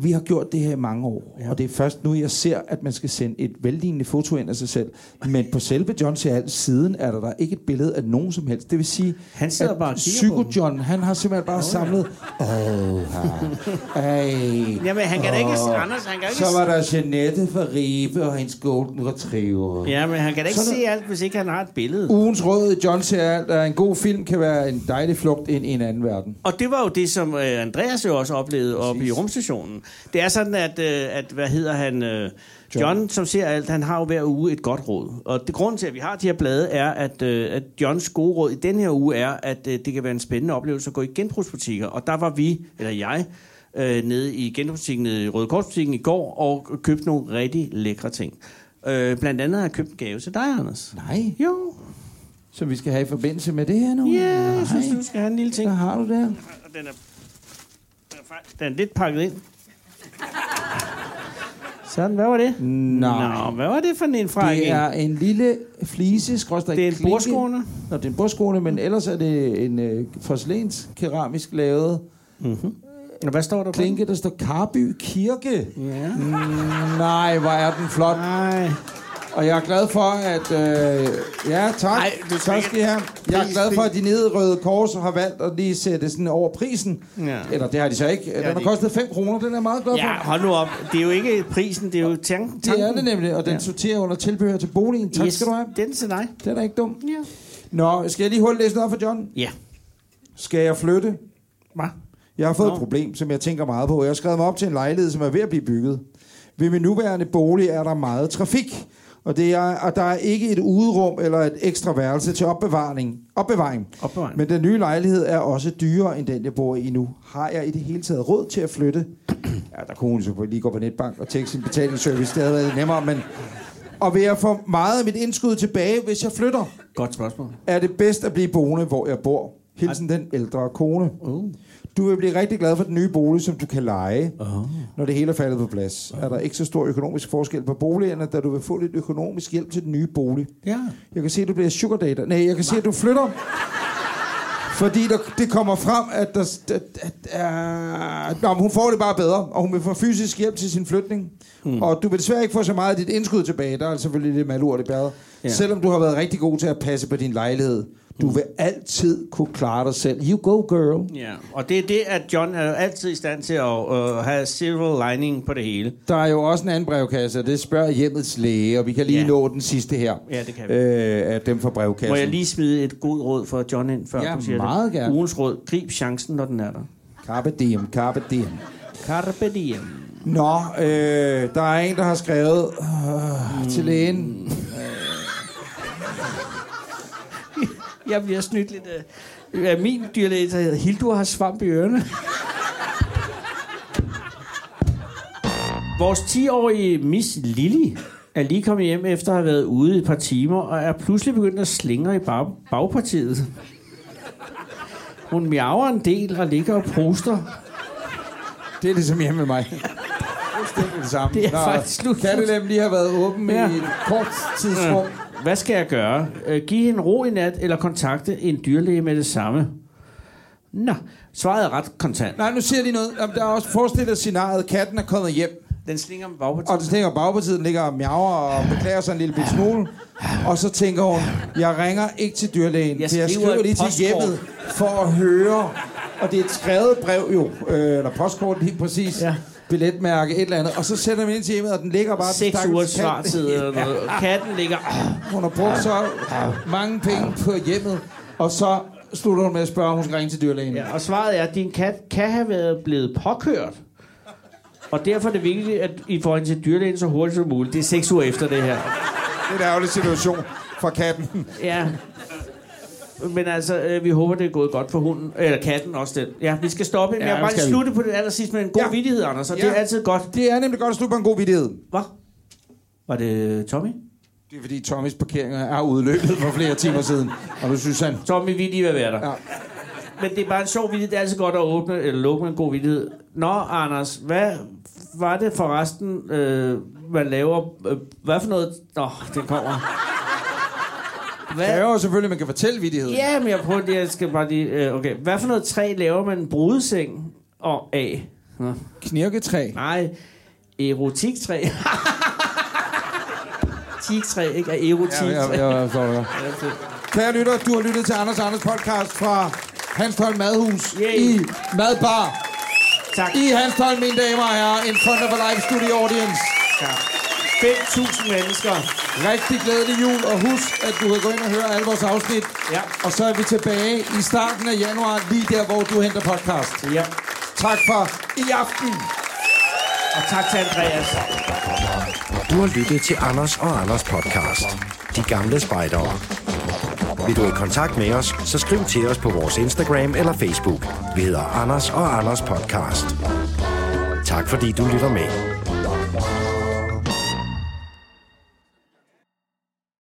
Vi har gjort det her i mange år, ja. og det er først nu, jeg ser, at man skal sende et vellignende foto ind af sig selv. Men på selve John Seals siden er der, der ikke et billede af nogen som helst. Det vil sige, han
sidder bare og kigger på
Psyko John, han har simpelthen bare samlet... Åh, oh, ej.
Jamen, han kan da ikke-
åh."
Anders, han kan ikke-
Så var der Jeanette fra Ribe og hendes golden retriever.
Ja, men han kan da ikke
Sådan.
se alt, hvis ikke han har et billede.
Ugens råd, John ser alt, er en god film kan være en dejlig flugt ind i en anden verden.
Og det var jo det, som øh, Andreas jo også oplevede oppe i rumstationen. Det er sådan, at, øh, at hvad hedder han, øh, John. John, som ser alt, han har jo hver uge et godt råd. Og det grund til, at vi har de her blade, er, at, øh, at Johns gode råd i den her uge er, at øh, det kan være en spændende oplevelse at gå i genbrugsbutikker. Og der var vi, eller jeg, øh, nede i genbrugsbutikken, nede i Røde Korsbutikken i går, og købte nogle rigtig lækre ting. Øh, blandt andet har jeg købt en gave til dig, Anders.
Nej.
Jo.
Som vi skal have i forbindelse med det her nu?
Ja, jeg synes,
Nej.
du skal have en lille ting.
Hvad har du der?
Og Den er, den er, fej- den er lidt pakket ind. Sådan, hvad var det?
Nej.
Nå, hvad var det for en fra
Det
igen?
er en lille flise, skråstrej
Det er en
klinke.
bordskåne.
Nå, det er en bordskåne, men ellers er det en øh, porcelæns keramisk lavet
Mm-hmm. Og hvad står der på
klinke, der står Karby Kirke.
Ja.
Mm, nej, hvor er den flot.
Nej.
Og jeg er glad for, at... Øh, ja, tak. Nej,
du
tak skal I have. Jeg er glad for, at de nede røde kors har valgt at lige sætte sådan over prisen.
Ja.
Eller det har de så ikke. Den har kostet 5 kroner, den er jeg meget glad for.
Ja, hold nu op. Det er jo ikke prisen, det er jo tanken.
Det er det nemlig, og den ja. sorterer under tilbehør til boligen. Tak
Yes,
yes. skal du have.
Den til dig.
Den er ikke dum.
Ja.
Nå, skal jeg lige hurtigt læse noget op for John?
Ja.
Skal jeg flytte?
Hvad?
Jeg har fået
Nå.
et problem, som jeg tænker meget på. Jeg har skrevet mig op til en lejlighed, som er ved at blive bygget. Ved min nuværende bolig er der meget trafik, og, det er, og der er ikke et uderum eller et ekstra værelse til opbevaring. opbevaring.
Opbevaring.
Men den nye lejlighed er også dyrere end den, jeg bor i nu. Har jeg i det hele taget råd til at flytte? Ja, der kunne hun så lige gå på netbank og tjekke sin betalingsservice. Det havde været nemmere, men... Og vil jeg få meget af mit indskud tilbage, hvis jeg flytter?
Godt spørgsmål.
Er det bedst at blive boende, hvor jeg bor? Hilsen den ældre kone. Du vil blive rigtig glad for den nye bolig, som du kan lege, når det hele er faldet på plads. Er der ikke så stor økonomisk forskel på boligerne, da du vil få lidt økonomisk hjælp til den nye bolig?
Ja.
Jeg kan se, at du bliver sugar dater. Nej, jeg kan se, at du flytter. Fordi der, det kommer frem, at der... At, at, at, nå, men hun får det bare bedre, og hun vil få fysisk hjælp til sin flytning.
Hmm.
Mm. Og du vil desværre ikke få så meget af dit indskud tilbage. Der er altså selvfølgelig lidt malurt i bæret.
Ja. Hmm.
Ja. Selvom du har været rigtig god til at passe på din lejlighed. Du vil altid kunne klare dig selv. You go, girl.
Ja, og det er det, at John er jo altid i stand til at øh, have silver lining på det hele.
Der er jo også en anden brevkasse, og det spørger hjemmets læge, og vi kan lige
Ja.
ja. nå den sidste her.
Ja, det kan vi.
Øh, af dem fra brevkassen.
Må jeg lige smide et godt råd for John ind, før
Ja,
du siger
meget
det?
gerne.
Ugens råd. Grib chancen, når den er der.
Carpe diem, carpe diem.
Carpe diem.
Nå, øh, der er en, der har skrevet øh, mm. til lægen.
Jeg bliver snydt lidt øh, af min dyrlæge, der hedder Hildur har svamp i ørerne. Vores 10-årige Miss Lily er lige kommet hjem efter at have været ude et par timer, og er pludselig begyndt at slingre i bag- bagpartiet. Hun miaver en del og ligger og proster.
Det er ligesom hjemme med mig. Fuldstændig det samme.
Det er
Der
faktisk slut.
Kattelem lige har været åben ja.
Ja.
i et kort tidsrum.
Hvad skal jeg gøre? Øh, Give hende ro i nat, eller kontakte en dyrlæge med det samme? Nå, svaret er ret kontant.
Nej, nu siger jeg lige noget. Jamen, Der er også forestillet scenariet, katten er kommet hjem.
Den slinger om bagpartiet.
Og den ligger bagpartiet, den ligger og miaver og beklager sig en lille bit smule. Og så tænker hun, jeg ringer ikke til dyrlægen,
Jeg
jeg for jeg
skriver
skriver
et
lige til
postkort.
hjemmet for at høre, Og det er et skrevet brev jo, øh, eller postkort helt præcis. Ja. Billetmærke, et eller andet. Og så sender man ind til hjemmet, og den ligger bare...
Seks
stakkels
ugers
kat-
svartid eller noget.
Ja.
Katten ligger...
Hun har brugt så mange penge på hjemmet, og så slutter hun med at spørge, om hun skal ringe til dyrlægen.
Ja, og svaret er, at din kat kan have været blevet påkørt. Og derfor er det vigtigt, at I får hende til dyrlægen så hurtigt som muligt. Det er seks uger efter det
Det
her.
er en ærgerlig situation for katten.
Ja. Men altså, øh, vi håber, det er gået godt for hunden. Eller katten også den. Ja, vi skal stoppe. Men
Ja,
ja, jeg
det
vil bare
skal
lige
vi.
slutte på det allersidst med en god ja. vidighed, Anders. Og ja. det er altid godt.
Det er nemlig godt at slutte på en god vidighed.
Hvad? Var det Tommy?
Det er fordi Tommys parkeringer er udløbet for flere timer siden. Og du synes han...
Tommy, vi er lige ved at være der.
Ja.
Men det er bare en sjov vidighed. Det er altid godt at åbne, eller lukke med en god vidighed. Nå, Anders, hvad var det forresten, øh, man laver? Øh, hvad for noget? Nå, den kommer. Hvad?
Det er jo selvfølgelig, at man kan fortælle vidigheden.
Ja, men jeg prøver lige, jeg skal bare lige... Øh, okay, hvad for noget træ laver man en brudeseng og af? Nå.
Knirketræ.
Nej, erotiktræ. Tiktræ, ikke? Er erotiktræ.
Ja, ja, ja, jeg forstår det godt.
Ja, fedt.
Kære lytter, du har lyttet til Anders og Anders podcast fra Hanstholm Madhus i Madbar.
Tak.
I Hanstholm, mine damer og herrer, in front of a live studio audience.
Ja. 5.000 mennesker.
Rigtig glædelig jul, og husk, at du kan gå ind og høre alle vores afsnit.
Ja.
Og så er vi tilbage i starten af januar, lige der, hvor du henter podcast.
Ja.
Tak for i aften.
Og tak til Andreas.
Du har lyttet til Anders og Anders podcast. De gamle spejdere. Vil du i kontakt med os, så skriv til os på vores Instagram eller Facebook. Vi hedder Anders og Anders podcast. Tak fordi du lytter med.